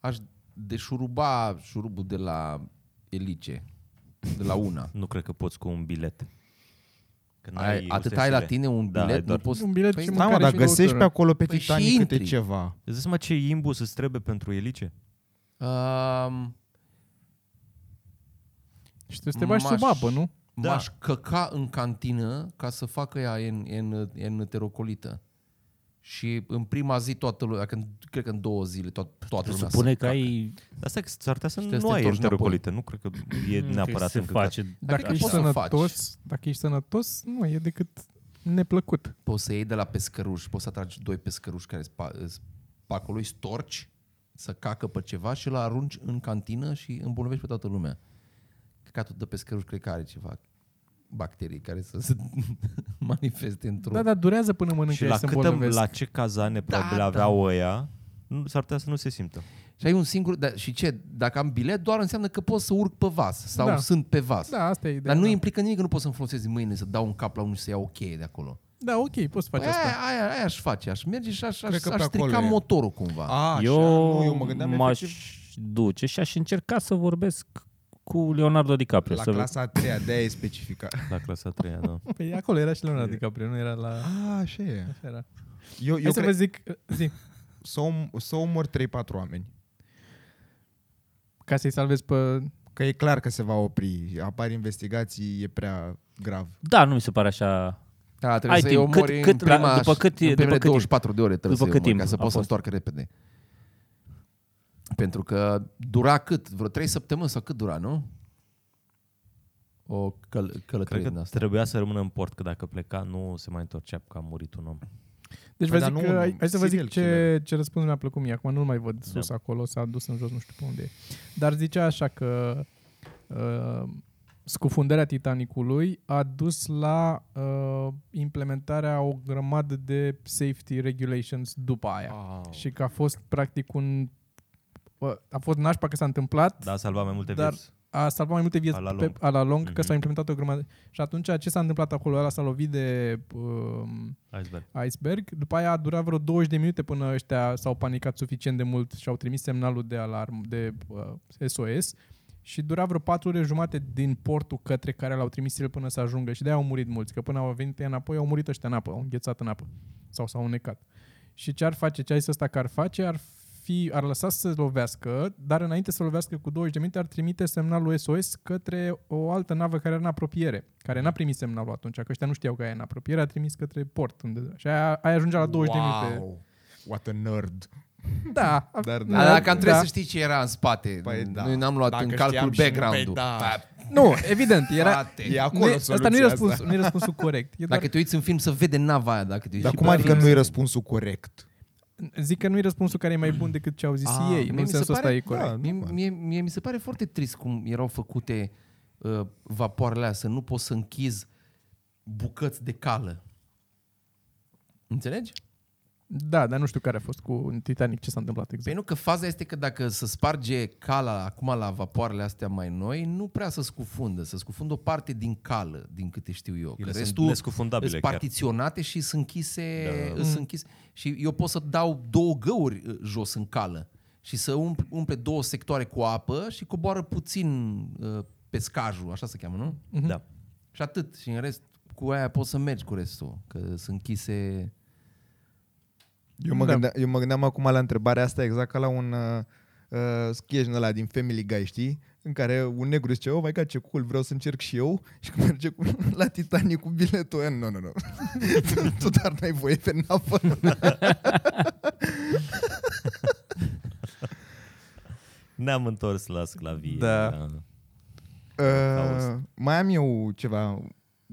[SPEAKER 1] aș deșuruba șurubul de la Elice, de la una.
[SPEAKER 3] Nu cred că poți cu un bilet. Că
[SPEAKER 1] Ai, atât
[SPEAKER 3] USS-le.
[SPEAKER 1] ai la tine un
[SPEAKER 3] Da,
[SPEAKER 1] bilet,
[SPEAKER 3] ai
[SPEAKER 1] nu
[SPEAKER 3] doar-
[SPEAKER 1] poți...
[SPEAKER 5] Un bilet
[SPEAKER 1] Păi
[SPEAKER 5] și
[SPEAKER 1] da,
[SPEAKER 4] Da,
[SPEAKER 5] mâncare
[SPEAKER 4] mă, dar
[SPEAKER 5] și
[SPEAKER 4] găsești pe
[SPEAKER 5] băutură.
[SPEAKER 4] acolo pe
[SPEAKER 1] Păi și
[SPEAKER 4] Titanic câte
[SPEAKER 1] intri.
[SPEAKER 4] ceva.
[SPEAKER 3] Îți dai seama ce imbus îți trebuie pentru elice? Da.
[SPEAKER 1] Um,
[SPEAKER 5] Și trebuie să te bagi sub
[SPEAKER 1] M-aș-
[SPEAKER 5] apă, nu?
[SPEAKER 3] Da.
[SPEAKER 1] da. M-aș căca în cantină ca să facă ea în, în, în terocolită. Și în prima zi toată lumea, că în- cred că în două zile
[SPEAKER 3] Păi,
[SPEAKER 1] toată, toată lumea
[SPEAKER 2] Presupune
[SPEAKER 1] se
[SPEAKER 2] că ai...
[SPEAKER 3] Dar Asta că s-ar putea să
[SPEAKER 1] Și trebuie
[SPEAKER 3] nu
[SPEAKER 1] să te
[SPEAKER 3] ai
[SPEAKER 1] torci înapoi.
[SPEAKER 3] enterocolită. Nu cred că e
[SPEAKER 2] Mm,
[SPEAKER 3] neapărat
[SPEAKER 2] se
[SPEAKER 3] în
[SPEAKER 2] face.
[SPEAKER 1] cred
[SPEAKER 5] Dacă
[SPEAKER 1] că
[SPEAKER 5] ești,
[SPEAKER 1] poți să
[SPEAKER 5] sănătos, dacă ești sănătos, nu, e decât neplăcut.
[SPEAKER 1] Poți să iei de la pescăruși, poți să atragi doi pescăruși care sunt pe acolo, îi storci, să cacă pe ceva și îl arunci în cantină și îmbolnăvești pe toată lumea. Căcatul de pescăruși cred că are ceva bacterii care să se [LAUGHS] manifeste într-un...
[SPEAKER 5] Da, dar durează până mănâncă
[SPEAKER 3] Și la,
[SPEAKER 5] să
[SPEAKER 3] câtă,
[SPEAKER 5] îmbolnăvesc.
[SPEAKER 3] la ce cazane
[SPEAKER 1] Da,
[SPEAKER 3] probabil
[SPEAKER 1] da.
[SPEAKER 3] aveau ăia, nu- s-ar putea să nu se simtă.
[SPEAKER 1] Și ai un singur... Da, și ce? Dacă am bilet, doar înseamnă că pot să urc pe vas sau
[SPEAKER 5] Da.
[SPEAKER 1] da. sunt pe vas.
[SPEAKER 5] Da, asta e ideea.
[SPEAKER 1] Dar nu
[SPEAKER 5] da.
[SPEAKER 1] implică nimic că nu pot să-mi folosesc mâine să dau un cap la unul și să iau o cheie de acolo.
[SPEAKER 5] da, ok, poți să faci
[SPEAKER 1] Păi
[SPEAKER 5] asta.
[SPEAKER 1] aia, aia, aia aș face, aș merge și aș,
[SPEAKER 4] Cred
[SPEAKER 1] aș,
[SPEAKER 4] că pe
[SPEAKER 1] aș strica
[SPEAKER 4] acolo e.
[SPEAKER 1] motorul cumva. A,
[SPEAKER 4] A,
[SPEAKER 2] eu,
[SPEAKER 4] așa, nu, eu mă gândeam
[SPEAKER 2] m-aș
[SPEAKER 4] efectiv
[SPEAKER 2] duce și aș încerca să vorbesc cu Leonardo DiCaprio.
[SPEAKER 4] la
[SPEAKER 2] să
[SPEAKER 4] clasa a treia, de aia e specificat.
[SPEAKER 3] La clasa a treia, [LAUGHS] da.
[SPEAKER 5] Păi acolo era și Leonardo DiCaprio, nu era la...
[SPEAKER 4] A, așa e.
[SPEAKER 5] Așa era.
[SPEAKER 4] Eu,
[SPEAKER 5] Hai
[SPEAKER 4] eu
[SPEAKER 5] să vă
[SPEAKER 4] cred
[SPEAKER 5] zic, zi,
[SPEAKER 4] să, om, să omor 3-4 oameni.
[SPEAKER 5] ca să-i salvezi pe
[SPEAKER 4] Că e clar că se va opri. Apar investigații, e prea grav.
[SPEAKER 2] Da, nu mi se pare așa...
[SPEAKER 1] da, trebuie
[SPEAKER 2] ai
[SPEAKER 1] să-i
[SPEAKER 2] timp.
[SPEAKER 1] omori
[SPEAKER 2] Cât-
[SPEAKER 1] în
[SPEAKER 2] cât la-
[SPEAKER 1] prima,
[SPEAKER 2] după cât-
[SPEAKER 1] în
[SPEAKER 2] după
[SPEAKER 1] primele
[SPEAKER 2] cât timp?
[SPEAKER 1] 24 de ore trebuie
[SPEAKER 2] După
[SPEAKER 1] să-i
[SPEAKER 2] cât
[SPEAKER 1] omori,
[SPEAKER 2] timp
[SPEAKER 1] ca să
[SPEAKER 2] a
[SPEAKER 1] poți să
[SPEAKER 2] fost?
[SPEAKER 1] întoarcă repede. Pentru că dura cât? Vreo 3 săptămâni sau cât dura, nu? O căl-
[SPEAKER 3] Cred
[SPEAKER 1] călătorie din
[SPEAKER 3] că
[SPEAKER 1] asta.
[SPEAKER 3] trebuia să rămână în port, că dacă pleca nu se mai întorcea, că a murit un om.
[SPEAKER 5] Deci vă
[SPEAKER 4] Păi
[SPEAKER 5] zic
[SPEAKER 4] dar nu
[SPEAKER 5] că,
[SPEAKER 4] un
[SPEAKER 5] hai,
[SPEAKER 4] om,
[SPEAKER 5] hai să vă zic
[SPEAKER 4] serial
[SPEAKER 5] ce,
[SPEAKER 4] killer.
[SPEAKER 5] ce răspuns mi-a plăcut mie. Acum nu-l mai văd sus
[SPEAKER 2] Da.
[SPEAKER 5] acolo, s-a dus în jos, nu știu pe unde e. Dar zicea așa că uh, scufundarea Titanicului a dus la uh, implementarea o grămadă de safety regulations după aia.
[SPEAKER 3] Wow.
[SPEAKER 5] Și că a fost practic un... Uh, a fost nașpa că s-a întâmplat,
[SPEAKER 3] Da, a salvat mai multe
[SPEAKER 5] Dar-
[SPEAKER 3] Dar... vieți.
[SPEAKER 5] a salvat mai multe vieți
[SPEAKER 3] A la
[SPEAKER 5] pe,
[SPEAKER 3] lung.
[SPEAKER 5] a la lung, că
[SPEAKER 3] Mhm.
[SPEAKER 5] s-a implementat o grămadă. Și atunci ce s-a întâmplat acolo? Ăla s-a lovit de... Uh,
[SPEAKER 3] Iceberg.
[SPEAKER 5] iceberg. După aia a durat vreo 20 de minute până ăștia s-au panicat suficient de mult și au trimis semnalul de alarm de uh, SOS și dura vreo 4 ore jumate din portul către care l-au trimis el până să ajungă și de-aia au murit mulți, că până au venit ei înapoi au murit ăștia în apă, au înghețat în apă sau s-au unecat. Și ce ar face, ce ai ăsta că ar face, ar fi, ar lăsa să se lovească, dar înainte să lovească cu 20 de minute ar trimite semnalul SOS către o altă navă care era în apropiere, care n-a primit semnalul atunci, că ăștia nu știau că e în apropiere, a trimis către port. Unde, și aia, aia ajungea la 20 de minute.
[SPEAKER 4] What a nerd.
[SPEAKER 5] Da. a-
[SPEAKER 4] Dar-
[SPEAKER 1] Dar dacă am trebuie să știi ce era în spate,
[SPEAKER 4] Păi da.
[SPEAKER 1] noi n-am luat
[SPEAKER 6] Dacă
[SPEAKER 1] în
[SPEAKER 6] știam
[SPEAKER 1] calcul
[SPEAKER 6] și nu, păi
[SPEAKER 1] background-ul.
[SPEAKER 6] da.
[SPEAKER 5] Nu, evident, era...
[SPEAKER 1] Frate.
[SPEAKER 6] E acolo
[SPEAKER 5] Nu e-
[SPEAKER 6] soluția
[SPEAKER 5] asta nu e
[SPEAKER 6] asta.
[SPEAKER 5] răspunsul, nu e răspunsul corect. E doar,
[SPEAKER 1] Dacă te uiți în film să vede nava aia. Dacă te uiți
[SPEAKER 4] Dar
[SPEAKER 1] și
[SPEAKER 4] cum
[SPEAKER 1] pe
[SPEAKER 4] adică
[SPEAKER 1] film.
[SPEAKER 4] nu e răspunsul corect?
[SPEAKER 5] zic că nu e răspunsul care e mai bun decât ce au zis
[SPEAKER 1] Ah,
[SPEAKER 5] ei.
[SPEAKER 1] mie
[SPEAKER 5] Nu
[SPEAKER 1] mi
[SPEAKER 5] în
[SPEAKER 1] se
[SPEAKER 5] sensul ăsta
[SPEAKER 1] pare-
[SPEAKER 5] e corect.
[SPEAKER 4] Da, nu
[SPEAKER 1] Mie,
[SPEAKER 4] mai.
[SPEAKER 1] mie, mie mi se pare foarte trist cum erau făcute uh, vapoarele astea, să nu poți să închizi bucăți de cală. Înțelegi?
[SPEAKER 5] Da, dar nu știu care a fost cu Titanic, ce s-a întâmplat
[SPEAKER 1] Păi
[SPEAKER 5] exact.
[SPEAKER 1] nu, că faza este că dacă se sparge cala acum la vapoarele astea mai noi, nu prea se scufundă. Se scufundă o parte din cală, din câte știu eu.
[SPEAKER 3] Ele
[SPEAKER 1] că
[SPEAKER 3] sunt
[SPEAKER 1] restul
[SPEAKER 3] nescufundabile
[SPEAKER 1] sunt
[SPEAKER 3] chiar.
[SPEAKER 1] partiționate și sunt închise,
[SPEAKER 3] Da.
[SPEAKER 1] da. sunt închise. Și eu pot să dau două găuri uh, jos în cală și să umple, umple două sectoare cu apă și coboară puțin uh, pescajul, așa se cheamă, nu?
[SPEAKER 3] Da.
[SPEAKER 1] Și atât. Și în rest, cu aia poți să mergi cu restul, că sunt închise...
[SPEAKER 4] Eu mă,
[SPEAKER 5] Da.
[SPEAKER 4] da. gândeam, eu mă gândeam acum la întrebarea asta exact ca la un uh, uh, sketch din ăla din Family Guy, știi? În care un negru zice, oh, vai ca ce cool, vreau să încerc și eu [LAUGHS] și când merge cu, la Titanic cu biletul ăla, nu, [LAUGHS] nu, nu. tu dar n-ai voie pe navă.
[SPEAKER 3] Ne-am întors la sclavie.
[SPEAKER 4] Da.
[SPEAKER 3] Auzi.
[SPEAKER 4] Uh, mai am eu ceva,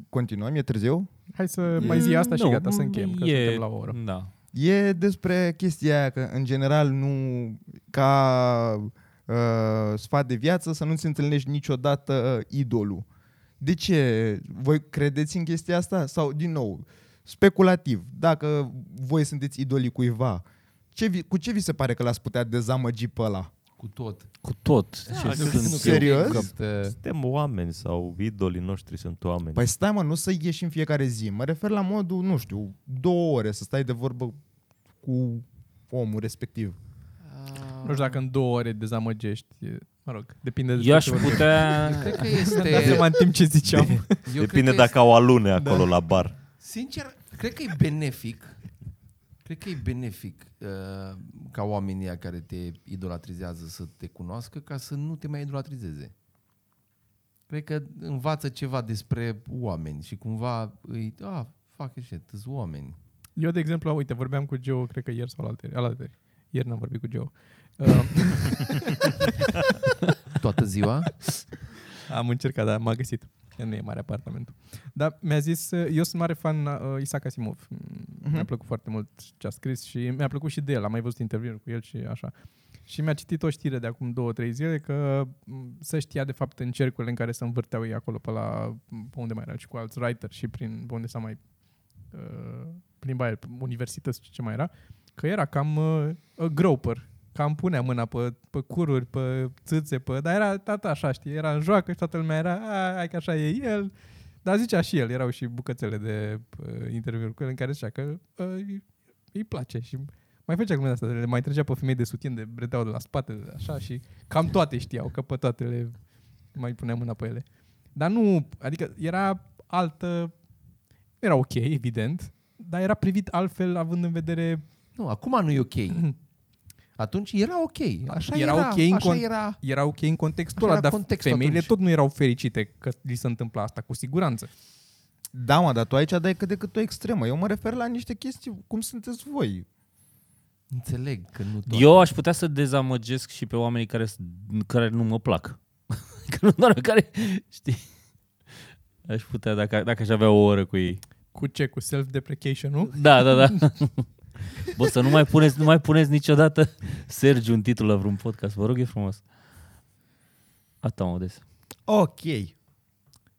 [SPEAKER 4] continuăm, e târziu?
[SPEAKER 5] Hai să Păi, mai zi asta și
[SPEAKER 2] Nu,
[SPEAKER 5] gata, să încheiem, că suntem la o oră.
[SPEAKER 2] Da.
[SPEAKER 4] E despre chestia aia că în general nu ca uh, sfat de viață să nu-ți întâlnești niciodată uh, idolul. De ce? Voi credeți în chestia asta? Sau din nou, speculativ, dacă voi sunteți idolii cuiva, ce vi, cu ce vi se pare că l-ați putea dezamăgi pe ăla?
[SPEAKER 1] Cu tot.
[SPEAKER 2] Cu
[SPEAKER 5] Da,
[SPEAKER 2] tot. ce
[SPEAKER 3] nu
[SPEAKER 2] sunt
[SPEAKER 3] cred- nu
[SPEAKER 2] eu.
[SPEAKER 4] cred. Serios?
[SPEAKER 1] Există-
[SPEAKER 3] Suntem oameni sau idolii noștri sunt oameni.
[SPEAKER 4] Păi stai mă, nu să ieși în fiecare zi. Mă refer la modul, nu știu, două ore să stai de vorbă cu omul respectiv.
[SPEAKER 5] Nu știu dacă în două ore dezamăgești. e- Mă rog, depinde de
[SPEAKER 2] Eu aș
[SPEAKER 5] ce vorbim.
[SPEAKER 2] putea...
[SPEAKER 1] Cred că
[SPEAKER 5] Dați
[SPEAKER 1] este...
[SPEAKER 5] seama în timp ce ziceam.
[SPEAKER 1] [LAUGHS] Eu
[SPEAKER 3] Depinde
[SPEAKER 1] cred că
[SPEAKER 3] dacă au alune acolo la bar.
[SPEAKER 1] Sincer, cred că e benefic. Cred că e benefic uh, ca oamenii ăia care te idolatrizează să te cunoască ca să nu te mai idolatrizeze. Cred că învață ceva despre oameni și cumva îi... Ah, fac shit, sunt oameni.
[SPEAKER 5] Eu, de exemplu, uite, vorbeam cu Geo, cred că ieri sau alaltări. alaltări. Ieri n-am vorbit cu
[SPEAKER 1] [LAUGHS]
[SPEAKER 5] Geo. Uh,
[SPEAKER 1] Toată
[SPEAKER 5] [LAUGHS]
[SPEAKER 1] ziua?
[SPEAKER 5] am încercat, dar m-a găsit. Că Nu e mare apartamentul. Dar mi-a zis, uh, eu sunt mare fan uh, Isaac Asimov. Mm, Mi-a plăcut foarte mult ce a scris și mi-a plăcut și de el. Am mai văzut interviuri cu el și așa. Și mi-a citit o știre de acum două, trei zile că m, se știa de fapt în cercurile în care se învârteau ei acolo pe la m, pe unde mai era și cu alți writer și prin pe unde s-a mai uh, plimba el, pe universități și ce mai era, că era cam uh, a groper, cam punea mâna pe, pe cururi, pe țâțe, pe, dar era tata așa, știi, era în joacă și toată lumea era, "A, hai că așa e el, dar zicea și el, erau și bucățele de uh, interviuri cu el în care zicea că uh, îi- îi place și mai făcea glumele astea, le mai trecea pe femei de sutien, de breteau de la spate, de așa și cam toate știau, că pe toate le mai punea mâna pe ele. Dar nu, adică era altă, era ok, evident, dar era privit altfel având în vedere
[SPEAKER 1] Nu, acum nu e ok. Atunci era ok. Așa
[SPEAKER 5] Era
[SPEAKER 1] era,
[SPEAKER 5] ok în
[SPEAKER 1] așa
[SPEAKER 5] cont-
[SPEAKER 1] era...
[SPEAKER 5] era ok în contextul
[SPEAKER 1] Așa
[SPEAKER 5] ăla,
[SPEAKER 1] era
[SPEAKER 5] dar
[SPEAKER 1] contextul
[SPEAKER 5] femeile
[SPEAKER 1] atunci.
[SPEAKER 5] tot nu erau fericite că li se întâmpla asta, cu siguranță.
[SPEAKER 4] Da, mă, dar tu aici dai cât de cât o extremă. Eu mă refer la niște chestii cum sunteți voi.
[SPEAKER 1] Înțeleg că nu toată.
[SPEAKER 2] Eu aș putea să dezamăgesc și pe oamenii care, s- care nu mă plac. [LAUGHS] că nu doar care... Știi? Aș putea, dacă, dacă aș avea o oră cu ei.
[SPEAKER 5] Cu ce? Cu self-deprecation, nu?
[SPEAKER 2] Da, da, da. Bă, să nu mai puneți, nu mai puneți niciodată Sergiu un titlu la vreun podcast. Vă rog, e frumos. Asta mă des.
[SPEAKER 4] Ok.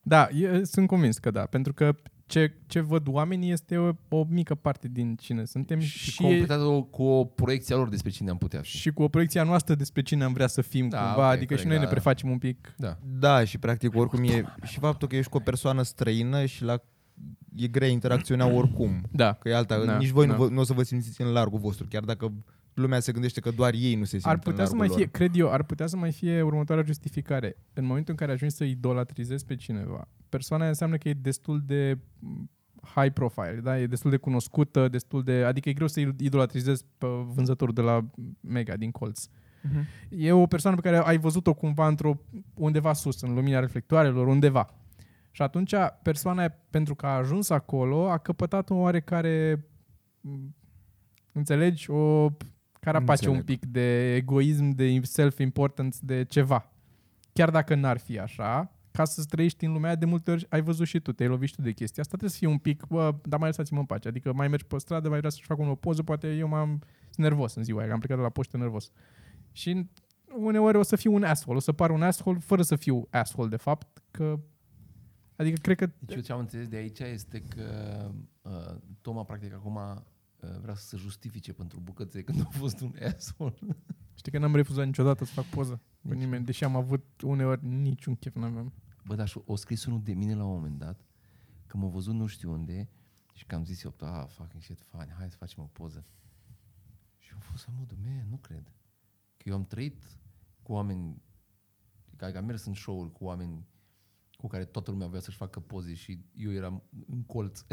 [SPEAKER 5] Da, e, sunt convins că da, pentru că ce, ce văd oamenii este o, o mică parte din cine suntem
[SPEAKER 1] Și,
[SPEAKER 5] și,
[SPEAKER 1] și completat-o cu o proiecție a lor despre cine am putea fi.
[SPEAKER 5] și cu o proiecția noastră despre cine am vrea să fim
[SPEAKER 1] Da,
[SPEAKER 5] da, cumva,
[SPEAKER 1] ok,
[SPEAKER 5] adică
[SPEAKER 1] corect,
[SPEAKER 5] și noi
[SPEAKER 1] da,
[SPEAKER 5] ne
[SPEAKER 1] da.
[SPEAKER 5] prefacem un pic.
[SPEAKER 1] Da.
[SPEAKER 4] Da, și practic oricum e și faptul că ești cu o persoană străină și la e grea interacțiunea oricum.
[SPEAKER 5] Da.
[SPEAKER 4] Că e alta,
[SPEAKER 5] Da,
[SPEAKER 4] da, nici voi
[SPEAKER 5] da.
[SPEAKER 4] nu, vă, nu o să vă simțiți în largul vostru, chiar dacă lumea se gândește că doar ei nu se simt
[SPEAKER 5] Ar
[SPEAKER 4] în
[SPEAKER 5] putea să
[SPEAKER 4] largul
[SPEAKER 5] mai
[SPEAKER 4] lor.
[SPEAKER 5] fie, cred eu, ar putea să mai fie următoarea justificare. În momentul în care ajungi să idolatrizezi pe cineva, persoana aia înseamnă că e destul de m, high profile, da? E destul de cunoscută, destul de... Adică e greu să idolatrizezi pe vânzătorul de la Mega, din colț. E o persoană pe care ai văzut-o cumva într-o, undeva sus, în lumina reflectoarelor, undeva. Și atunci persoana, aia, pentru că a ajuns acolo, a căpătat o oarecare, m, înțelegi, o carapace un
[SPEAKER 4] Înțeleg.
[SPEAKER 5] pic de egoism, de self-importance, de ceva. Chiar dacă n-ar fi așa, ca să trăiești în lumea aia, de multe ori ai văzut și tu, te-ai lovit și tu de chestia asta, trebuie să fii un pic, bă, dar mai lăsați-mă în pace. Adică mai mergi pe stradă, mai vrea să-și fac unul o poză, poate eu m-am sunt nervos în ziua aia, că am plecat de la poștă nervos. Și uneori o să fiu un asshole, o să par un asshole fără să fiu asshole de fapt, că adică cred că
[SPEAKER 1] Deci eu ce am înțeles de aici este că uh, Toma, practic, acum uh, vrea să se justifice pentru bucățe când a fost un asshole.
[SPEAKER 5] știi că n-am refuzat niciodată să fac poză cu nimeni, deși am avut uneori niciun chef n-aveam.
[SPEAKER 1] Bă, dar și- o scris unul de mine la un moment dat, că m-a văzut nu știu unde și că am zis eu, ah, fucking shit, fine, hai să facem o poză. Și am fost la modul, man, nu cred. Că eu am trăit cu oameni, că adică am mers în show-uri cu oameni cu care toată lumea voia să-și facă poze și eu eram în colț.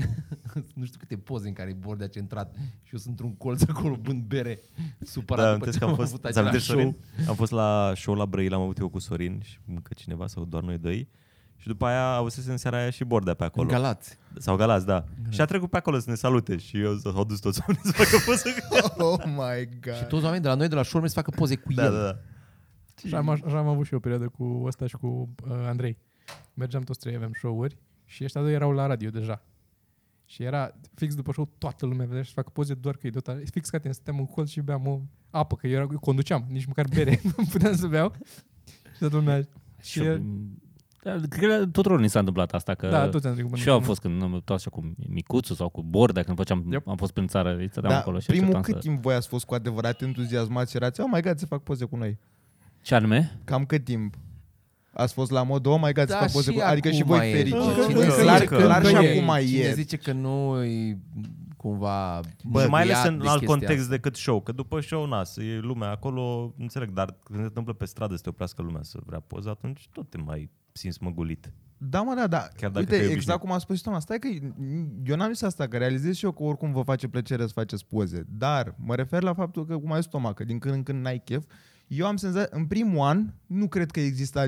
[SPEAKER 1] [LAUGHS] nu știu câte poze în care e Bordea centrat și eu sunt într-un colț acolo bând bere, supărat
[SPEAKER 3] Da,
[SPEAKER 1] după
[SPEAKER 3] amintesc
[SPEAKER 1] ce
[SPEAKER 3] că
[SPEAKER 1] am,
[SPEAKER 3] am
[SPEAKER 1] avut
[SPEAKER 3] fost, ți
[SPEAKER 1] acela
[SPEAKER 3] amintești,
[SPEAKER 1] show.
[SPEAKER 3] Sorin? Am fost la show la Brăila, am avut eu cu Sorin și încă cineva sau doar noi doi. Și după aia auzise în seara aia și Bordea pe
[SPEAKER 1] În
[SPEAKER 3] acolo.
[SPEAKER 1] Galați.
[SPEAKER 3] sau Galați, da. Și a trecut pe acolo să ne salute și eu s-au dus toți oamenii să facă
[SPEAKER 1] [LAUGHS]
[SPEAKER 3] poze cu el.
[SPEAKER 4] [LAUGHS] Oh my
[SPEAKER 1] Și
[SPEAKER 4] god.
[SPEAKER 1] toți oamenii de la noi, de la show, merg să facă poze cu
[SPEAKER 3] Da,
[SPEAKER 1] el.
[SPEAKER 3] da, da.
[SPEAKER 5] Și am, așa am avut și eu o perioadă cu ăsta și cu uh, Andrei. Mergeam toți trei, aveam show-uri și ăștia doi erau la radio deja. Și era fix după show, toată lumea vedea și fac poze doar că e tot Fix ca tine, stăteam în colț și beam o apă, că eu, era, eu conduceam, nici măcar bere [LAUGHS] nu puteam să beau. Și toată lumea...
[SPEAKER 2] Și,
[SPEAKER 5] e-
[SPEAKER 2] da, cred că tuturor ni s-a întâmplat asta. Că
[SPEAKER 5] Da, toți am trecut. până
[SPEAKER 2] și eu am
[SPEAKER 5] acum.
[SPEAKER 2] fost când am tot așa cu Micuțu sau cu Bordea, când făceam,
[SPEAKER 5] Yep.
[SPEAKER 2] am fost prin țară, îi stăteam
[SPEAKER 4] Da,
[SPEAKER 2] acolo și
[SPEAKER 4] primul
[SPEAKER 2] așteptam
[SPEAKER 4] cât
[SPEAKER 2] să...
[SPEAKER 4] timp voi ați fost cu adevărat entuziasmați erați, oh my god, să fac poze cu noi.
[SPEAKER 2] Ce anume?
[SPEAKER 4] Cam cât timp? Ați fost la mod, oh my god, să
[SPEAKER 1] Da,
[SPEAKER 4] fac poze
[SPEAKER 1] și
[SPEAKER 4] cu... Adică și
[SPEAKER 1] acum
[SPEAKER 4] voi
[SPEAKER 1] e.
[SPEAKER 3] Încă-
[SPEAKER 4] fericiți.
[SPEAKER 3] încă-
[SPEAKER 4] Clar,
[SPEAKER 3] încă-
[SPEAKER 4] clar și
[SPEAKER 5] încă-
[SPEAKER 4] acum
[SPEAKER 1] Cine
[SPEAKER 4] e.
[SPEAKER 1] zice că nu e cumva
[SPEAKER 3] Bă, și mai ales
[SPEAKER 1] mâniat
[SPEAKER 3] în
[SPEAKER 1] de
[SPEAKER 3] alt
[SPEAKER 1] deci chestia
[SPEAKER 3] context
[SPEAKER 1] asta.
[SPEAKER 3] decât show, că după show, na, să e lumea acolo, înțeleg, dar când se întâmplă pe stradă să te oprească lumea să vrea poză, atunci tot te mai simți măgulit.
[SPEAKER 4] Da, mă, da, da.
[SPEAKER 3] Chiar dacă
[SPEAKER 4] Uite,
[SPEAKER 3] te obișnui.
[SPEAKER 4] exact cum a spus și Toma, stai că eu n-am zis asta, că realizez și eu că oricum vă face plăcere să faceți poze, dar mă refer la faptul că, cum a zis Toma, că din când în când n-ai chef, eu am senzația, în primul an, nu cred că exista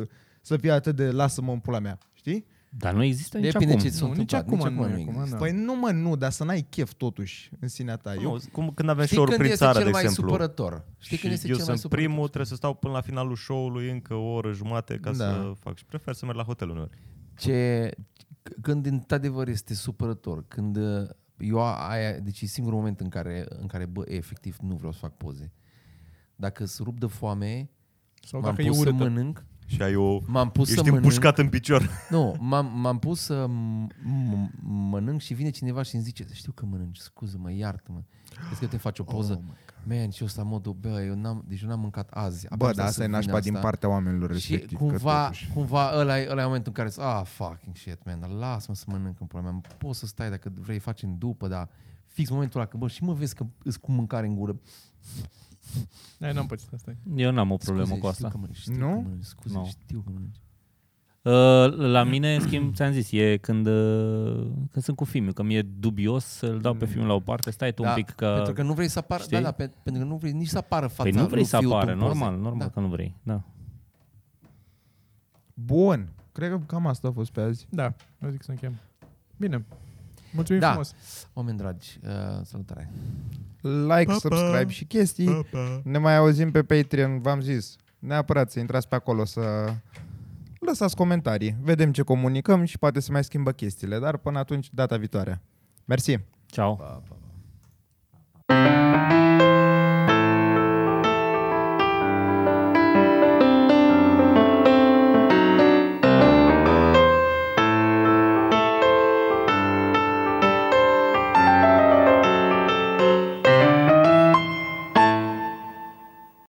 [SPEAKER 4] uh, să fie atât de lasă-mă în pula mea, știi?
[SPEAKER 2] Dar nu există nici
[SPEAKER 1] Depinde
[SPEAKER 2] acum.
[SPEAKER 1] ce s-a
[SPEAKER 5] Nu, nici
[SPEAKER 1] întâmplat, nici
[SPEAKER 5] acum nu,
[SPEAKER 1] acum nu
[SPEAKER 5] e,
[SPEAKER 1] există.
[SPEAKER 5] acum, da.
[SPEAKER 4] Păi nu mă, nu, dar să n-ai chef totuși în sinea ta. Eu,
[SPEAKER 3] Nu, cum când avem
[SPEAKER 1] Știi
[SPEAKER 3] show
[SPEAKER 1] când
[SPEAKER 3] prin
[SPEAKER 1] este
[SPEAKER 3] țară, de
[SPEAKER 1] cel mai
[SPEAKER 3] exemplu.
[SPEAKER 1] supărător? Știi
[SPEAKER 3] și
[SPEAKER 1] când este
[SPEAKER 3] eu
[SPEAKER 1] cel mai
[SPEAKER 3] sunt
[SPEAKER 1] supărător?
[SPEAKER 3] primul, trebuie să stau până la finalul show-ului încă o oră jumate ca
[SPEAKER 4] Da.
[SPEAKER 3] să fac. Și prefer să merg la hotel uneori.
[SPEAKER 1] Ce, c- când într-adevăr este supărător, când uh, eu a- aia, deci e singurul moment în care, în care bă, efectiv nu vreau să fac poze. Dacă se rup de foame,
[SPEAKER 5] Sau
[SPEAKER 1] m-am
[SPEAKER 5] dacă e
[SPEAKER 1] pus să
[SPEAKER 5] urâtă.
[SPEAKER 1] mănânc,
[SPEAKER 3] Și ai o...
[SPEAKER 1] m-am pus să
[SPEAKER 3] Ești
[SPEAKER 1] mănânc,
[SPEAKER 3] împușcat în picior.
[SPEAKER 1] nu, m-am, m-am pus să m- m- mănânc și vine cineva și îmi zice, știu că mănânci, scuză-mă, iartă-mă, crezi că eu te faci o poză?
[SPEAKER 4] Oh my
[SPEAKER 1] Man, și eu la modul, bă, eu n-am, deci eu n-am mâncat azi. Abia
[SPEAKER 4] Bă,
[SPEAKER 1] aștept
[SPEAKER 4] dar
[SPEAKER 1] să
[SPEAKER 4] asta e
[SPEAKER 1] vină
[SPEAKER 4] nașpa din partea oamenilor
[SPEAKER 1] Și
[SPEAKER 4] respectiv. că
[SPEAKER 1] cumva,
[SPEAKER 4] totuși-
[SPEAKER 1] cumva ăla, e, ăla e momentul în care zic, ah, fucking shit, man, dar lasă-mă să mănânc în pula mea, poți să stai dacă vrei, facem după, dar fix momentul ăla că, bă, și mă vezi că îți cu mâncare în gură.
[SPEAKER 5] Ai, n-am pățit asta.
[SPEAKER 2] Eu n-am o problemă
[SPEAKER 1] scuze,
[SPEAKER 2] cu asta.
[SPEAKER 1] Știu că mănânci, știu
[SPEAKER 4] Nu?
[SPEAKER 1] Că mănânci, scuze,
[SPEAKER 2] Nu.
[SPEAKER 1] știu că mănânci.
[SPEAKER 2] Uh, La mine, în schimb, ți-am zis, e când, uh, când sunt cu filmul, că mi-e dubios să-l dau pe
[SPEAKER 5] Mm.
[SPEAKER 2] film la o parte, stai tu
[SPEAKER 1] Da,
[SPEAKER 2] un pic că...
[SPEAKER 1] Pentru că nu vrei să apară,
[SPEAKER 2] știi?
[SPEAKER 1] da, da, pe, pentru că nu vrei nici să apară fața
[SPEAKER 2] Păi nu vrei
[SPEAKER 1] lui
[SPEAKER 2] să
[SPEAKER 1] fiul tău
[SPEAKER 2] apară,
[SPEAKER 1] în poze.
[SPEAKER 2] normal, normal
[SPEAKER 1] Da.
[SPEAKER 2] că nu vrei. Da.
[SPEAKER 4] Bun. Cred că cam asta a fost pe azi.
[SPEAKER 5] Da, eu zic să încheiem. Bine. Mulțumim
[SPEAKER 1] Da.
[SPEAKER 5] frumos.
[SPEAKER 1] Oameni dragi, uh, salutare.
[SPEAKER 4] Like, subscribe și chestii. Ne mai auzim pe Patreon, v-am zis. Neapărat să intrați pe acolo să lăsați comentarii. Vedem ce comunicăm și poate se mai schimbă chestiile, dar până atunci, data viitoare. Mersi!
[SPEAKER 2] Ciao.
[SPEAKER 1] Pa, pa, pa.